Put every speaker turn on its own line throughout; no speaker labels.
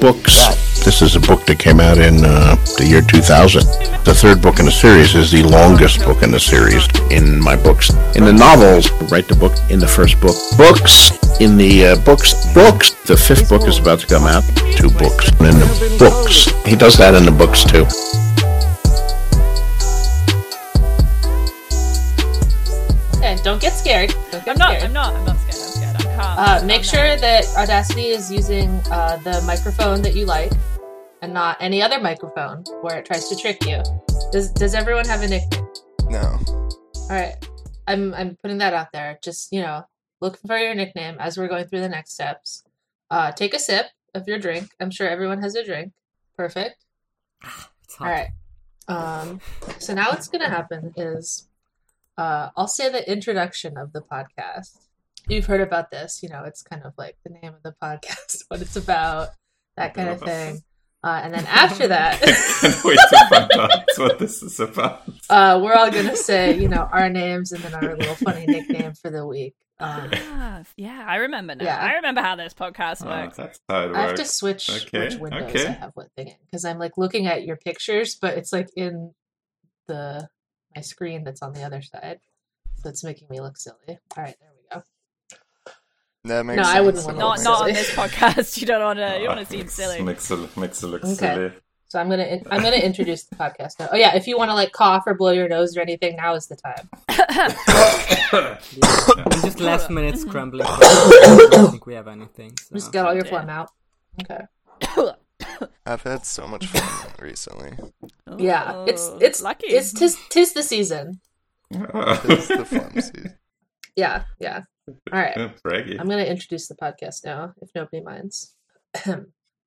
books. This is a book that came out in uh, the year 2000. The third book in the series is the longest book in the series in my books. In the novels, write the book in the first book. Books in the uh, books, books. The fifth book is about to come out. Two books in the books. He does that in the books too.
Okay, don't get scared. Don't get
I'm not.
scared.
I'm not. I'm not scared. I'm scared. I'm calm.
Uh,
I'm
make
not.
sure that Audacity is using uh, the microphone that you like and not any other microphone where it tries to trick you. Does Does everyone have a nickname?
No.
All right, I'm I'm putting that out there. Just you know, look for your nickname as we're going through the next steps. Uh, take a sip of your drink. I'm sure everyone has a drink. Perfect.
It's
All
hard.
right. Um, so now what's going to happen is uh, I'll say the introduction of the podcast. You've heard about this, you know, it's kind of like the name of the podcast, what it's about, that kind of thing. Uh, and then after that,
Wait to find out what this is about.
uh, we're all going to say, you know, our names and then our little funny nickname for the week. Um,
Ah, yeah, I remember now.
Yeah.
I remember how this
Uh,
podcast
Oh,
works.
that's how it
I have to
works.
switch which
Okay,
windows
okay.
I have what thing in because I'm like looking at your pictures, but it's like in the my screen that's on the other side, so it's making me look silly. All right, there we go.
That
No,
makes
I
sense. Oh
wouldn't
That
wanna
not
makes
not on
silly.
sense.
this podcast. You don't want to. You
Uh,
Oh,
want to seem
makes-
silly.
Makes it, makes it look
Okay.
silly.
So I'm gonna in- I'm gonna introduce the podcast now. Oh yeah, if you want to like cough or blow your nose or anything, now is the time.
Oh,
Yeah. I'm just last minute scrambling. for- I don't think we have anything. So.
Just get all your
Yeah.
phlegm out. Okay.
I've had so much fun recently.
Yeah, it's
Ooh,
it's
Oh, lucky.
It's tis tis the season.
This is the fun season.
Yeah, yeah. All right.
Braggy.
I'm going to introduce the podcast now, if nobody minds.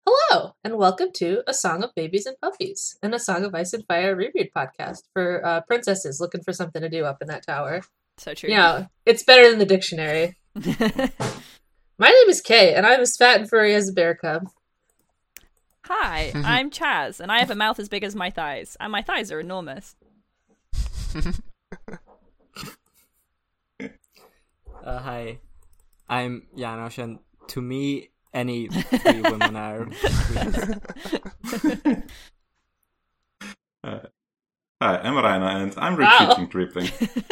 Hello, and welcome to A Song of Babies and Puppies and A Song of Ice and Fire reread podcast for uh, princesses looking for something to do up in that tower.
so true.
You know, it's better than the dictionary. My name is Kay, and I'm as fat and furry as a bear cub.
Hi,
Mm-hmm.
I'm Chaz, and I have a mouth as big as my thighs, and my thighs are enormous.
Uh, hi, I'm Janosch, and to me, any three women are.
Hi, I'm Rainer and I'm
Wow.
retreating creeping.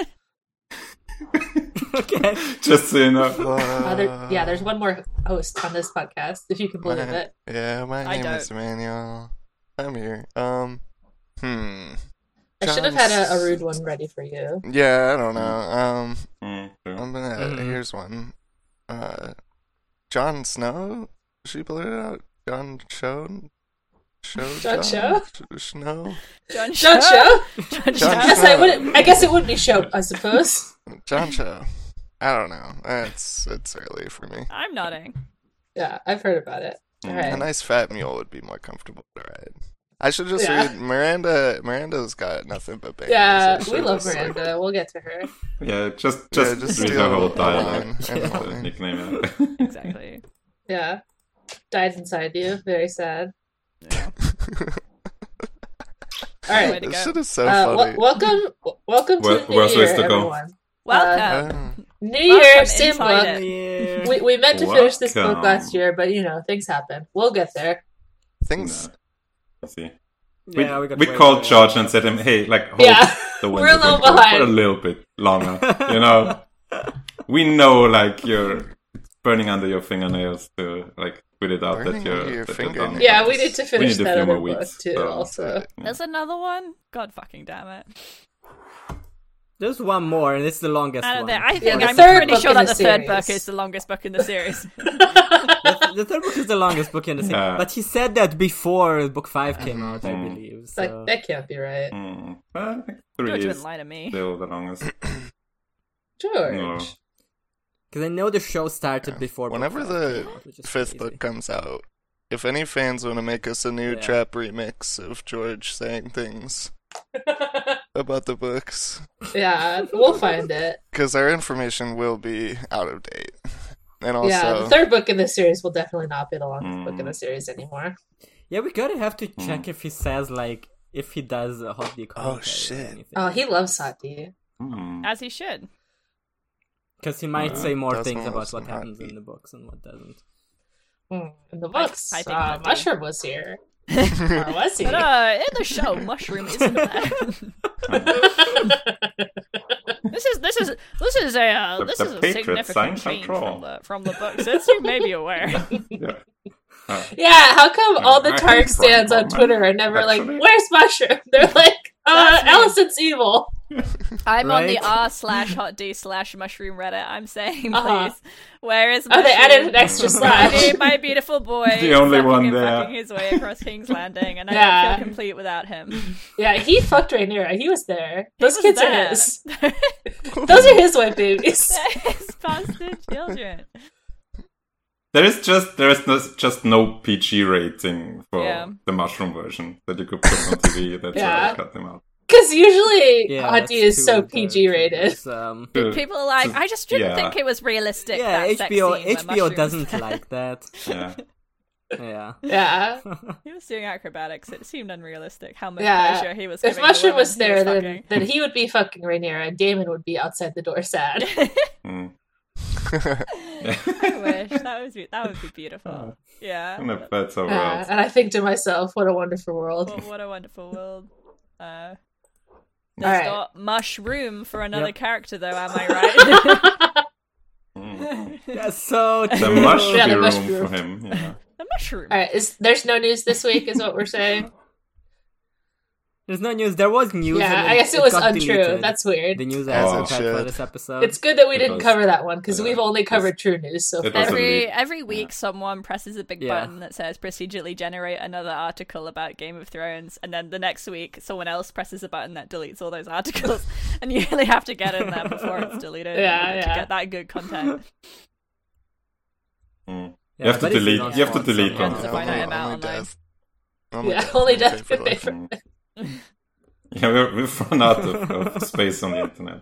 okay.
Just so you know.
Uh, there- yeah, there's one more host on this podcast, if you can
My-
believe it.
Yeah, my
I
name is
don't.
Emmanuel. I'm here. Um, hmm.
I should have had a, a rude one ready for you.
Yeah, I don't know. Um,
Mm, true.
I'm gonna.
Mhm.
Mm-hmm.
Here's one. Uh, John Snow. She blurted out. John Show. Show.
John Cho?
Sh- Snow.
John Show.
John Show?
John
John
Show.
Yes, I
Show.
would. I guess it would be Show, I suppose.
John Cho. I don't know. It's it's early for me.
I'm nodding.
Yeah, I've heard about it. All
A
right.
nice fat mule would be more comfortable to ride. I should just
Yeah.
read Miranda. Miranda's got nothing but bangers. I
Yeah,
should
we love
just, like-
Miranda. we'll get to her.
Yeah, just
Yeah,
just
just
read
steal
the whole
a
dialogue.
line and a line.
Nickname.
Exactly.
Yeah. Dies inside you. Very sad. All
Way
right.
to
this
go.
shit is so
Uh,
funny.
wel- welcome, w- welcome to
Where-
the new
where's
year,
this to go?
everyone. Uh,
Welcome.
Um,
New
Welcome
year, same
inside
book.
it.
Yeah.
We, we meant to finish this book
Welcome.
last year, but you know things happen. We'll get there.
things.
No, see. We,
yeah, we got
we
way
called
to-
George and said him, hey, like, hold
Yeah.
the
We're a
window
little
control
behind.
for a little bit longer. You know, we know, like, you're burning under your fingernails to, like, put it out that
Burning
you're.
under your
that you're
fingernails.
done.
Yeah, we need to
We
finish
need a
that
few
other
more weeks,
book too.
so-
Also,
There's another one. God fucking damn it.
There's one more, and it's the longest
I don't
one.
know. Uh, I
Yeah,
think
the
I'm
third
pretty
book
sure
in
that
the
the third
series.
book is the longest book in the series.
the, the third book is the longest book in the series,
Yeah.
but he said that before book five came out, I
Mhm.
believe.
it's like
So.
that can't be right.
Mm, well, I think
George
three
wouldn't
is
lie to me.
still the longest.
George.
No.
Because I know the show
Uh,
started before. book
Whenever
five
the
came out, which is crazy.
fifth book comes out, if any fans want to make us a new
Yeah.
trap remix of George saying things about the books,
yeah, we'll find it.
because our information will be out of date, and also
yeah, the third book in the series will definitely not be the longest book in
Mm.
the series anymore.
Yeah, we gotta have to check if he says like if he does a hot decor.
Oh, shit.
Oh, he loves Sati.
Mm.
As he should.
Because he might say more
Does
things about
almost
what
not
happens
be-
in the books and what doesn't.
Mm, in the books,
typing
uh,
would be-
Mushroom was here. or was he?
But uh, in the show, mushroom isn't bad. This is this is this is a uh,
The-
this
the
is a
Patriot
significant
sign
change
control.
from the from the books, as you may be aware.
yeah. Uh,
yeah, how come all the
I
Tark
think
stands
Brian
on
Bowman,
Twitter are never
actually.
like, "Where's Mushroom?" They're like, uh,
That's me.
"Ellison's evil."
I'm on the
Right?
r slash hot d slash mushroom Reddit. I'm saying, please,
Uh-huh.
where is
Oh,
mushroom?
they added an extra slash.
Be my beautiful boy,
The only
sucking
one
and
there.
fucking his way across King's Landing, and I
Yeah.
don't feel complete without him.
yeah, he fucked Rhaenyra. He was there. Those
was
kids
there.
are his. Those are his white babies.
His bastard children.
There is just there is no, just no PG rating for
Yeah.
the mushroom version that you could put on TV. That's why
Yeah.
I cut them out.
Because usually
Yeah,
Hot
that's
D is
too
so
intense.
PG rated.
It's, Um,
Uh,
People are like, I just didn't
yeah.
think it was realistic.
yeah,
that sex
HBO
scene where
HBO
mushrooms-
doesn't like that.
yeah.
Yeah.
Yeah.
He was doing acrobatics. It seemed unrealistic how much
Yeah.
pleasure he was.
If
giving the
Mushroom
woman
was
he
there, then,
fucking.
then he would be fucking Rhaenyra, and Damon would be outside the door sad.
Mm.
I wish that was be- that would be
Oh.
beautiful. Yeah.
And if that's our
Uh,
world.
and I think to myself, what a wonderful world.
What, what a wonderful world. Uh,
All
there's
right.
not mushroom for another
Yep.
character, though. Am I right?
That's so
The
true.
mushroom
Yeah, the mushroom.
for him. Yeah.
the mushroom.
All right, is there's no news this week, is what we're saying.
There's no news. There was news.
yeah,
and
I guess it was
got
untrue.
deleted.
That's weird.
the news
As
I
it
was prepared for
should.
this episode.
It's good that we didn't
was-
cover that one because
yeah,
we've only
it was-
covered true news so
it
far.
was a-
Every
leak.
every week, someone presses a big
Yeah.
button that says procedurally generate another article about Game of Thrones, and then the next week, someone else presses a button that deletes all those articles, and you really have to get in there before it's deleted in
Yeah,
order to
yeah.
get that good content.
Mm.
Yeah,
you have to
but it's
delete.
not
You have to
on
delete
someone.
one.
Yeah, it's a finite
Only-
amount
only
online.
Yeah,
death.
only death
paper
could be
left.
for-
Mm. Yeah, we- we've run out of, of space on the internet.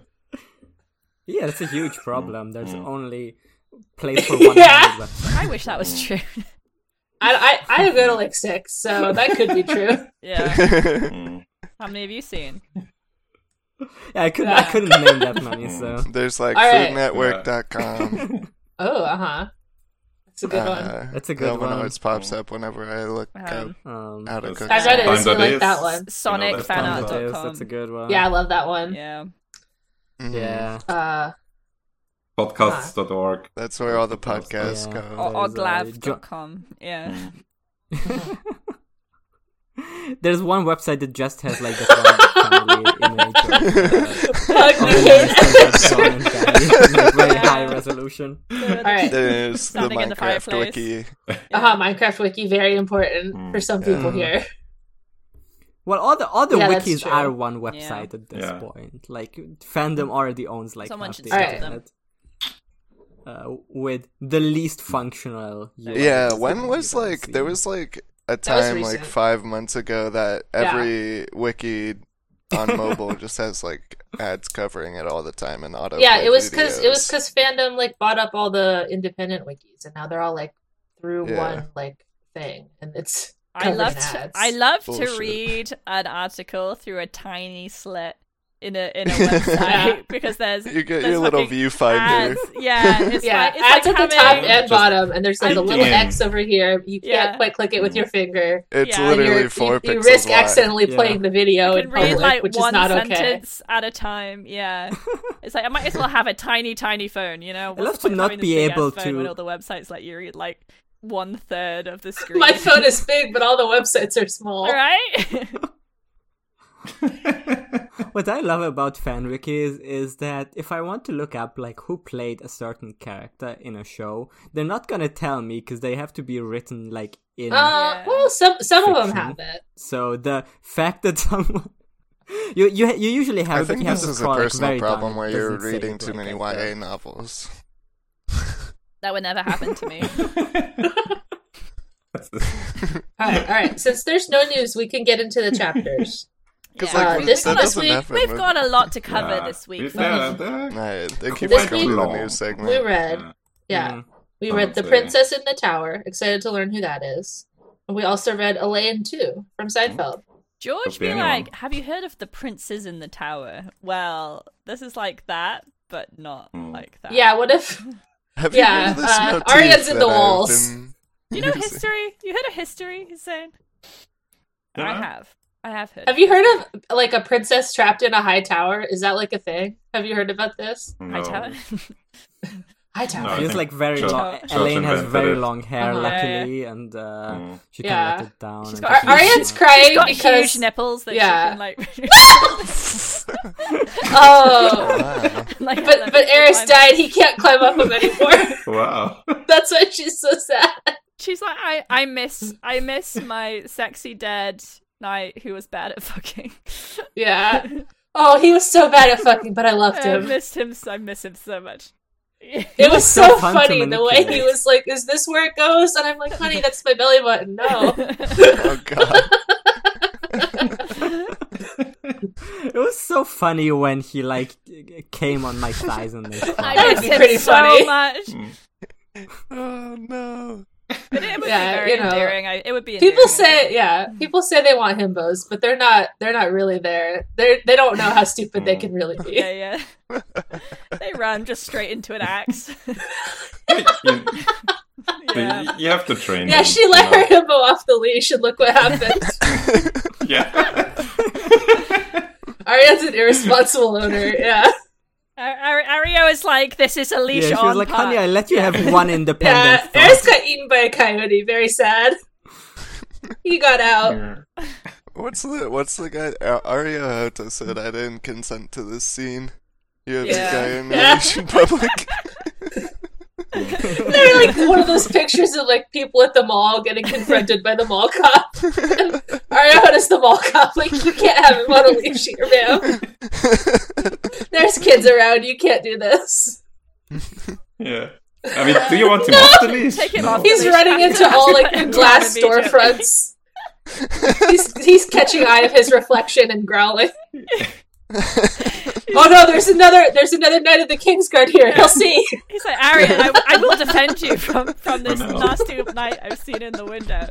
Yeah, that's a huge problem. There's
Mm.
only place for one
Yeah.
hundred website.
I wish that
Oh.
was true.
I, I I go to like six, so that could be true.
yeah.
Mm.
How many have you seen?
Yeah, I couldn't. I
Yeah.
couldn't name that many. So
There's like
All right.
foodnetwork.com.
Oh, uh huh. That's a good one.
Uh,
That's a
that
good one.
always pops up whenever I look
Um,
Mm.
um,
up how to cook.
I read it.
Time
I still
dot
like
is-
that one.
You know, that's fun.
Found it is,
sonicfanart.com.
That's a good one.
Yeah, I love that one.
Uh-huh. Yeah.
Mm,
Yeah.
Uh,
Podcasts.org.
That's where all the podcasts
Yeah.
go.
Or, or
There's, uh, Jo-
glav.com. Yeah.
There's one website that just has like the family image. Of, uh,
fuck
of
me.
the youngsters of John and Danny, like, very high resolution.
All
right.
There's the
Standing in the
Minecraft
fireplace.
wiki.
Uh-huh, Minecraft wiki very important for some people here.
Well, all the all the
Yeah, that's
wikis
true.
are one website at this
Yeah.
point. Like fandom already owns like
Someone
half
should
the
start
internet. Uh, with the least functional. UI.
Yeah,
that
when
you've
was
ever
like
seen.
there was like a
was
time like
recent.
five months ago that every wiki on mobile just has like ads covering it all the time and auto.
yeah, it was because it was because fandom like bought up all the independent wikis, and now they're all like through
Yeah.
one like thing, and it's
I love
covered in
to,
ads.
I love to
Bullshit.
read an article through a tiny slit in a in a website because there's
You get
there's
your little
fucking
viewfinder.
Ads. Yeah, it's
yeah,
like, it's like
ads at the top
having-
and
Just
bottom, and there's like a
click
little
in.
X over here. You
Yeah. Mm-hmm.
can't quite click it with your finger.
It's
Yeah.
and you're- e-,
literally four
you, you
pixels
risk
wide.
accidentally
Yeah.
playing the video
You
in
can read
public,
like
which is
one
not okay.
sentence at a time. Yeah, it's like I might as well have a tiny, tiny phone. You know, What's
love
the
to
point of
not
having this
be
big-ass
able
phone
to-
when all the websites let you read like one third of the screen.
My phone is big, but all the websites are small. Uh,
All right.
What I love about fanwikis is that if I want to look up like who played a certain character in a show, they're not gonna tell me because they have to be written like in.
Uh,
Yeah.
well, some some of them
Fiction.
have it.
So the fact that someone you you you usually have
I
it, but
think
you have
this
to
is a
scroll, like,
personal
very down.
problem
It
where you're
doesn't say
reading
it,
too
like,
many
at the-
YA novels.
that would never happen to me.
All right, all right. Since there's no news, we can get into the chapters.
Because
Yeah.
Uh,
like
this
that
was-
doesn't
we-
happen.
We've
with-
got a lot to cover
Yeah.
this
We've
week.
had a
Alright, they keep
This
going to
week-
the news segment.
We read,
Yeah.
yeah,
Mm-hmm.
Mhm.
we
Oh,
read the
so-
Princess in the Tower. Excited to learn who that is. And we also read Elaine too from Seinfeld.
George
Could be
be
anyone.
like, "Have you heard of the princes in the tower?" Well, this is like that, but not
Hmm.
like that.
Yeah, what if
Have
Yeah,
you heard of this
uh,
motif
Aria's in
that
the
I've
walls.
been
Do you know history? You heard of history, Hussein? I
Yeah.
have. I have heard.
Have you heard of like a princess trapped in a high tower? Is that like a thing? Have you heard about this?
No.
I tell
High
I
tower.
She has
think
like very
Cho-
long.
Cho-
Elaine
Cho's
has
invented
very
it.
long hair,
Uh-huh.
luckily, and uh,
Mm.
she can let
Yeah.
it down.
She's
and
got-
she
Ar-
can-
Arian's
She's
crying
got
because
huge nipples that
yeah.
she can like.
oh,
Wow.
like
but but Eris died. He can't climb up him anymore.
Wow.
That's why she's so sad.
She's like, I, I miss, I miss my sexy dead knight who was bad at fucking.
Yeah. Oh, he was so bad at fucking, but I loved
I
him.
missed him. so- I miss him so much.
It was
so
so
fun to
funny the way he
manipulate.
was like, "Is this where it goes?" And I'm like, "Honey, that's my belly button." No.
Oh god.
It was so funny when he like came on my thighs and they.
I
would
miss
be
him
pretty
so
funny.
much.
Mm.
Oh no.
But it would
Yeah,
be very
you know,
endearing. I, it would be.
People
endearing, I think.
say, yeah, people say they want himbos, but they're not. They're not really there. They they don't know how stupid
Mm.
they can really be.
Yeah, yeah. they run just straight into an axe.
you,
yeah.
you have to train.
Yeah,
them,
she let
you
her himbo off the leash, and look what happened.
know. Yeah.
Arya's an irresponsible owner. Yeah,
Ar- Ar- Ario is like, this is a
Yeah,
leash
she
on
was like,
part.
"Honey, I let you have one
yeah.
independent."
Eris got eaten by a coyote. Very sad. He got out.
What's the what's the guy uh, Aria Hoto said I didn't consent to this scene. You have
Yeah.
the guy in
Yeah.
relation public.
They're like one of those pictures of like people at the mall getting confronted by the mall cop. Arya is the mall cop. Like you can't have him on a leash here, ma'am. There's kids around. You can't do this.
Yeah. I mean, do you want to off the leash?
Take him
No.
off.
He's
Please
running
pack
into
it
all
up.
like the glass
Immediately.
storefronts. he's he's catching eye of his reflection and growling. oh no! There's another there's another knight of the Kingsguard here. He'll see.
He's like, Ario, I, I will defend you from, from this
Oh, no.
nasty night I've seen in the window.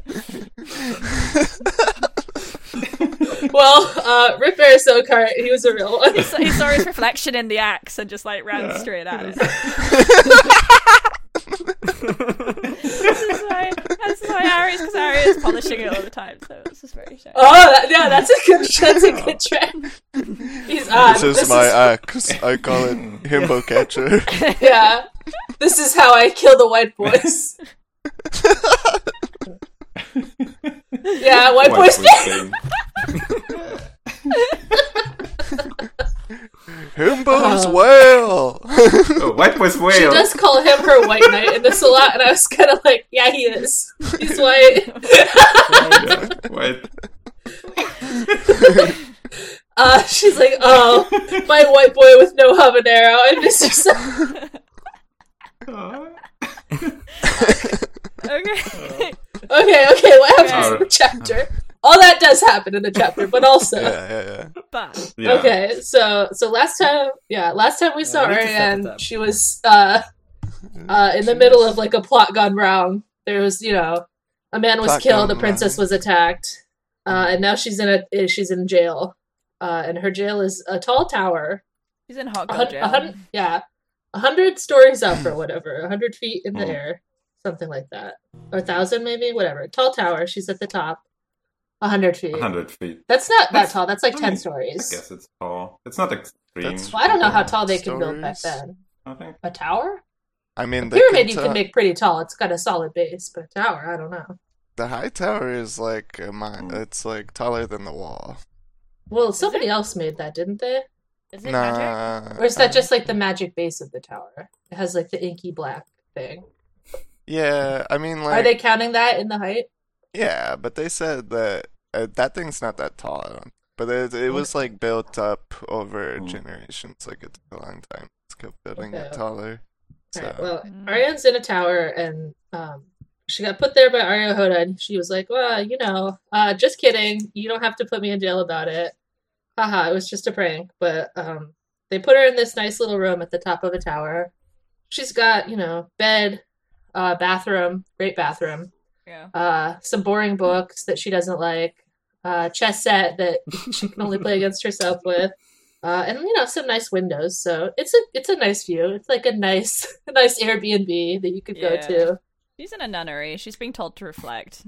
Well, uh, Rip Arisokar, he was a real one.
So he saw his reflection in the axe and just like ran
Yeah.
straight at it. this is why, this is why Ario, because Ario is polishing it all the time, so it's just very shame.
Oh that, yeah, that's a good that's a good track. He's uh, on.
this is my uh, axe. I call it himbo catcher.
yeah. This is how I kill the white boys. yeah, white,
White
boys.
boy thing.
Himbo's whale.
Oh, white boy's
She
whale.
does call him her white knight in this a lot, and I was kind of like, yeah, he is. He's white.
Oh, Yeah, white.
Uh, she's like, oh, my white boy with no habanero. I miss you so.
Oh.
Okay.
Okay, okay, what happens in
Okay.
the chapter? All that does happen in the chapter, but also.
yeah, yeah, yeah.
but
Yeah.
Okay, so so last time, yeah, last time we saw
we need to set
Ariane,
this up.
she was uh, uh, in the middle of like a plot gone wrong. There was, you know, a man was
Plot
killed,
gone
a princess
wrong. Mm-hmm.
was attacked, uh, and now she's in a uh, she's in jail, uh, and her jail is a tall tower,
he's in hot
a
girl
hun- a
jail.
hun- yeah, a hundred stories up or whatever, a hundred feet in the
Mm.
air, something like that, or a thousand maybe, whatever. Tall tower, she's at the top, a hundred feet.
100 feet.
That's not that
That's-
tall. That's like
I
ten
mean, I
stories.
guess it's tall. It's not extreme.
That's-
Well, I don't know how tall they could build back
Stories.
then.
I think.
A tower?
I mean, they
Pyramid
could
you can
ta-
make pretty tall. It's got a solid base, but a tower, I don't know.
the high tower is like a mi-
Mm.
it's like taller than the wall.
Well, somebody else made that, didn't they?
Is it magic?
Nah,
Or is that
uh,
just like the magic base of the tower? It has like the inky black thing.
yeah? I mean, like
Are they counting that in the height?
Yeah, but they said that uh, that thing's not that tall. I don't, but it,
Hmm.
it was like built up over
Mm.
generations. Like it took a long time to keep building it
Okay.
taller. So
Alright, well,
Mm.
Ariane's in a tower and um, she got put there by Arya Hoda and she was like, well, you know, uh, just kidding. You don't have to put me in jail about it. Haha, it was just a prank. But um, they put her in this nice little room at the top of a tower. She's got, you know, bed, uh, bathroom, great bathroom.
Yeah.
uh, some boring books that she doesn't like, uh, chess set that she can only play against herself with, uh, and you know some nice windows. So it's a it's a nice view. It's like a nice a nice Airbnb that you could go
Yeah.
to.
She's in a nunnery. She's being told to reflect.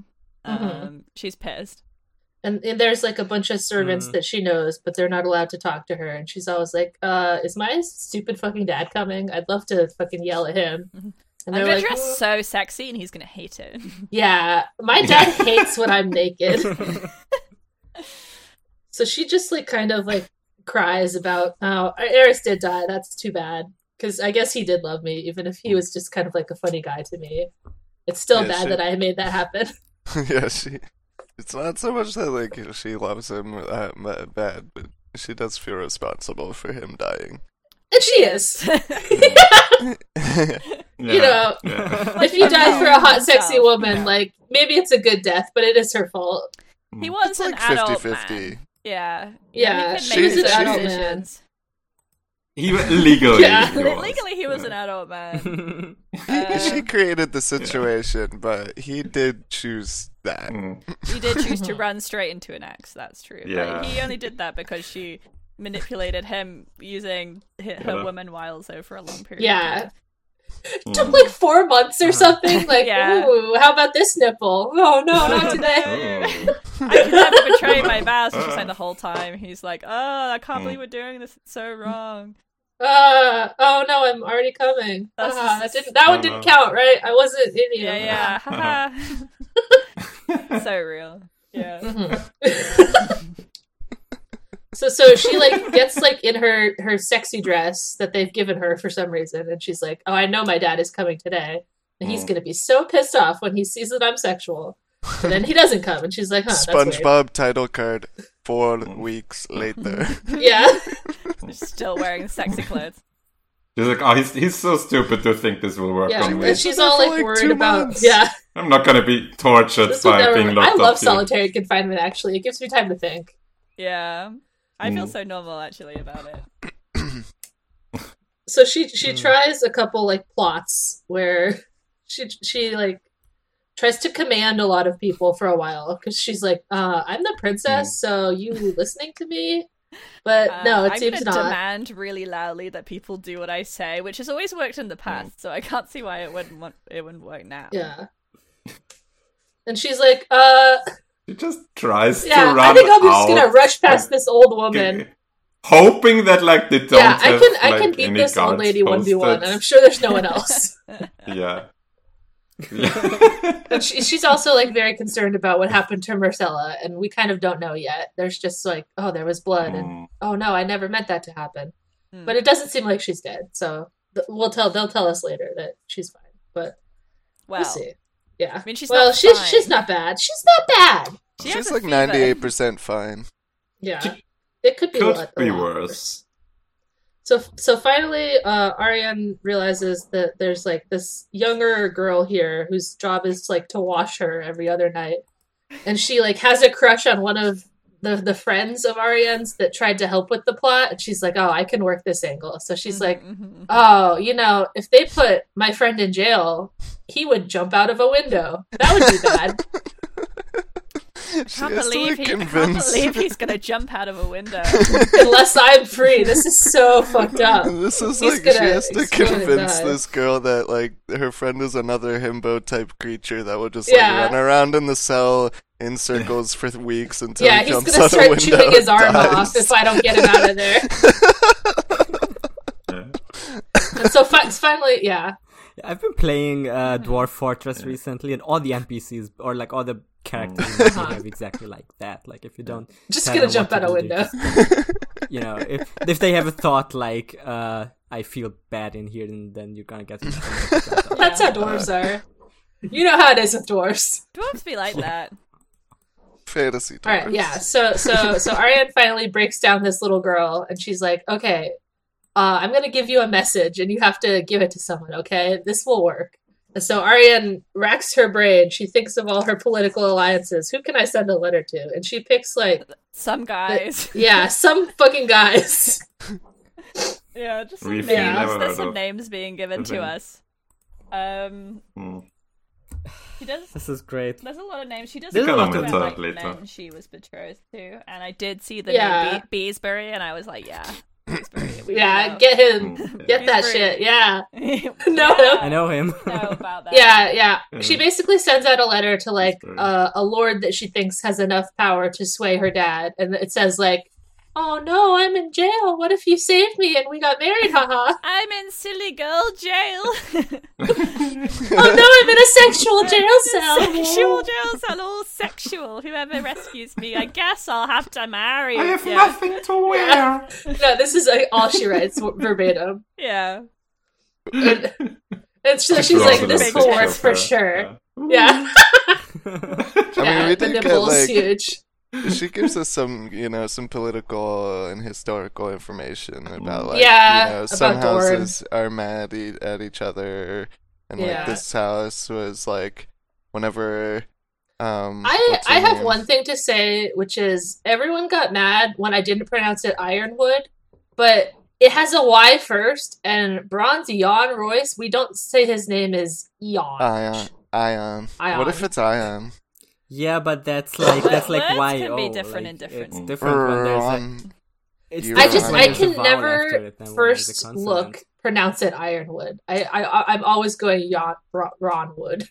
Mm-hmm.
Um, she's pissed.
And, and there's like a bunch of servants
Mm.
that she knows, but they're not allowed to talk to her. And she's always like, uh, "Is my stupid fucking dad coming? I'd love to fucking yell at him." And
I'm
they're
gonna
like, "Oh."
dress
"Well,
so sexy, and he's gonna hate it.
"Yeah, my dad hates when I'm naked." so she just like kind of like cries about, "Oh, Eris did die. That's too bad." Because I guess he did love me, even if he was just kind of like a funny guy to me. It's still
Yeah,
bad
she-
that I made that happen.
yeah, she. It's not so much that like she loves him that ma- bad, but she does feel responsible for him dying.
And she is.
Yeah,
know.
yeah.
if you die for a hot, sexy
Himself,
woman,
yeah.
like maybe it's a good death, but it is her fault.
he was
It's like
an adult
50-50.
man. Yeah,
Yeah,
He could
she
make
was an
his own
adult
man.
decisions.
He was legally.
Yeah.
he was.
Legally, he was an adult man. Uh,
she created the situation, but he did choose that.
Hmm.
Mm.
He did choose to run straight into an axe. That's true.
Yeah.
But he only did that because she manipulated him using hi- her
Yeah.
woman wiles though for a long period. of
Yeah.
time.
Took like four months or something. Like,
Yeah.
ooh, how about this nipple? No, no, not today.
Oh.
I can never betray my vows. It's just like the whole time he's like, "Oh, I can't believe we're doing this. It's so wrong."
Uh, oh no, I'm already coming.
That's
Ah, that
just-
didn't, that one
Uh-huh.
didn't count, right? I wasn't an idiot.
Yeah, yeah. haha. so real. Yeah.
Mm-hmm. So, so she like gets like in her her sexy dress that they've given her for some reason, and she's like, "Oh, I know my dad is coming today, and he's gonna be so pissed off when he sees that I'm sexual." And then he doesn't come, and she's like, "Huh,
Ah,
that's weird."
SpongeBob title card four
Hmm.
weeks later.
Yeah.
Still wearing sexy clothes.
He's like, oh, he's, he's so stupid to think this will work
Yeah.
on me.
And she's
there
all
for,
like,
like,
worried
two
about
months.
Yeah.
I'm not gonna be tortured
This would
by
never
being
work. I
locked
love
up here.
solitary confinement actually. It gives me time to think.
Yeah. I feel
Mm.
so normal actually about it.
So she
Hmm.
she tries a couple like plots where she she like tries to command a lot of people for a while because she's like, uh, I'm the princess,
Hmm.
so you listening to me? But
Uh,
no, it
I'm
seems
gonna
not.
demand really loudly that people do what I say, which has always worked
Mm.
in the past. So I can't see why it wouldn't want, it wouldn't work now.
Yeah. And she's like, uh,
He just tries to
yeah,
run
I think I'm just
out,
gonna rush past this old woman.
hoping that like they don't.
Yeah, I
have,
can I
like,
can beat
any
this old
guards
lady one v one,
posted.
and I'm sure there's no one else.
Yeah. Yeah.
But she, she's also like very concerned about what happened to Marcella, and we kind of don't know yet. There's just like, oh, there was blood, and
Mm.
oh no, I never meant that to happen.
Hmm.
But it doesn't seem like she's dead, so th- we'll tell. They'll tell us later that she's fine, but
Well,
we'll see. Yeah.
I mean, she's
well,
not
she's
fine.
she's not bad. She's not bad.
she has
She's
a
like
fever.
ninety eight percent fine.
Yeah.
She
it could be a
could
lot, a
be
lot
worse.
So so finally, uh, Ariane realizes that there's like this younger girl here whose job is like to wash her every other night, and she like has a crush on one of the the friends of Ariane's that tried to help with the plot. And she's like, "Oh, I can work this angle." So she's like,
Mhm, mhm.
"Oh, you know, if they put my friend in jail, he would jump out of a window. That would be bad."
She
I can't,
has to,
believe
like,
he, I can't
convince-
believe he's gonna jump out of a window.
Unless I'm free, this is so fucked up.
This is
He's
like she
gonna-
has to
he's gonna
convince
die.
this girl that like her friend is another himbo type creature that will just
Yeah.
like run around in the cell in circles for weeks until
yeah,
he
he's
jumps
gonna
out a
start
window
chewing his
and
arm
dies.
off if I don't get him out of there.
Yeah.
And so fi- finally, yeah,
I've been playing uh,
Mm-hmm.
Dwarf Fortress recently, and all the NPCs or like all the characters in this
Uh-huh.
have exactly like that. Like if you don't,
just
tell
gonna
them
jump
what
out
to
a
do,
window.
they just- you know, if if they have a thought like uh, "I feel bad in here," then, then you're gonna get.
That's how dwarves are. You know how it is with dwarves.
Dwarves be like that.
Fantasy.
All right,
dwarves.
yeah. So so so Ariane finally breaks down this little girl, and she's like, "Okay, uh, I'm gonna give you a message, and you have to give it to someone. Okay, this will work." And so Ariane racks her brain. She thinks of all her political alliances. Who can I send a letter to? And she picks like,
Some guys.
yeah, some fucking guys.
Yeah, just some
We've
names.
never
There's
heard
some
of
names being given to
them.
us. Um,
Mm.
he does.
This is great.
There's a lot of names. She does
There's a lot
talk
of
about like,
names.
men she was betrothed to, and I did see the
Yeah.
name Be- Beesbury, and I was like, yeah. Beesbury. we
Yeah,
know.
get him. Get that
He's
shit. Yeah.
We
No.
I
don't
know him.
know about that.
Yeah, yeah.
Yeah.
She basically sends out a letter to like
Sorry.
uh, a lord that she thinks has enough power to sway her dad, and it says like, "Oh no, I'm in jail. What if you saved me and we got married? Haha.
I'm in silly girl jail.
oh no, I'm in a sexual jail cell.
sexual jail cell, all sexual. Whoever rescues me, I guess I'll have to marry.
I have
yeah.
nothing to wear.
No, this is like, all she writes verbatim.
yeah.
And, and so she's
also
like,
the
"This
big
will work
picture
for sure." Yeah,
I mean,
yeah.
we
the
did get
nipple is
like
huge.
she gives us some, you know, some political and historical information
Mm-hmm.
about like,
Yeah,
you know,
about
some
Gorn.
houses are mad e- at each other, and
Yeah.
like this house was like, whenever, um,
I,
what's her
I have
name?
one thing to say, which is everyone got mad when I didn't pronounce it Ironwood, but it has a Y first, and Bronze Yon Royce, we don't say his name is Eon.
Ion, Ion. What if
Ion.
it's Ion?
yeah, but that's like that's like
Words
why oh,
can be different
like,
in different-
It's different when there's like,
Ion.
it's
I
I
different
just
when
I
there's a
can
vowel after
never
it than when there's a
first
consonant.
look pronounce it Ironwood. I, I I'm always going Yon Ro- Ronwood.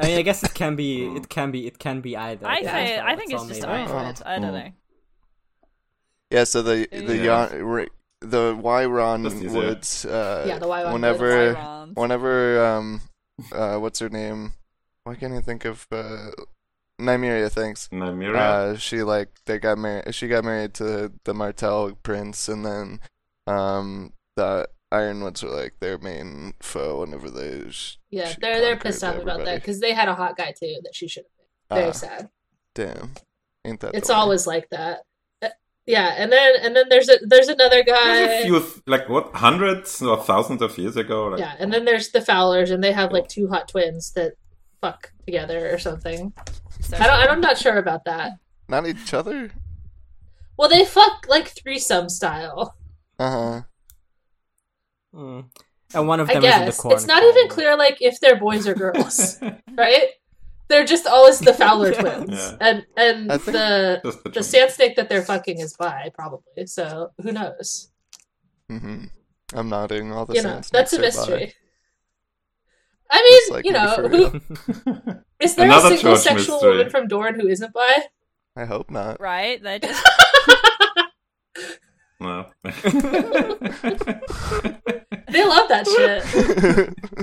I mean, I guess it can be it can be it can be either.
I
guess,
say
so
I think it's
all
just
made up.
Iron Man. I don't
Mm.
know.
Yeah, so the the
Yeah.
yon, re- the Wyron
That's easier.
Woods. Uh,
Yeah, the Wyron
Whenever,
Woods. Wyron.
whenever, um, uh, what's her name? Why can't I think of uh, Nymeria? Thanks.
Namira.
Uh, she like they got married. She got married to the Martell prince, and then um, the Ironwoods were like their main foe. Whenever they, sh-
Yeah,
she
they're they're
conquered
pissed off about that
everybody.
because they had a hot guy too that she should have. Very
Ah,
sad.
damn, ain't that? the
It's
way.
always like that. Uh, Yeah, and then and then there's a there's another guy.
There's a few, th- like what, hundreds or thousands of years ago? Like,
Yeah, and then there's the Fowlers, and they have like two hot twins that fuck together or something.
So-
I don't, I'm not sure about that.
not each other.
Well, they fuck like threesome style.
Uh huh.
Mm. And one of
I
them is in the
guess
corner.
it's not even clear like if they're boys or girls, right? They're just always the Fowler
Yeah.
twins,
Yeah.
and and
I think-
the
Just the,
the
twins.
sand snake that they're fucking is bi probably. So who knows?
Mm-hmm. I'm nodding. All the
you
same
know, that's a
snakes are bi.
mystery. I mean,
It's like
you
me
know,
for
who, is there
Another
a single
church
sexual
mystery.
woman from Dorne who isn't bi?
I hope not.
Right? They're just
No.
They love that shit.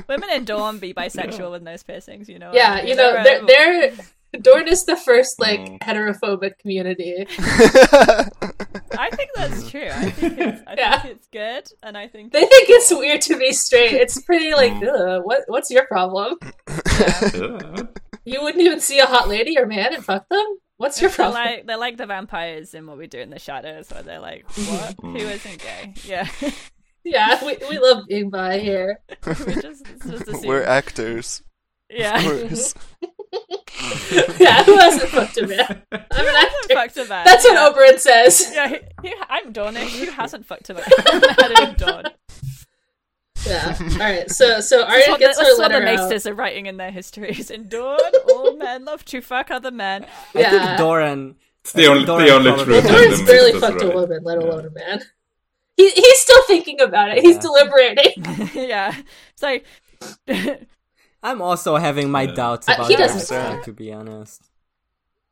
women in Dawn be bisexual with nose piercings. You know.
Yeah, you know, they're, they're Dorn is the first like
Mm.
heterophobic community.
I think that's true. I think it's, I
Yeah.
think it's good, and I think
They think it's weird to be straight. It's pretty like,
Mm.
Ugh, what what's your problem?
Yeah.
You wouldn't even see a hot lady or man and fuck them. What's your
they're
problem?
like they're like the vampires in what we do in the shadows, where they're like, "What? Who isn't gay?"
Mm.
Yeah,
yeah, we, we love being bi here.
we just, it's just assume.
We're actors.
yeah.
We're- s-
Yeah, who hasn't fucked a man? I'm an
hasn't
actor.
fucked a man.
That's what
yeah.
Oberon says.
Yeah, who- who- I'm Dornish. Who hasn't fucked a man? I'm Dawn.
Yeah. All right. So so
That's
Arya
what, the,
gets
that's
her
what the
letter out.
maesters are writing in their histories. In Dawn, all men love to fuck other men.
I think
Yeah.
Doran.
It's the only,
Doran
the only
probably-
truth. in
Doran's
Dorn's
the
barely
myth, that's
fucked a
right.
woman, let
Yeah.
alone a man. He, he's still thinking about it. He's
Yeah.
deliberating.
yeah. So
I'm also having my
Yeah.
doubts
Uh,
about
he
Dark
doesn't
Star,
care.
to be honest.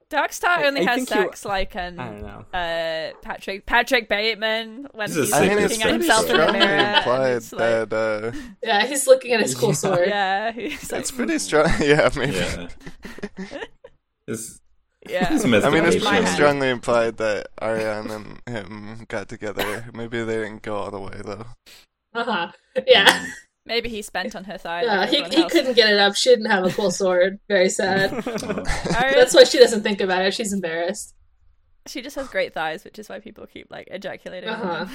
Darkstar only
I
has
think you-
sex like an
I don't know.
uh Patrick Patrick Bateman when
This is
he's
sick.
I mean,
Looking
it's
looking at
pretty
himself in the
strongly
mirror. and
implied
it's like,
that uh,
Yeah, he's looking at his cool
Yeah.
sword.
yeah, he's like,
it's pretty strong. Yeah, maybe.
Yeah. It's,
yeah.
it's messed
I mean,
up.
it's
Yeah.
pretty
Yeah.
strongly implied that Ariane and him got together. Maybe they didn't go all the way though.
Uh huh. Yeah.
Maybe he spent on her thigh.
Yeah,
like
he,
everyone
he
else.
couldn't get it up. She didn't have a cool sword. Very sad.
Arya-
That's why she doesn't think about it. She's embarrassed.
Oh, she just has great thighs, which is why people keep like ejaculating. on
Uh-huh.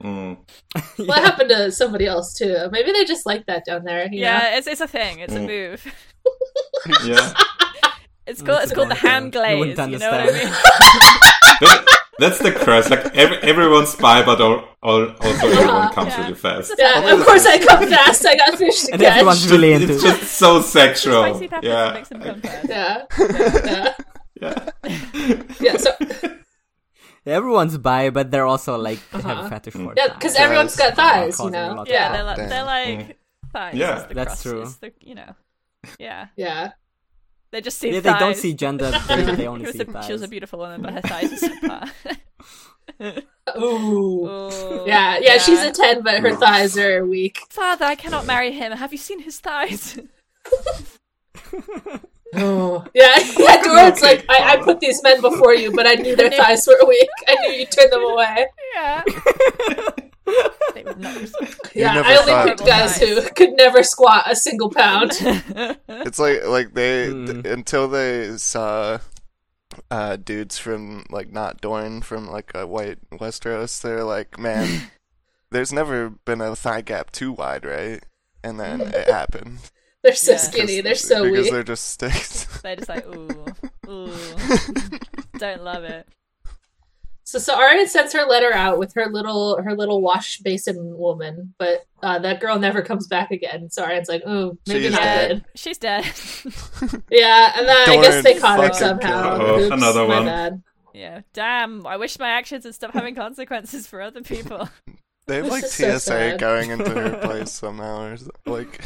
them.
Mm.
Well, that happened to somebody else too. Maybe they just like that down there. you know?
Yeah, it's it's a thing. It's a
Mm.
move.
Yeah.
It's called it's
a
called the
bad thing.
ham
You
glaze.
wouldn't
You know what I
understand.
mean?
That- that's the curse. Like every, everyone spy, but all, all, also everyone comes
Yeah.
really fast.
yeah.
Well,
of course, I come fast. I got fish to
And
catch.
everyone's really into
It's
it.
just so
Oh,
sexual.
Spicy peppers
Yeah.
makes him come fast.
Yeah. Yeah.
yeah.
Yeah. So,
Yeah, Everyone's bi, but they're also like they have a
Uh-huh.
fetish for
Yeah,
thighs.
because everyone's got thighs, you
Causing a
know.
lot of
Yeah,
Yeah,
they're like, they're
Damn.
like thighs.
Yeah.
is the
Mm. That's
cross,
true.
is the- you know, yeah,
yeah.
they just see.
yeah, they don't
thighs.
see gender. They, they
It
only
was
see
a- She was a
thighs.
beautiful woman, but her thighs are so fat.
Ooh.
Ooh,
Yeah, Oh, yeah, She's a ten, but her thighs are weak.
father. I cannot marry him. Have you seen his thighs?
Oh. Yeah, yeah. Doran's like, I, I put these men before you, but I knew their thighs were weak. I knew you turned them away.
yeah. they would not respect.
You
Yeah,
never
I
thought-
only picked guys who could never squat a single pound.
It's like like they
Mm.
Hmm.
th- until they saw uh, dudes from like not Dorn from like a white Westeros. They're like, man, there's never been a thigh gap too wide, right? And then it happened.
They're so
Yeah.
skinny.
Because-
They're so
because
weak.
they're just sticks.
They're just like, ooh, ooh, don't love it.
So Saarin sends her letter out with her little her little wash basin woman, but uh, that girl never comes back again. Saarin's like, oh, maybe
She's
not
dead.
good.
She's dead.
Yeah, and then I guess
Doran
they caught her
fucking
somehow.
killed her. Oh,
Oops,
Another
my
one.
bad.
yeah, damn. I wish my actions would stop having consequenses for other people.
They have
This
like
is so
TSA
sad.
going into her place somehow, or so- like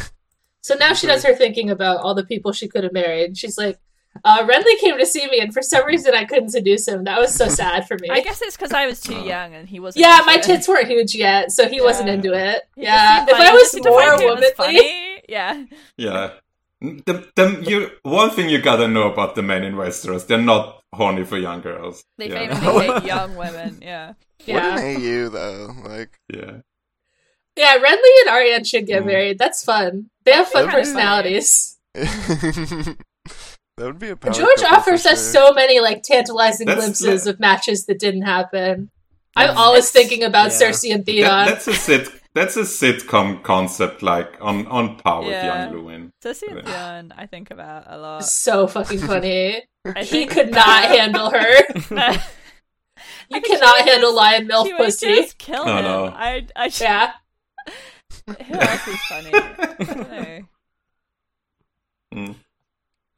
So now she does her thinking about all the people she could have married. She's like, uh, Renly came to see me, and for some reason I couldn't seduce him. That was so sad for me.
I guess it's because I was too young and he wasn't.
yeah,
into
my
it.
tits weren't huge yet, so he wasn't
Yeah.
into it.
He just
Yeah,
seemed
if
like-
I
he
was
seemed
more
like it was
womanly,
funny. Yeah.
Yeah. The, the, you, one thing you gotta know about the men in Westeros, they're not horny for young girls.
They
yeah.
famously hate young women. Yeah.
what
yeah,
an AU though. Like
yeah.
yeah. Renly and Ariane should get
Mm.
married. That's fun. They have fun
kinda funny.
personalities.
that would be a power
George
couple for
offers us
sure.
so many like tantalizing
That's
glimpses
the-
of matches that didn't happen. I'm
That's-
always thinking about
yeah.
Cersei and Theon.
That, that's a sit. That's a sitcom concept, like on on par with
Yeah.
Young Lewin.
Cersei and
Yeah.
Theon, I think about a lot.
so fucking funny.
I
he
think
could not
about-
handle her. You
think she
cannot
was-
handle lion milk
She would
pussy.
just kill
Oh,
No,
him.
no.
I, I just,
Yeah.
Who else is funny? I don't know.
Mm.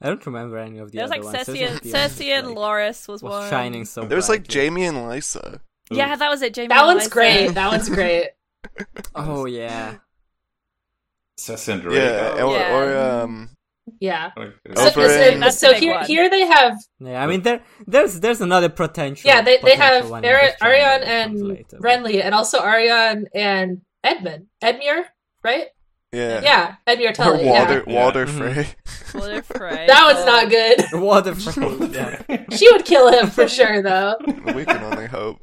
I don't remember any of the
There's
other
like
ones.
Cersei and,
There's just
Cersei
the
and
one that, like,
Loris was,
was
one.
shining so
There was like
brightly.
Jamie and Lysa.
Yeah, that was it. Jamie.
That one's
Lysa.
great. That one's great.
Oh yeah.
Cersei and
Yeah,
Rhaegar.
or,
Yeah.
or um,
Yeah.
Like,
So,
it's-
Oberyn.
so-
That's the
so
big
here,
one.
here they have
Yeah, I mean there there's there's another potential.
yeah they, they
potential
have
one in
Ari-
this genre
Arion
that comes
and
later, but-
Renly and also Arion and Edmund Edmure right
yeah,
yeah Edmure
or
Tully yeah.
Walter
Yeah.
Walter
Mhm.
Frey.
Walter Frey.
that one's
Oh.
not good
What a phrase, yeah.
she would kill him for sure though
we can only hope.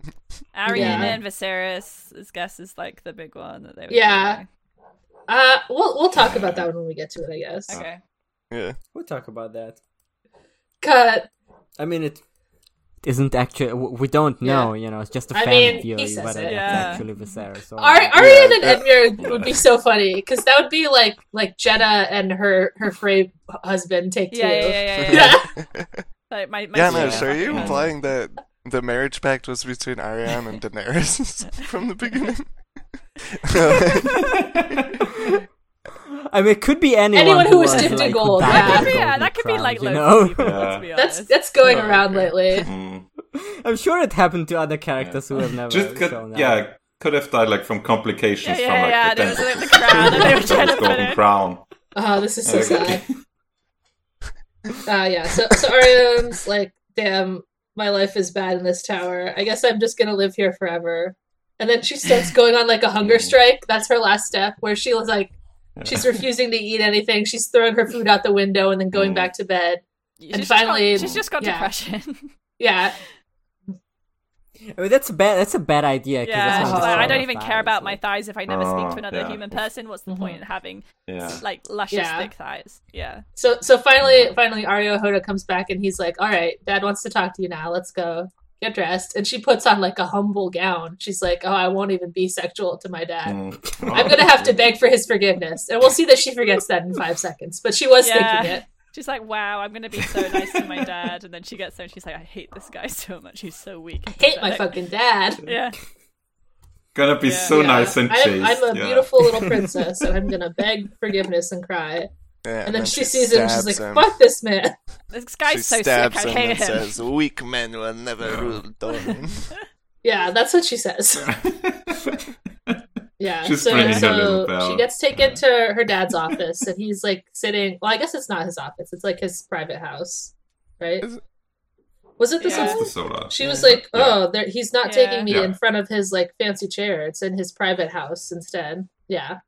Arianne
Yeah.
and Viserys, I guess, is like the big one that they. Would
Yeah.
do.
Uh, we'll we'll talk about that one when we get to it, I guess.
Oh.
Okay.
Yeah,
We'll talk about that.
Cut.
I mean it isn't actually w- we don't know, you know, it's just a
I
fan
mean, he
theory
says
whether
it.
it's
Yeah.
actually Viserys or
Ar-
not.
Arian and
Yeah.
Edmure would be so funny because that would be like like Jenna and her her Frey husband take two.
Yeah, yeah, yeah, yeah. yeah.
Yeah.
Like my, my
yeah.
sister
No,
Yeah.
so are you
fucking-
implying that the marriage pact was between Ariane and Daenerys from the beginning?
I mean it could be anyone
Anyone who was
has,
dipped in
like, who
gold,
died
yeah.
with
That
could be- yeah, that could be,
a golden crown,
like,
you
loads
know?
of people. to be
That's
honest.
that's going
Oh,
around
okay.
lately.
Mm.
I'm sure it happened to other characters who have never
Just
shown
could,
up.
yeah, could have died like from complications
Yeah, yeah,
from like
yeah,
the
there was, like,
dentist.
the crown and they were trying to put
golden
it-
crown.
Oh, this is so
Okay.
sad. Uh, yeah. So so Arian's like, damn, my life is bad in this tower. I guess I'm just gonna live here forever. And then she starts going on like a hunger strike. That's her last step, where she was like, she's refusing to eat anything. She's throwing her food out the window and then going
Mm.
back to bed.
She's
And
just got-
finally-
she's just got
yeah.
depression.
Yeah,
I mean that's a bad that's a bad idea. 'cause
Yeah,
that's
she's
not
like, I
just
don't
about
even
that,
care about
so-
my thighs if I never speak
Oh,
to another
yeah.
human person. What's the point in having
Yeah.
like luscious
Mm-hmm. Yeah.
thick thighs? Yeah,
So so finally finally Ario Hoda comes back and he's like, "All right, dad wants to talk to you now. Let's go. Get dressed." And she puts on like a humble gown. She's like, "Oh, I won't even be sexual to my dad.
Mm.
I'm going to have to beg for his forgiveness." And we'll see that she forgets that in 5 seconds, but she was
yeah.
thinking it.
She's like, "Wow, I'm gonna be so nice to my dad," and then she gets there and she's like, "I hate this guy so much. He's so weak.
I hate my fucking dad.
Yeah,
Gonna be
Yeah.
so
Yeah.
nice and
I'm,
chaste.
I'm a
yeah.
beautiful little princess, and I'm gonna beg forgiveness and cry.
Yeah,
And then she sees him, and she's like,
stabs him.
"Fuck this man!"
this guy's
she
so sick.
stabs
I
him
hate
and
him."
says, "Weak men will never rule Dorne."
Yeah, that's what she says. Yeah,
She's
so,
bringing her
so
little bell.
she gets taken to her dad's office, and he's like sitting. Well, I guess it's not his office; it's like his private house, right?
Is it-
Was it this
Yeah.
It's
one?
the soda.
She was like,
Yeah.
"Oh, there, he's not
Yeah.
taking me
Yeah.
in front of his like fancy chair. It's in his private house instead." Yeah.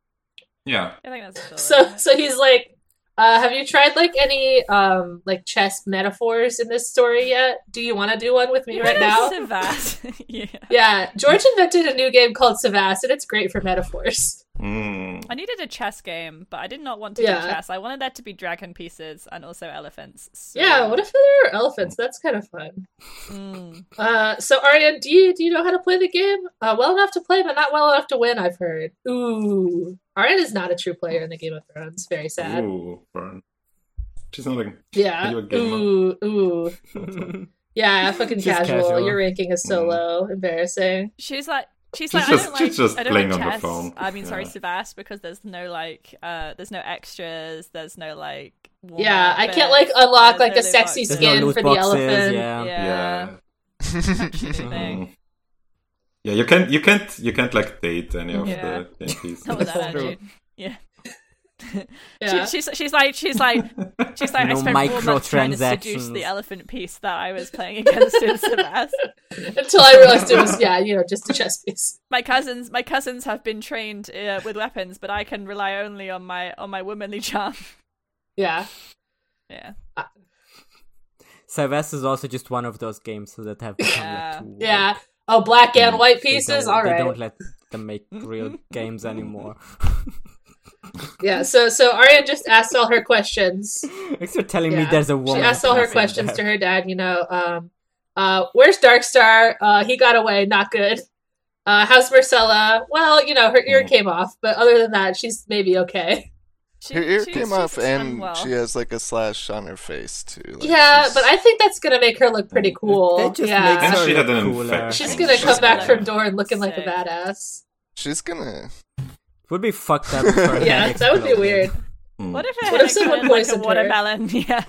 yeah.
I think that's a
So so he's like, uh, "Have you tried like any um like chess metaphors in this story yet? Do you want to do one with me right now?"
Savas. yeah.
Yeah, George invented a new game called Savas, and it's great for metaphors.
Mm.
I needed a chess game, but I did not want to
Yeah.
do chess. I wanted there to be dragon pieces and also elephants. So...
Yeah, what if there are elephants? That's kind of fun.
Mm.
Uh, so Aryan, do you do you know how to play the game? Uh, well enough to play, but not well enough to win. I've heard. Ooh, Aryan is not a true player in the Game of Thrones. Very sad.
Ooh, burn. She's not like
Yeah.
You a gamer?
Ooh, ooh. Yeah, fucking
Just
casual.
casual. Mm-hmm.
Your ranking is so
Mm.
low. Embarrassing.
She's like. She's
She's
like,
just-
I don't
she's
like,
just
I don't
playing
like
on her
chess.
phone.
I mean, sorry,
Yeah.
Savas, because there's no like, uh, there's no extras, there's no like.
Yeah,
warm-up
I can't like
bits,
unlock
there's
like
no
a sexy
boxes.
There's
skin
no loot
for the
boxes,
elephant.
Yeah.
yeah.
yeah.
Anything.
Mm. Yeah, you can't you can't you can't like date any of
Yeah.
the game pieces.
Not with that
That's true.
attitude. Yeah.
Yeah.
She, she's she's like she's like she's like I
No
spent four months trying to seduce
microtransactions.
the elephant piece that I was playing against in Savas.
Until I realized it was yeah, you know, just a chess piece.
my cousins my cousins have been trained uh, with weapons but i can rely only on my on my womanly charm
Yeah.
yeah
Savas is also just one of those games that have become
Yeah.
like too
Yeah. Oh, black and white
Mm. They
pieces.
don't-
All
They
right.
don't let them make real games anymore.
Yeah, so so Arya just asked all her questions.
Thanks for telling me
Yeah.
there's a woman.
She asked all her
present
questions to
there.
her dad, you know, um, uh, where's Darkstar? Uh, he got away, not good. Uh, how's Marcella? Well, you know, her ear
Mm.
came off, but other than that, she's maybe okay.
she,
her ear
she's
came
just
off, and
unwell.
she has like a slash on her face too. Like,
yeah,
she's-
but I think that's gonna make her look pretty
Mm.
cool.
That just
yeah.
makes
And
her
she had
look
an
cooler.
infection.
She's gonna
She's
come back
gonna
from Doran looking like a
say-
badass.
she's gonna.
Would be fucked up. if her
Yeah,
head
that would be
exploded.
weird.
Mm.
what if it
What if
had
someone
someone like a
poisoned her?
watermelon yeah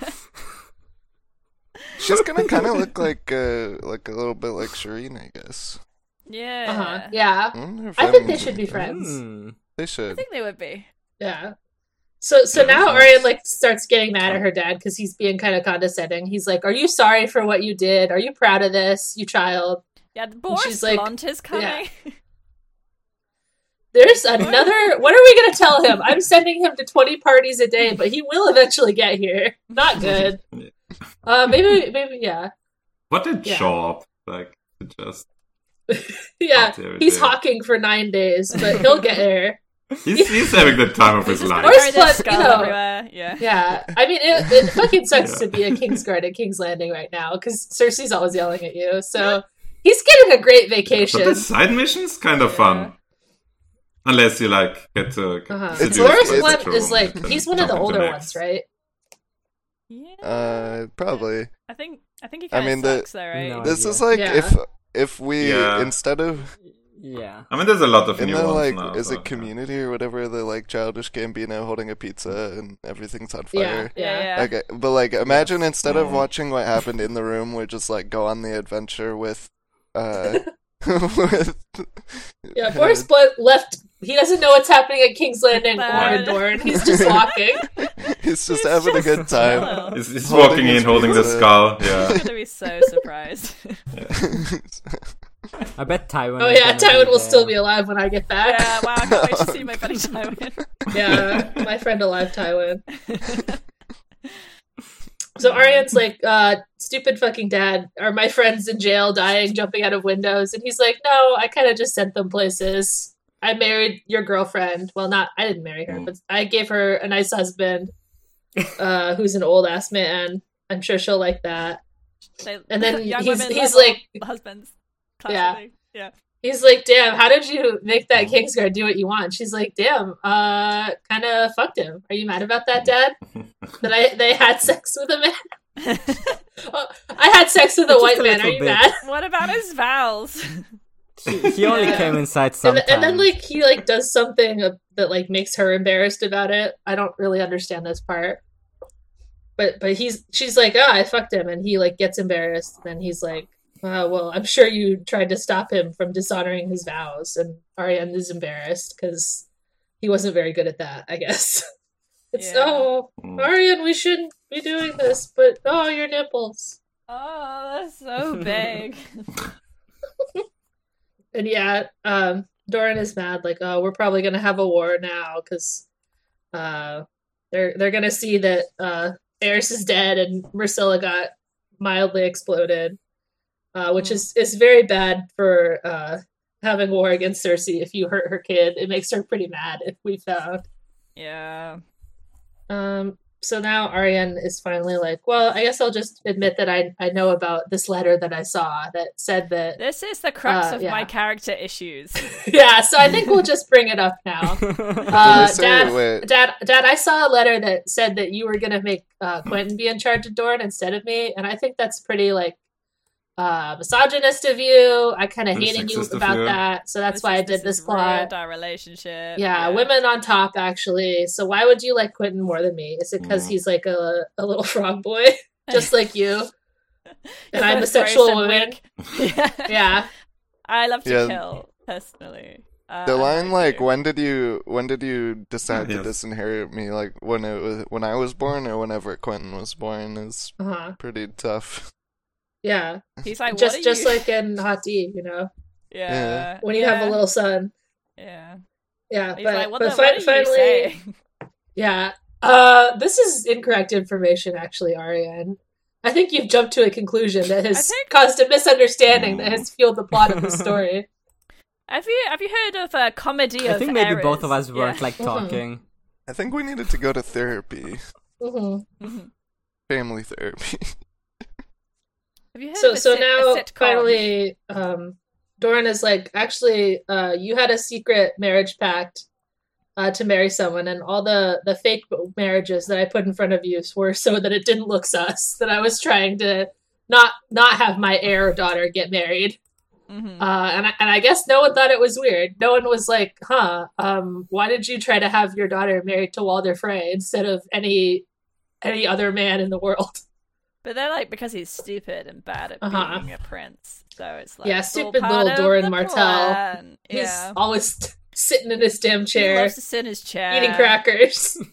She's gonna kind of look like uh, like a little bit like Shireen, I guess.
yeah
Uh-huh. Yeah.
I, wonder if
I think they
I'm-
should be friends.
Hmm.
They
i
should.
think they would be
Yeah. So so
Yeah,
now
that's-
Arya like starts getting mad at her dad because he's being kind of condescending. He's like, "Are you sorry for what you did? Are you proud of this, you child?"
yeah the boris
she's like-
Blunt is coming
There's another. What are we gonna tell him? I'm sending him to 20 parties a day, but he will eventually get here. Not good. Uh, maybe maybe yeah
What a
Yeah.
job! Like to just
yeah.
Out there,
He's
there.
hawking for nine days, but he'll get there.
he's, he's having the time of his
Just
life.
Boris
carry this
Blunt, you
skull
know.
everywhere yeah
Yeah, I mean it, it fucking sucks to be a Kingsguard at King's Landing right now because Cersei's always yelling at you. So he's getting a great vacation.
But the side mission's kind of
Yeah.
fun, unless you like get to.
Uh-huh.
seduced
Loris
by the
Blunt
troll
is like
and then
he's one of the
jump into
older
next.
ones, right?
yeah
Uh, probably.
i think i think he
I
kind of
mean, the-
sucks though right
No.
This
yeah.
is like
Yeah.
if if we
Yeah.
instead of
Yeah.
I mean, there's a lot of
in
new
the
ones
like
now.
is
so,
it community or whatever the like childish Gambino holding a pizza and everything's on fire.
Yeah,
yeah,
yeah,
yeah.
Okay, but like imagine instead of
Mhm.
watching what happened in the room, we just like go on the adventure with, uh, with
yeah. Boris Blunt left. He doesn't know what's happening at King's Landing or
Bad.
in Dorne. He's just walking.
he's just having a good time.
Hello.
He's, he's
Holding
walking
his
in, holding the
pizza.
skull. Yeah.
I'm gonna be so surprised.
I bet Tywin.
Oh
is
yeah,
gonna
Tywin
be
will still be
there.
alive when I get
yeah,
back.
wow, I can't wait to see my buddy Tywin.
Yeah, my friend alive, Tywin. So Aryan's like, uh, stupid fucking dad. Are my friends in jail, dying, jumping out of windows? And he's like, no, I kind of just sent them places. I married your girlfriend. Well, not I didn't marry her,
Mm.
but I gave her a nice husband, uh, who's an old ass man. I'm sure she'll like that.
They-
And then
young
he's-
women
he's
love
like-
husbands.
Yeah.
Classically. Yeah.
He's like, damn, how did you make that Kingsguard do what you want? She's like, damn, uh, kind of fucked him. Are you mad about that, Dad? that I they had sex with a man. Oh, I had sex with a
Just
white
a
man. Are
little
you
bit.
mad?
What about his vowels?
He- He only
Yeah.
came inside
And,
sometimes.
and then like he like does something of- that like makes her embarrassed about it. I don't really understand this part. "Ah, But but he's she's like, "Oh, I fucked him." And he like gets embarrassed and then he's like, Uh, well, I'm sure you tried to stop him from dishonoring his vows, and Ariane is embarrassed because he wasn't very good at that, I guess. It's
Yeah.
oh,
Mm.
Ariane, we shouldn't be doing this, but oh, your nipples.
Oh, that's so big.
And yeah, um, Doran is mad. Like, oh, we're probably gonna have a war now because uh, they're they're gonna see that uh, Eris is dead and Marcilla got mildly exploded, uh, which is is very bad for uh, having war against Cersei. If you hurt her kid, it makes her pretty mad. If we found.
yeah.
Um, so now Ariane is finally like, well, I guess I'll just admit that I I know about this letter that I saw that said that.
This is the crux
Uh,
of
yeah.
my character issues.
Yeah, so I think we'll just bring it up now. Uh,
Wait, so
Dad,
wait.
Dad, Dad, I saw a letter that said that you were gonna make uh, Quentin be in charge of Dorne instead of me, and I think that's pretty like uh, misogynist of you. I kind of
Pretty
hated you
sexist of
about
you.
that, so that's
This
why
is-
I did this
is
plot.
ruined Our relationship.
Yeah, women on top actually. So why would you like Quentin more than me? Is it because
Mm.
he's like a a little frog boy, just like you? and I'm a
Gross
sexual
and
woman.
weak. yeah.
Yeah,
I love to
Yeah.
kill personally. Uh,
The
I'm
line
with
like
you.
when did you when did you decide
Yes.
to disinherit me like when it was when I was born or whenever Quentin was born is
uh huh,
pretty tough.
yeah.
he's like
just
what are
just
you-
like in Hot D, you know,
yeah,
Yeah.
when you have
yeah,
a little son.
yeah.
Yeah,
He's
but
like what
but
the
fi-
what are you
finally,
saying?
yeah. Uh, this is incorrect information, actually, Ariane. I think you've jumped to a conclusion that has
think-
caused a misunderstanding that
Mm.
has fueled the plot of the story.
Have you have you heard of uh, comedy?
I
of
think maybe
errors?
both of us weren't
Yeah.
like
Mhm.
talking.
I think we needed to go to therapy,
Mhm.
Mhm.
family therapy.
have you heard
So
of a
so
sit- a
now
sitcom?
finally, um, Doran is like, actually, uh, you had a secret marriage pact. Uh, to marry someone, and all the the fake marriages that I put in front of you were so that it didn't look sus. That I was trying to not not have my heir or daughter get married.
Mhm.
Uh, and, I, and I guess no one thought it was weird. No one was like, huh, um, why did you try to have your daughter married to Walder Frey instead of any any other man in the world?
But they're like because he's stupid and bad at
Uh-huh.
being a prince, so it's like
Yeah,
it's all
stupid
part
little
of
Doran
the
Martell.
plan.
He's
Yeah,
always sitting in his damn
he
chair,
loves to sit in his chair,
eating crackers.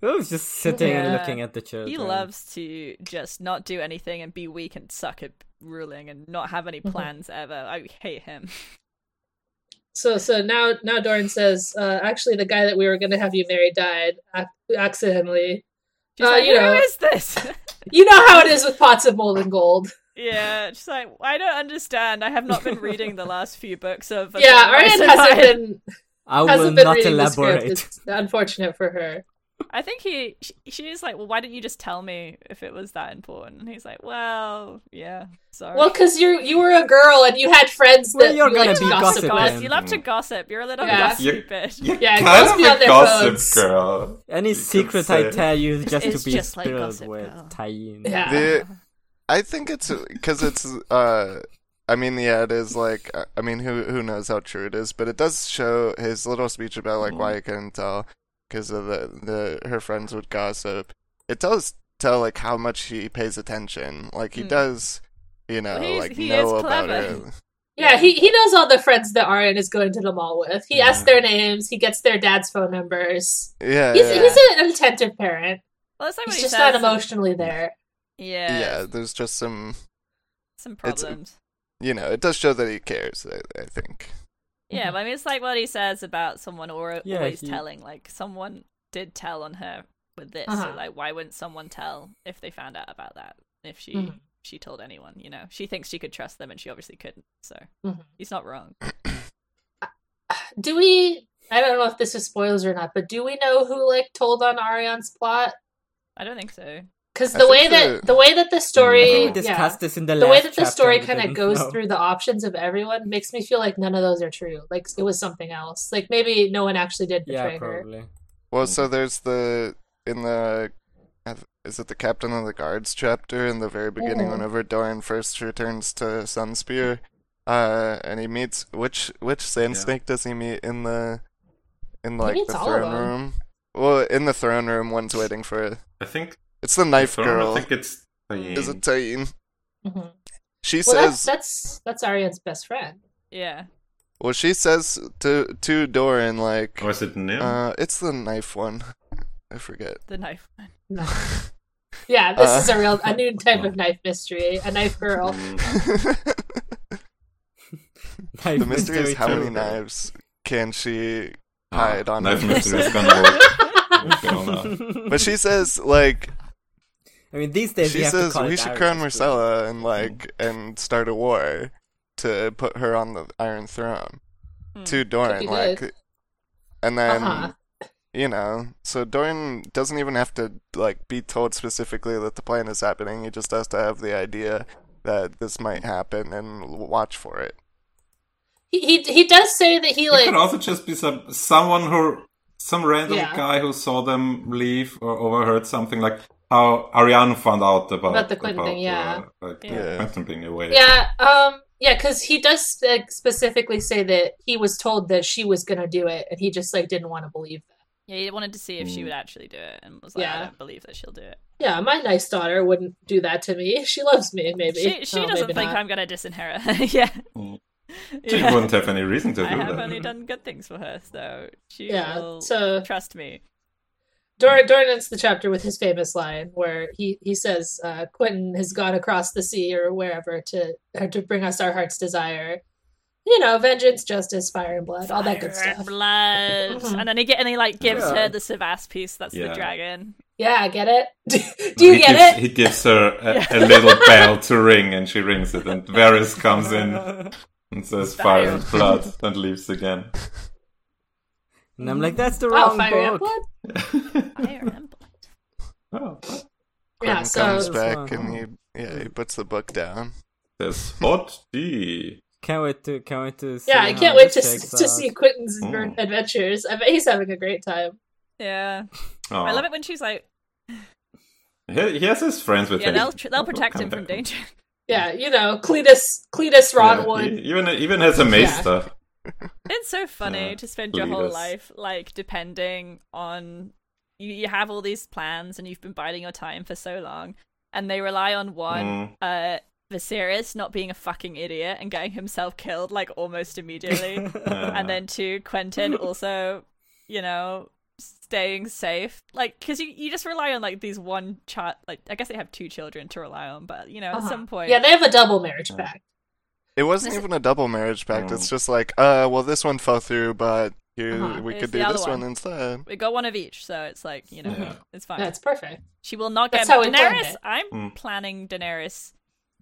It was just sitting
Yeah.
and looking at the children.
He loves to just not do anything and be weak and suck at ruling and not have any
Mhm.
plans ever. I hate him.
so so now now Doran says, uh, actually, the guy that we were going to have you marry died ac- accidentally.
She's
Uh,
like,
you
"Who
know."
is this?
You know how it is with pots of molten gold.
yeah, she's like, I don't understand. I have not been reading the last few books of.
yeah, Ariane hasn't
Asylum."
been
I will
hasn't been
not
reading the script.
elaborate.
It's unfortunate for her.
I think he, she, she is like, well, why didn't you just tell me if it was that important? And he's like, well, yeah, sorry.
Well, because you you were a girl and you had friends that
Well, you're
you
gonna
liked
be
to gossip
gossiping.
with.
you love to gossip. You're a little
Yeah.
gossip stupid.
You
Yeah, girls
kind
be on
of a
their
gossip
phones.
girl.
Any
You could
secret I
say.
tell you is just
It's
to be
just like
spilled
Gossip
with
Girl.
Tyene.
Yeah.
The, I think it's because it's. Uh, I mean, yeah, it is like. uh, I mean, who who knows how true it is, but it does show his little speech about
Mm-hmm.
like why you couldn't tell because of the the her friends would gossip. It does tell like how much he pays attention. Like he
Mm.
does, you know,
Well, he's-
like
he
know
is
about
clever.
it.
Yeah, he, he knows all the friends that Aryan is going to the mall with. He asks their names. He gets their dad's phone numbers.
Yeah,
He's,
yeah.
he's an attentive parent.
well, that's not what
He's
he
just
says.
not emotionally there.
Yeah,
yeah. There's just some.
some
It's-
problems.
You know, it does show that he cares. I, I think.
Yeah,
Mm-hmm.
but I mean, it's like what he says about someone or
Yeah,
always
he-
telling. Like, someone did tell on her with this.
Uh-huh.
So, like, why wouldn't someone tell if they found out about that? If she
Mhm.
she told anyone, you know, she thinks she could trust them, and she obviously couldn't. So
Mhm.
he's not wrong.
Do we? I don't know if this is spoilers or not, but do we know who like told on Aryan's plot?
I don't think so.
Because
I
the way
think Mm.
that
that-
the way that the
I
story
No.
think we
yeah.
discussed this in the,
the way
last
that the
chapter,
story
we
kind of
didn't
goes
know.
through the options of everyone makes me feel like none of those are true. Like it was something else. Like maybe no one actually did betray
Yeah,
her.
probably.
Mm.
Well, so there's the in the is it the Captain of the Guards chapter in the very beginning,
Mhm.
whenever Doran first returns to Sunspear, uh, and he meets which which Sand
Yeah.
Snake does he meet in the in like
meets
the
all of
throne
them.
room? Well, in the throne room, one's waiting for
I think
it's the knife
I don't
girl.
think it's.
Is it Tain?
Mhm.
She
Well,
says,
that's that's that's Aryan's best friend.
Yeah.
well, she says to to Doran like,
Oh,
Or Oh, is it Nim?
uh, it's the knife one. I forget.
The knife one.
No. yeah, this
Uh.
is a real a new type
Uh.
of knife mystery, a knife girl.
Mm,
the mystery is how many
too.
knives can she
Ah,
hide on
Knife
her
mystery
person?
is gonna work. Okay, hold on.
But she says like
I mean, these days
she
you have to
says
call
we
it
should
Iron
crown
Fist, but-
Marcella and like and start a war to put her on the Iron Throne
Hmm.
to Doran
be
like,
good.
and then
Uh-huh.
you know so Doran doesn't even have to like be told specifically that the plan is happening. He just has to have the idea that this might happen and watch for it.
He, he he does say that he
it
like
could also just be some someone who some random
Yeah.
guy who saw them leave or overheard something like how Ariane found out about,
About the Quentin thing, yeah.
uh, like
Yeah.
Quentin being away.
yeah um yeah because he does like, specifically say that he was told that she was gonna do it and he just like didn't want to believe that.
Yeah, he wanted to see if she
Mm.
would actually do it and was like, I
Yeah.
don't believe that she'll do it.
Yeah, my nice daughter wouldn't do that to me. She loves me, maybe.
She, she
Oh,
doesn't
maybe
think
not.
I'm going to disinherit her. yeah.
Mm. She
yeah.
wouldn't have any reason to
I
do
have
that.
only done good things for her, so she
Yeah.
will
So
trust me.
Dor- Doran ends the chapter with his famous line where he he says uh, Quentin has gone across the sea or wherever to or to bring us our heart's desire. You know, vengeance, justice, fire and blood, all that good
Fire and
stuff. Mm-hmm.
Blood. and then he get and he like gives
Yeah.
her the Savas piece. That's
Yeah.
the dragon.
Yeah, get it? Do you
he
get
gives,
it?
He gives her a,
Yeah.
a little bell to ring, and she rings it. And Varys comes in and says "Fire and blood" and leaves again.
And I'm like, that's the
Oh,
wrong
fire and
book.
blood.
Fire and Blood.
Oh,
Yeah,
Quentin comes
so
back
That's
and
not-
he yeah he puts the book down.
there's hot tea.
Can't wait to can't wait to see
yeah, I
how
can't wait to
this
to
shakes
see
out.
Quentin's
Mm.
adventures. I bet he's having a great time.
Yeah.
Oh.
I love it when she's like,
He, he has his friends with
yeah,
him.
they'll tr- they'll
We'll
protect
come
him from
back.
danger.
Yeah, you know, Cletus, Cletus
Yeah,
Rodwood.
e- even even has a mace
Yeah.
stuff.
It's so funny
Yeah,
to spend your whole
leaders.
life like depending on you, you have all these plans and you've been biding your time for so long and they rely on
Mm.
one uh Viserys not being a fucking idiot and getting himself killed like almost immediately and then two Quentin also you know staying safe like because you, you just rely on like these one child like I guess they have two children to rely on but you know
Uh-huh.
at some point
Yeah, they have a double marriage
Yeah.
pact.
It wasn't
This-
even a double marriage pact.
Mm.
It's just like, uh, well, this one fell through, but you,
Uh-huh.
we
It's
could
the
do
other
this one,
one.
instead.
we got one of each so it's like you know
Yeah.
it's fine
That's perfect.
She will not
That's
get
how we planned
Daenerys.
it.
I'm
Mm.
planning Daenerys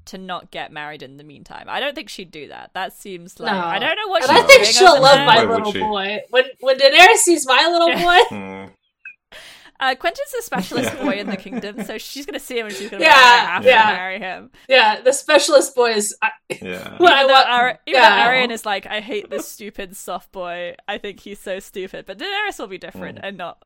to not get married in the meantime. I don't think she'd do that. That seems like
No.
I don't know what
And
she's
I think
doing
she'll
over
love
there.
my
Why would
little
she?
boy. When when Daenerys sees my little
Yeah.
boy,
Hmm.
Uh, Quentin's a specialist
Yeah.
boy in the kingdom, so she's gonna see him and she's gonna
Yeah,
yeah,
yeah.
to marry him.
yeah, the specialist boy is. I,
Yeah.
Well, I
Even though,
want-
Ari- even
yeah.
though Arian is like, I hate this stupid soft boy. I think he's so stupid. But Daenerys will be different and not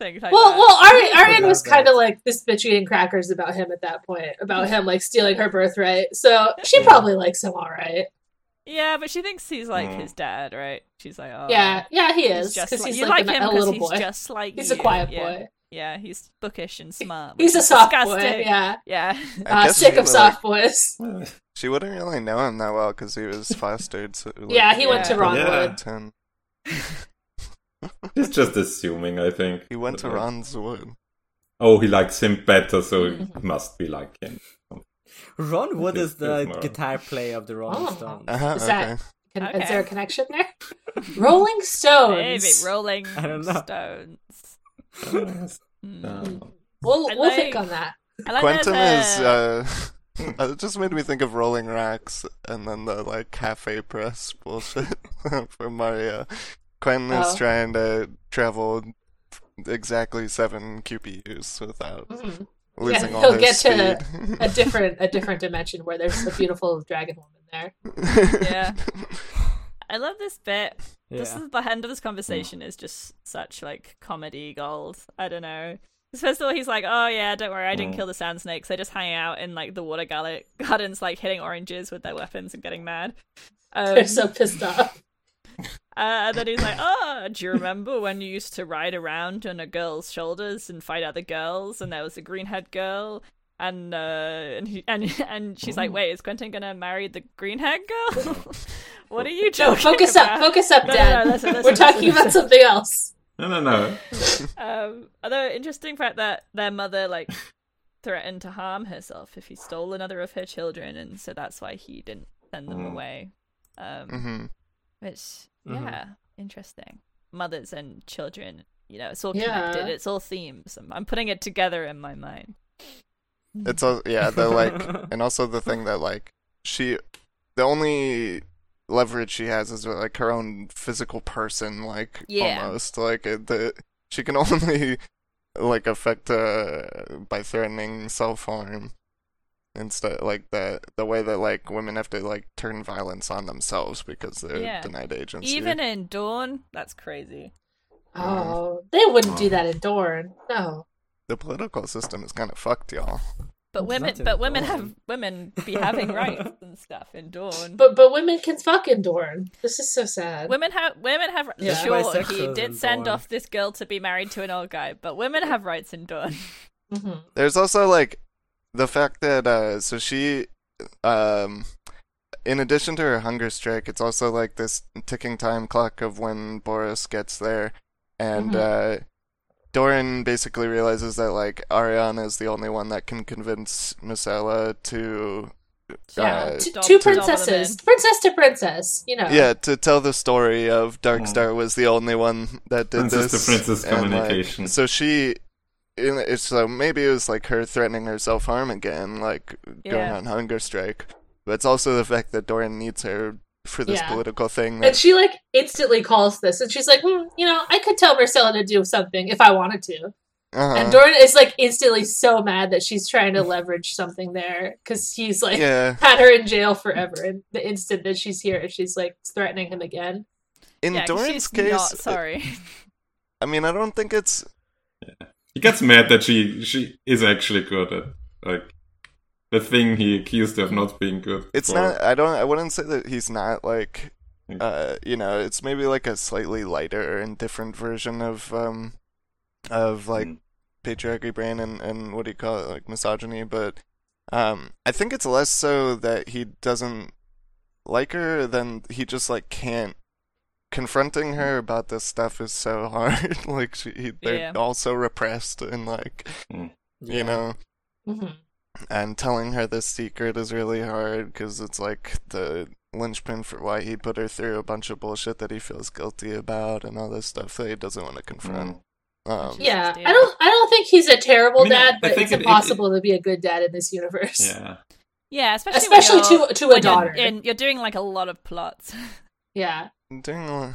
things like
well,
that.
well, Ari-
I
Arian was
love that.
kind of like this bitch eating crackers about him at that point, about him like stealing her birthright. So she probably likes him, all right.
yeah, but she thinks he's like
Mm.
his dad, right? She's like, oh,
yeah, yeah, he
he's
is
just
because
like-
he's
you
like,
like,
an-
him
a
'cause
little
he's
boy.
just like
He's a
you.
quiet
Yeah.
boy.
Yeah, he's bookish and smart.
He's
which
a
is
soft boy.
disgusting.
Yeah,
Yeah.
I
uh,
guess
sick
she
of
would,
soft boys.
She wouldn't really know him that well because he was fostered. So, like,
Yeah, he went to
Yeah.
Ronwood.
Yeah.
Ten.
He's just assuming, I think.
He went to
Like,
Ron's wood.
Oh, he likes him better, so it
Mm-hmm.
must be like him.
Ron Wood
Okay,
is the
there's Mara.
guitar player of the Rolling
Oh.
Stones.
Uh-huh,
Is
okay.
that- Can,
Okay.
Is there a connection there? Rolling Stones.
Maybe Rolling
I don't know.
Stones. Mm.
Um,
We'll,
I
we'll think
like-
on that.
I like
Quentin
there's
is.
a-
Uh, it just made me think of Rolling Rocks and then the like cafe press bullshit from Mario. Quentin is
Oh.
trying to travel exactly seven QPUs without
Mhm.
losing
Yeah,
all
he'll
his
get to
speed.
A different a different dimension where there's a beautiful dragon woman there.
Yeah. I love this bit. This
Yeah.
is the end of this conversation is just such like comedy gold. I don't know. 'Cause First of all, he's like, "Oh yeah, don't worry, I didn't
Mm.
kill the sand snakes. They're just hanging out in like the water gall- gardens, like hitting oranges with their weapons and getting mad." Um,
They're so pissed off.
Uh, and then he's like, "Oh, do you remember when you used to ride around on a girl's shoulders and fight other girls? And there was a green-haired girl, and uh, and he, and and she's like, "Wait, is Quentin gonna marry the green haired girl? what are you
No,
talking
focus
about?
up, focus up,
No, no,
Dad.
no, listen, listen,
We're talking
listen,
about
listen.
something else.
No, no, no.
Um, although interesting fact that their mother like threatened to harm herself if he stole another of her children, and so that's why he didn't send them
Mm.
away. Um,
Mm-hmm.
hmm
Which
Mhm.
yeah, interesting. Mothers and children, you know, it's all
Yeah.
connected. It's all themes. I'm, I'm putting it together in my mind.
It's all yeah, the like and also the thing that like she the only leverage she has is like her own physical person like
Yeah.
almost like it- the she can only like affect uh by threatening self-harm instead like the the way that like women have to like turn violence on themselves because they're
Yeah.
denied agency
Even in Dawn, that's crazy.
Oh, they wouldn't do that in Dorne. No.
the political system is kind of fucked y'all
But
It's
women,
not in
but women
Dawn.
have women be having rights and stuff in Dawn.
But but women can fuck in Dorne. This is so sad.
women have women have
Yeah.
sure he
Bisexuals in
did send
Dawn.
off this girl to be married to an old guy, but women have rights in Dawn.
Mhm.
There's also like the fact that uh so she um in addition to her hunger strike, it's also like this ticking time clock of when Boris gets there and uh Doran basically realizes that like Ariana is the only one that can convince Marcella to
Yeah,
Uh,
t-
Dom-
two
Dom them in.
princesses, princess to princess. You know.
yeah, to tell the story of
Mm.
Darkstar was the only one that did
Princess
this.
to princess
and, like,
communication.
so she, in, it's- so maybe it was like her threatening her self harm again, like going
Yeah.
on hunger strike. But it's also the fact that Doran needs her for this
Yeah.
political thing.
And
That,
she like instantly calls this, and she's like, hmm, you know, I could tell Marcella to do something if I wanted to.
uh-huh.
And Dorne is like instantly so mad that she's trying to leverage something there because he's like
yeah,
had her in jail forever. And the instant that she's here, she's like threatening him again.
in
yeah, 'cause
Doran's
she's
case,
not sorry.
I mean, I don't think it's
He gets mad that she she is actually good at like the thing he accused her of not being good.
it's
for.
not i don't i wouldn't say that he's not like
Mm.
uh you know it's maybe like a slightly lighter and different version of um of like
Mm.
patriarchy brain and and what do you call it like misogyny but um i think it's less so that he doesn't like her than he just like can't confronting her about this stuff is so hard like she, he, they're
Yeah.
all so repressed and like you know
hmm
Mm-hmm.
and telling her the secret is really hard because it's like the linchpin for why he put her through a bunch of bullshit that he feels guilty about and all this stuff that he doesn't want to confront. Um,
Yeah.
Yeah,
Damn.
I don't. I don't think he's a terrible
I mean, I-
dad,
I
but
think
it's
it- it-
impossible to be a good dad in this universe,
Yeah.
yeah, especially when
especially
you're-
to to a
when you're-
daughter.
and you're doing like a lot of plots.
yeah,
doing a-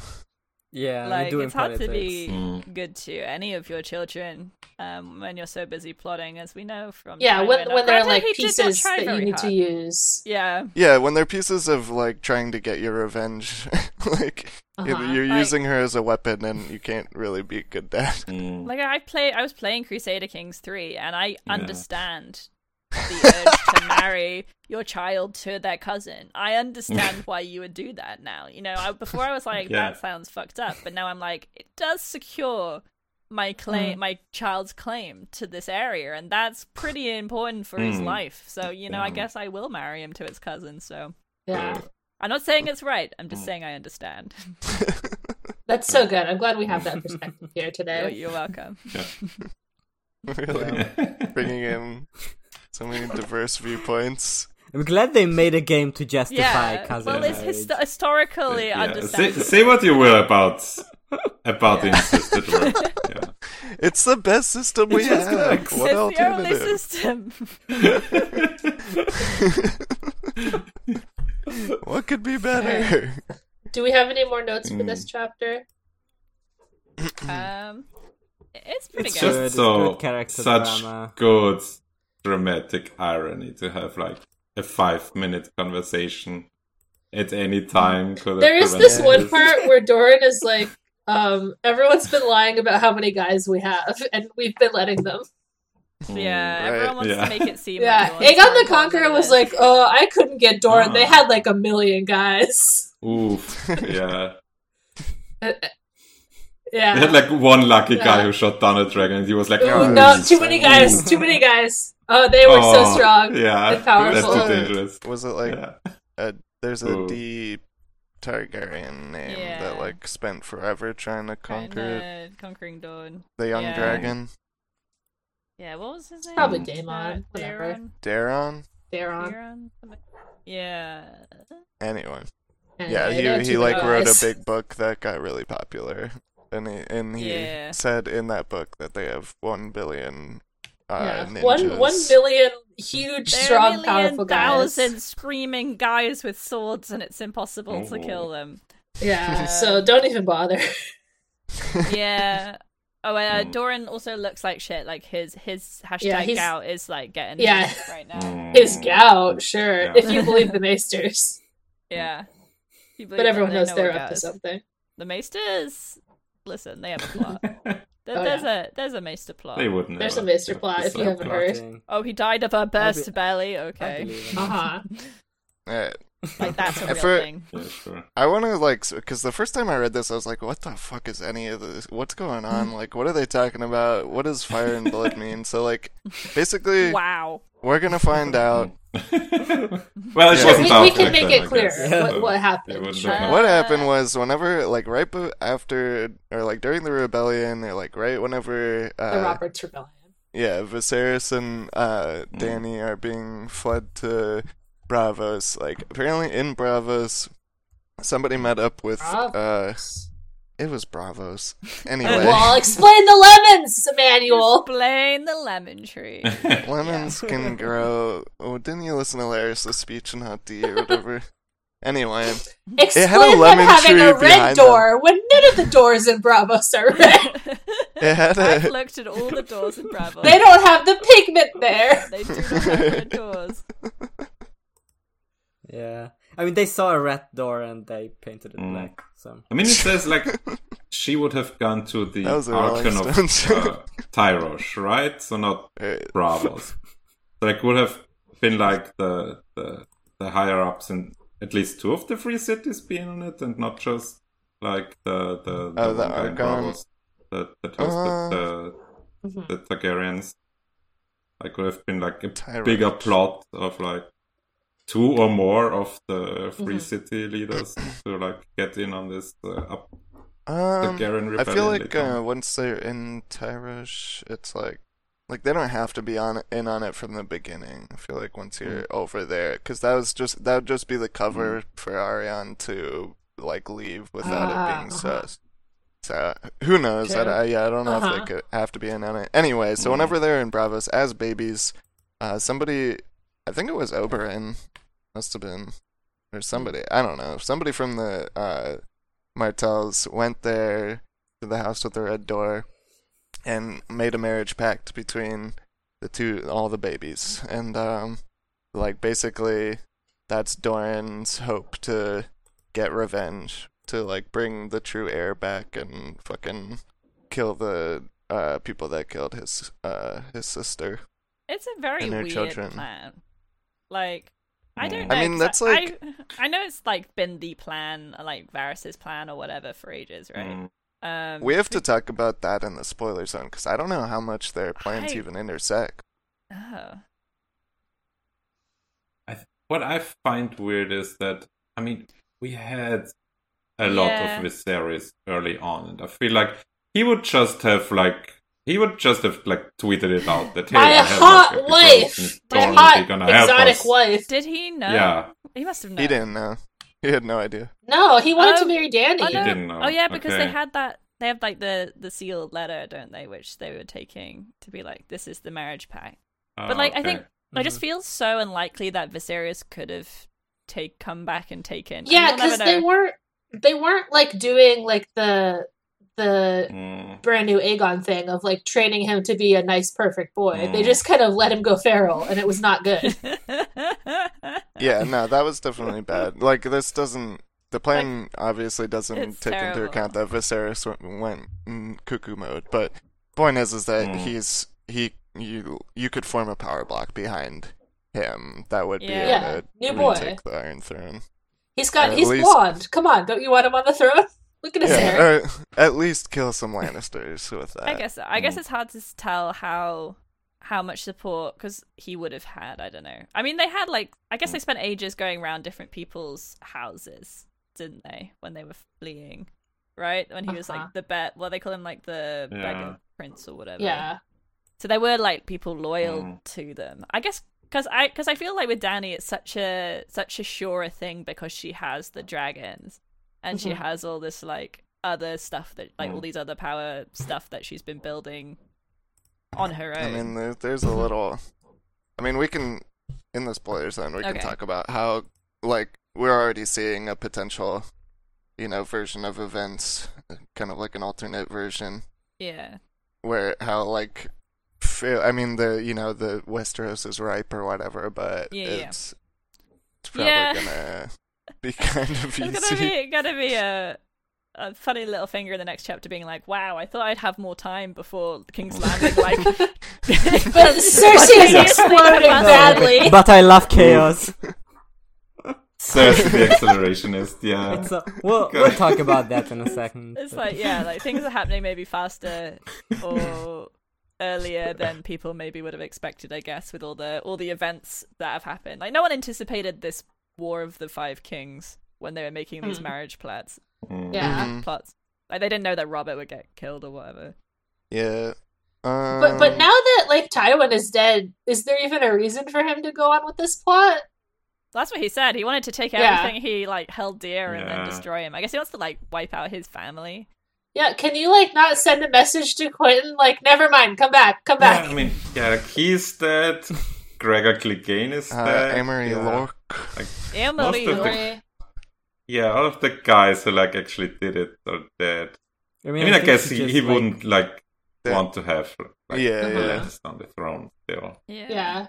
yeah,
like
doing
it's hard to
politics.
be
Mm.
good to any of your children um, when you're so busy plotting, as we know from
yeah.
Time
When
Warner.
when there are
Granted,
like
he did not
pieces
try
that you
very
need to
hard.
use.
Yeah,
yeah, when they're pieces of like trying to get your revenge, like if
Uh-huh.
you're
Like-
using her as a weapon and you can't really be a good dad.
Mm.
like I play, I was playing Crusader Kings three, and I
Yeah.
understand the urge to marry your child to their cousin. I understand why you would do that now. You know, I, before I was like,
Yeah.
that sounds fucked up, but now I'm like, it does secure my
Mm.
claim, my child's claim to this area, and that's pretty important for his
Mm.
life. So you know, I
Yeah.
guess I will marry him to his cousin. So.
Yeah,
I'm not saying it's right. I'm
Mm.
just saying I understand.
that's so good. I'm glad we have that perspective here
You're,
today.
you're welcome.
really bringing in so many diverse viewpoints.
I'm glad they made a game to justify
yeah.
cousin
Well, it's
marriage.
histo- historically
Yeah. Say,
understandable.
say what you will about about incest. It works. Yeah.
It's the best system we
just
have.
works.
it's
What
the only
alternative?
system.
What could be better?
Do we have any more notes for
Mm.
this chapter?
um, it's pretty
It's
good.
good,
just
it's
so
good character
such
drama.
good dramatic irony to have like a five minute conversation at any time. could have
There is this
prevented
one part where Doran is like, um, everyone's been lying about how many guys we have, and we've been letting them.
Mm.
yeah,
right,
everyone wants
yeah.
to make it seem.
Yeah,
like
Aegon the Conqueror was like, "Oh, I couldn't get Doran. They
Ah.
had like a million guys."
Oof. Yeah.
Uh, Yeah.
They had like one lucky guy
Yeah.
who shot down a dragon, and he was like,
Ooh,
"Oh,
no,
this
too
is-
many guys. Too many guys. Oh, they were so
Oh,
strong.
Yeah,
and powerful.
that's too dangerous.
Was it like
Oh, Yeah.
a, there's a
Ooh.
D Targaryen name
Yeah.
that like spent forever trying to conquer it?
Conquered. Conquering Dawn.
the young
Yeah.
dragon
Yeah, what was his name?
Probably
Uh,
Daemon, whatever.
Daeron?
Daron.
Daron.
Daeron? Something- Yeah.
Anyone?
Anyway,
Yeah,
they're
he he
two
like
bad
wrote a
guys.
big book that got really popular, and he and he
Yeah.
said in that book that they have one billion uh,
Yeah.
ninjas.
One one billion huge,
There are a
strong,
million
powerful guys.
thousand screaming guys with swords, and it's impossible to kill them.
Yeah, so don't even bother.
Yeah. Oh, uh,
Mm.
Doran also looks like shit. Like his his hashtag
Yeah, he's-
gout is like getting
Yeah.
yeah. right
Mm.
now.
His gout, sure,
Yeah.
if you believe the maesters.
Yeah. You believe
But
them,
everyone
they
knows
know
they're
what
up
gout
to
is.
something.
The maesters. Listen, they have a plot. There-
Oh,
there's
yeah.
a there's a maester plot.
They wouldn't.
There's
have
a
it.
master plot, if
It's
you
like
haven't heard.
Plotting.
Oh, he died of a burst
be-
belly.
I
Okay,
believe it.
Uh huh.
Alright.
like that's a real
If we're-
thing.
Yeah, sure.
I want to like because the first time I read this, I was like, "What the fuck is any of this? What's going on? Like, what are they talking about? What does fire and blood mean?" So like, basically,
Wow.
we're gonna find out
Mm. well, it
Oh. Yeah.
wasn't
We,
out
we can
back
make
then, I
it clear
guess.
Yeah.
what, what
It
happened.
wouldn't
Sure.
have-
what happened was whenever like right be- after or like during the rebellion or like right whenever
The
uh,
Roberts Rebellion.
Yeah, Viserys and uh,
Mm.
Danny are being fled to Bravos. Like apparently in Bravos, somebody met up with. Uh, it was Bravos. Anyway,
Well, I'll explain the lemons, Emmanuel.
Explain the lemon tree.
lemons can grow. Oh, didn't you listen to Larry's the speech in Hot D or whatever? anyway,
Explain
had a
them
lemon
having
tree
a red
behind them.
door when none of the doors in Bravos are red.
it had
I've
a.
looked at all the doors in Bravo.
they don't have the pigment there.
They do not have red doors.
Yeah. I mean, they saw a red door and they painted it
Mm.
black. So
I mean, it says like she would have gone to the
That was a Rolling
Archon of
Stones.
uh, Tyrosh, right? So not
Right.
Bravos. So like would have been like the the, the higher ups in at least two of the three cities being on it, and not just like the the, the,
Oh, the Uh-huh.
one guy in
Archon.
Bravos that that hosted the the Targaryens. Like would have been like a
Tyrosh.
bigger plot of like two or more of the 3 city leaders to like get in on this uh, up
Um,
Garen
I
Rebellion
feel like
later.
uh, once they're in Tyrosh, it's like like they don't have to be on in on it from the beginning. I feel like once you're over there, because that was just that would just be the cover for Arion to like leave without it
Ah,
being
uh-huh.
sus. So who knows? I,
True.
I- yeah, I don't know if
Uh-huh.
they could have to be in on it. Anyway, so whenever they're in Bravos as babies, uh, somebody, I think it was Oberon, must have been, or somebody, I don't know, somebody from the uh, Martells went there to the house with the red door and made a marriage pact between the two, all the babies. And, um, like, basically, that's Doran's hope to get revenge, to, like, bring the true heir back and fucking kill the uh, people that killed his uh, his sister.
It's a very
And their
weird
children.
plan. Like, I don't
Mm.
know.
I
mean,
'cause
that's
I, I know it's like been the plan, like Varys's plan or whatever for ages, right?
Mm.
Um,
We have to talk about that in the spoiler zone because I don't know how much their plans
I-
even intersect.
oh.
I th- what I find weird is that I mean we had a lot
Yeah.
of Viserys early on, and I feel like he would just have like he would just have like tweeted it out that hey,
My
I have,
hot
like, a
wife!
proposal
My
in Dawn, you're
hot,
gonna help
exotic
us."
wife.
Did he know?
Yeah,
He must have known.
He didn't know. He had no idea.
No, he wanted to
Oh,
marry Danny.
Oh,
He
no.
didn't know.
Oh, yeah, because they
Okay.
had that. They have like the the sealed letter, don't they? Which they were taking to be like, this is the marriage pact.
Ah,
But like, I
okay.
think I
Mm.
just feel so unlikely that Viserys could have take come back and taken.
Yeah,
and we'll never
because they
know.
weren't they weren't like doing like the the
Mm,
brand new Aegon thing of like training him to be a nice, perfect boy. They
Mm.
just kind of let him go feral, and it was not good.
Yeah, no, that was definitely bad. Like this doesn't. The plan obviously
it's
doesn't take into
terrible.
account that Viserys went, went mm, cuckoo mode. But point is, is that
Mm.
he's he you you could form a power block behind him that would be
Yeah.
able
Yeah, new
to
boy.
retake the Iron Throne.
He's got
At
he's
least-
blonde. Come on, don't you want him on the throne? Look at his hair.
Yeah, or at least kill some Lannisters with that.
I guess I guess it's hard to s- tell how how much support because he would have had. I don't know. I mean, they had like I guess they spent ages going around different people's houses, didn't they? When they were fleeing, right? When he was
Uh-huh.
like the bet. Well, they call him like the
Yeah.
beggar prince or whatever.
yeah.
So there were like people loyal
Mm.
to them. I guess because I because I feel like with Danny it's such a such a sure thing because she has the dragons and she
Mhm.
has all this like other stuff that like all
Mm.
these other power stuff that she's been building on her
I
own.
mean, there, there's a little. I mean, we can in the spoiler zone. We
Okay.
can talk about how like we're already seeing a potential, you know, version of events, kind of like an alternate version
yeah.
where how like. f- I mean the you know the Westeros is ripe or whatever, but
Yeah, yeah.
it's it's probably
Yeah.
gonna be kind of easy.
There's gonna be gonna be a a funny little finger in the next chapter being like, Wow, I thought I'd have more time before King's Landing like
But Cersei is
Yeah.
exploding
Yeah.
badly.
But I love chaos.
Cersei the accelerationist, yeah.
It's a, we'll, we'll talk about that in a second.
It's like yeah, like things are happening maybe faster or earlier than people maybe would have expected, I guess, with all the all the events that have happened. Like no one anticipated this War of the Five Kings when they were making these
Hmm.
marriage plots.
Mm.
Yeah.
Mhm.
Plots like they didn't know that Robert would get killed or whatever.
Yeah. Um,
But but now that like Tywin is dead, is there even a reason for him to go on with this plot?
That's what he said. He wanted to take
Yeah.
everything he like held dear and
Yeah.
then destroy him. I guess he wants to like wipe out his family.
Yeah, can you like not send a message to Quentin? Like, never mind, come back, come
Yeah,
back.
I mean, yeah, like, he's dead. Gregor Clegane is
uh,
dead.
Amory
yeah.
Lork.
Like,
Emily,
Most of the-
Sorry.
yeah, all of the guys who like actually did it are dead. I mean, I
think
guess
she
he,
just,
he
like-
wouldn't like
Yeah.
want to have like,
Yeah,
the
yeah.
last on the throne still.
yeah.
Yeah.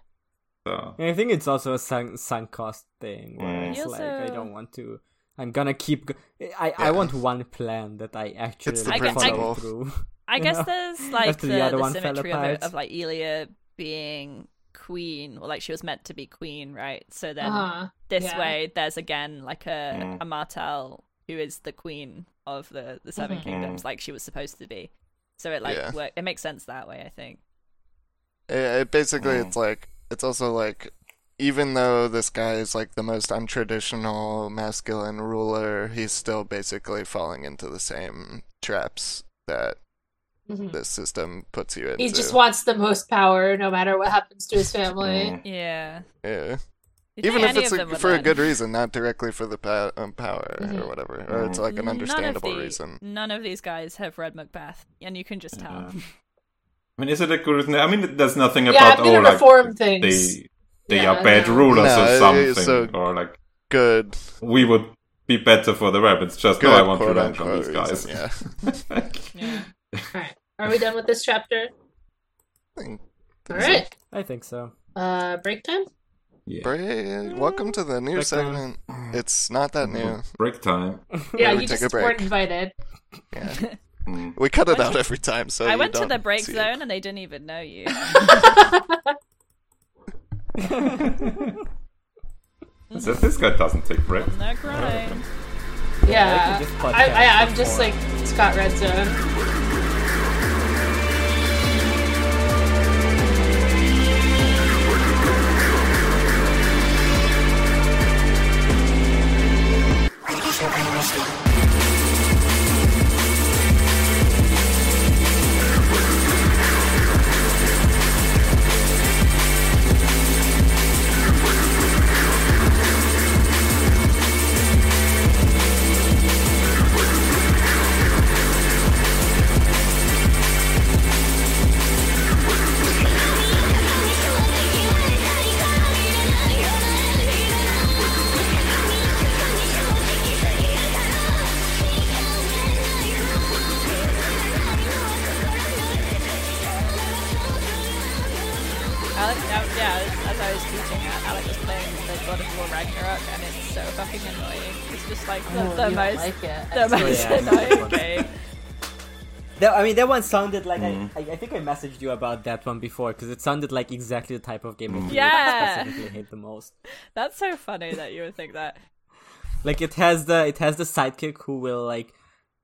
So
And I think it's also a sunk, sunk cost thing. Where
Mm.
it's
You
like I
also-
don't want to. I'm gonna keep. Go- I I
Yeah.
want one plan that I actually
It's the
like,
principle.
follow through.
I
you
guess
know?
there's like
After
the,
the other
the
one fell
symmetry of
apart.
it, of like Elia being queen, or like she was meant to be queen, right? So then
Uh-huh.
this
yeah.
way, there's again like a,
Mm.
a Martel who is the queen of the the 7
Mhm.
kingdoms, like she was supposed to be. So it like
Yeah.
work, it makes sense that way, I think.
It, it basically,
Mm.
it's like it's also like even though this guy is like the most untraditional masculine ruler, he's still basically falling into the same traps that
Hmm.
Mhm.
this system puts you into.
He just wants the most power, no matter what happens to his family.
mm,
Yeah.
yeah. Even if it's a, for a good reason, not directly for the pa- um, power
Mhm.
Mm-hmm.
or whatever, or it's
Mhm.
like an understandable
none of the-
reason.
None of these guys have read Macbeth, and you can just tell.
Yeah. I mean, is it a good reason? I mean, there's nothing
Yeah,
about
I'm gonna
oh, like,
reform things.
they they
Yeah,
are bad
no.
rulers
No,
or something,
so-
or like
Good,
we would be better for the web. It's just
good,
no, I want
quote
revenge on
unquote
these guys.
reason, Yeah,
Yeah.
All right, are we done with this chapter? All right,
I think so.
uh, break time.
Yeah.
Bray, welcome to the new
Back down.
segment. It's not that new.
Break time.
Yeah,
we
you
take a
just
break?
weren't invited.
Yeah.
Mm.
We cut it
Why
out every time, so
I
you
went to
don't
the break
see it.
zone, and they didn't even know you.
So this guy doesn't take break.
They're crying.
Yeah,
we can just
I,
podcast
I, I'm just like Scott Red Zone.
Alex, now, yeah, as- as I was teaching, uh, Alex was playing the God of War Ragnarok, and it's so fucking annoying. It's just like the, the most, the most
yeah.
annoying game.
That, I mean, that one sounded like
Mm.
I, I. I think I messaged you about that one before because it sounded like exactly the type of game
Mm.
I
Yeah.
specifically hate the most.
That's so funny that you would think that.
Like it has the it has the sidekick who will like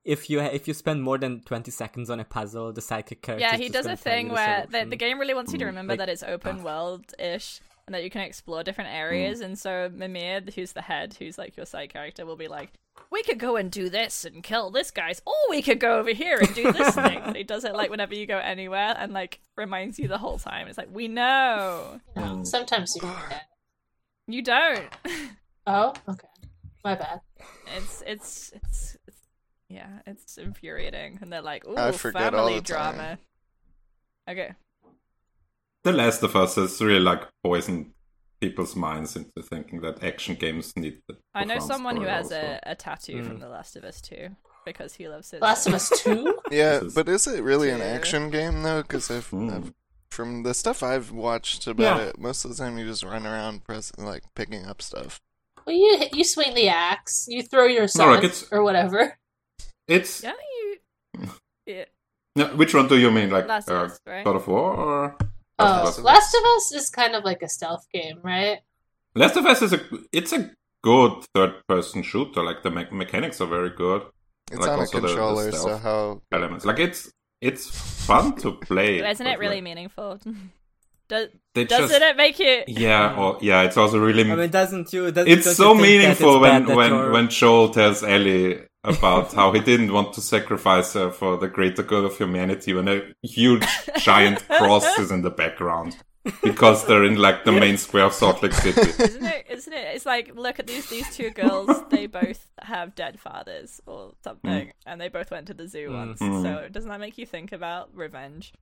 if you if you spend more than twenty seconds on a puzzle, the psychic character.
yeah, he does a thing where the, Hmm, the game really wants you to remember that it's open world ish and that you can explore different areas. And so Mimir, who's the head, who's like your side character, will be like, "We could go and do this and kill this guy's, or we could go over here and do this thing." And he does it like whenever you go anywhere, and like reminds you the whole time. It's like we know
You know, sometimes you forget.
you don't.
Oh, okay. My bad.
It's it's it's. it's yeah, it's infuriating, and they're like,
I
"Ooh,
forget all
family
the time."
drama." Okay,
The Last of Us has really like poisoned people's minds into thinking that action games need. The
I know
profound
someone who
story
has
also.
a, a tattoo from The Last of Us 2 because he loves it.
Last of Us Two.
Yeah,
This is-
but is it really an
Yeah.
action game though? Because if
Hmm.
if- from the stuff I've watched about
Yeah.
it, most of the time you just run around press like picking up stuff.
Well, you you swing the axe, you throw your sword
rockets.
or whatever.
It's
Don't you? Yeah,
no, which one do you mean? Like
Last of
uh,
Us, right?
God of War or
Oh,
Last of Us.
Last of Us is kind of like a stealth game, right?
Last of Us is a it's a good third person shooter. Like the me- mechanics are very good
It's
Like
on a
also the- the
controller, so
stealth.
how
elements. Like it's it's fun to play.
but isn't
but,
it really
like,
meaningful? Does
They
doesn't
just-
it Mm. make you?
Yeah, or yeah, it's also really.
I mean, doesn't you? Doesn't,
it's
don't
so
you think that it's
meaningful when
bad that
when
you're-
when Joel tells Ellie about how he didn't want to sacrifice her for the greater good of humanity when a huge giant cross is in the background because they're in like the main square of Salt Lake City.
Isn't it? Isn't it? It's like look at these these two girls. They both have dead fathers or something, and they both went to the zoo once. So doesn't that make you think about revenge?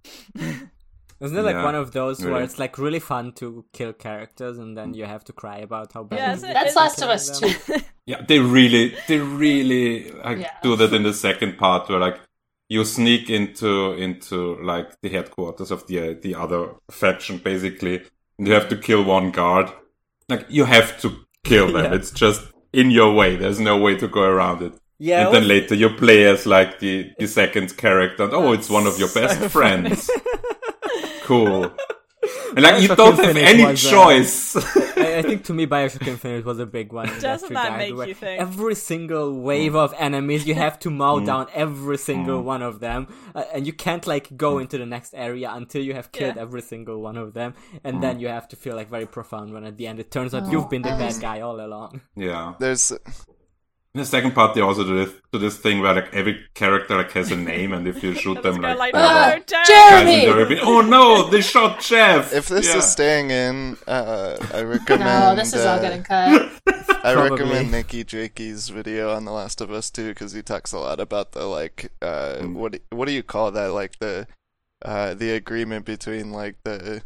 Isn't it like
Yeah,
one of those where
really.
it's like really fun to kill characters and then you have to cry about how bad?
Yeah,
it
so
is?
That's
It's
Last of Us Two.
them.
Yeah, they really, they really like
Yeah.
do that in the second part where like you sneak into into like the headquarters of the uh, the other faction basically, and you have to kill one guard. Like you have to kill them.
Yeah.
It's just in your way. There's no way to go around it.
Yeah,
and
it
then
was-
later you play as like the the second character, and oh, it's one of your best friends. cool. And like you
Bioshock
don't have
Infinite
any
was, uh,
choice.
I, I think to me, Bioshock Infinite was a big one. in
Doesn't that
regard,
make
where
you think?
Every single wave
Mm.
of enemies, you have to mow down every single one of them, uh, and you can't like
Mm.
go into the next area until you have killed
Yeah.
every single one of them,
Mm.
and then you have to feel like very profound when at the end it turns
Oh.
out you've been the
Mm.
bad guy all along.
yeah.
there's
In the second part, they also do this, do this thing where like every character like has a name, and if you shoot them,
They're like,
like, they have
Ah.
no,
a-
don't.
Jeremy!
guys in the ribbon, oh no, they shot Jeff.
if this
Yeah.
is staying in, uh, I
No,
recommend.
this is all
uh,
getting cut.
I
Probably.
recommend Nikki Jakey's video on The Last of Us too, because he talks a lot about the like, uh,
Hmm.
what do- what do you call that? Like the, uh, the agreement between like the,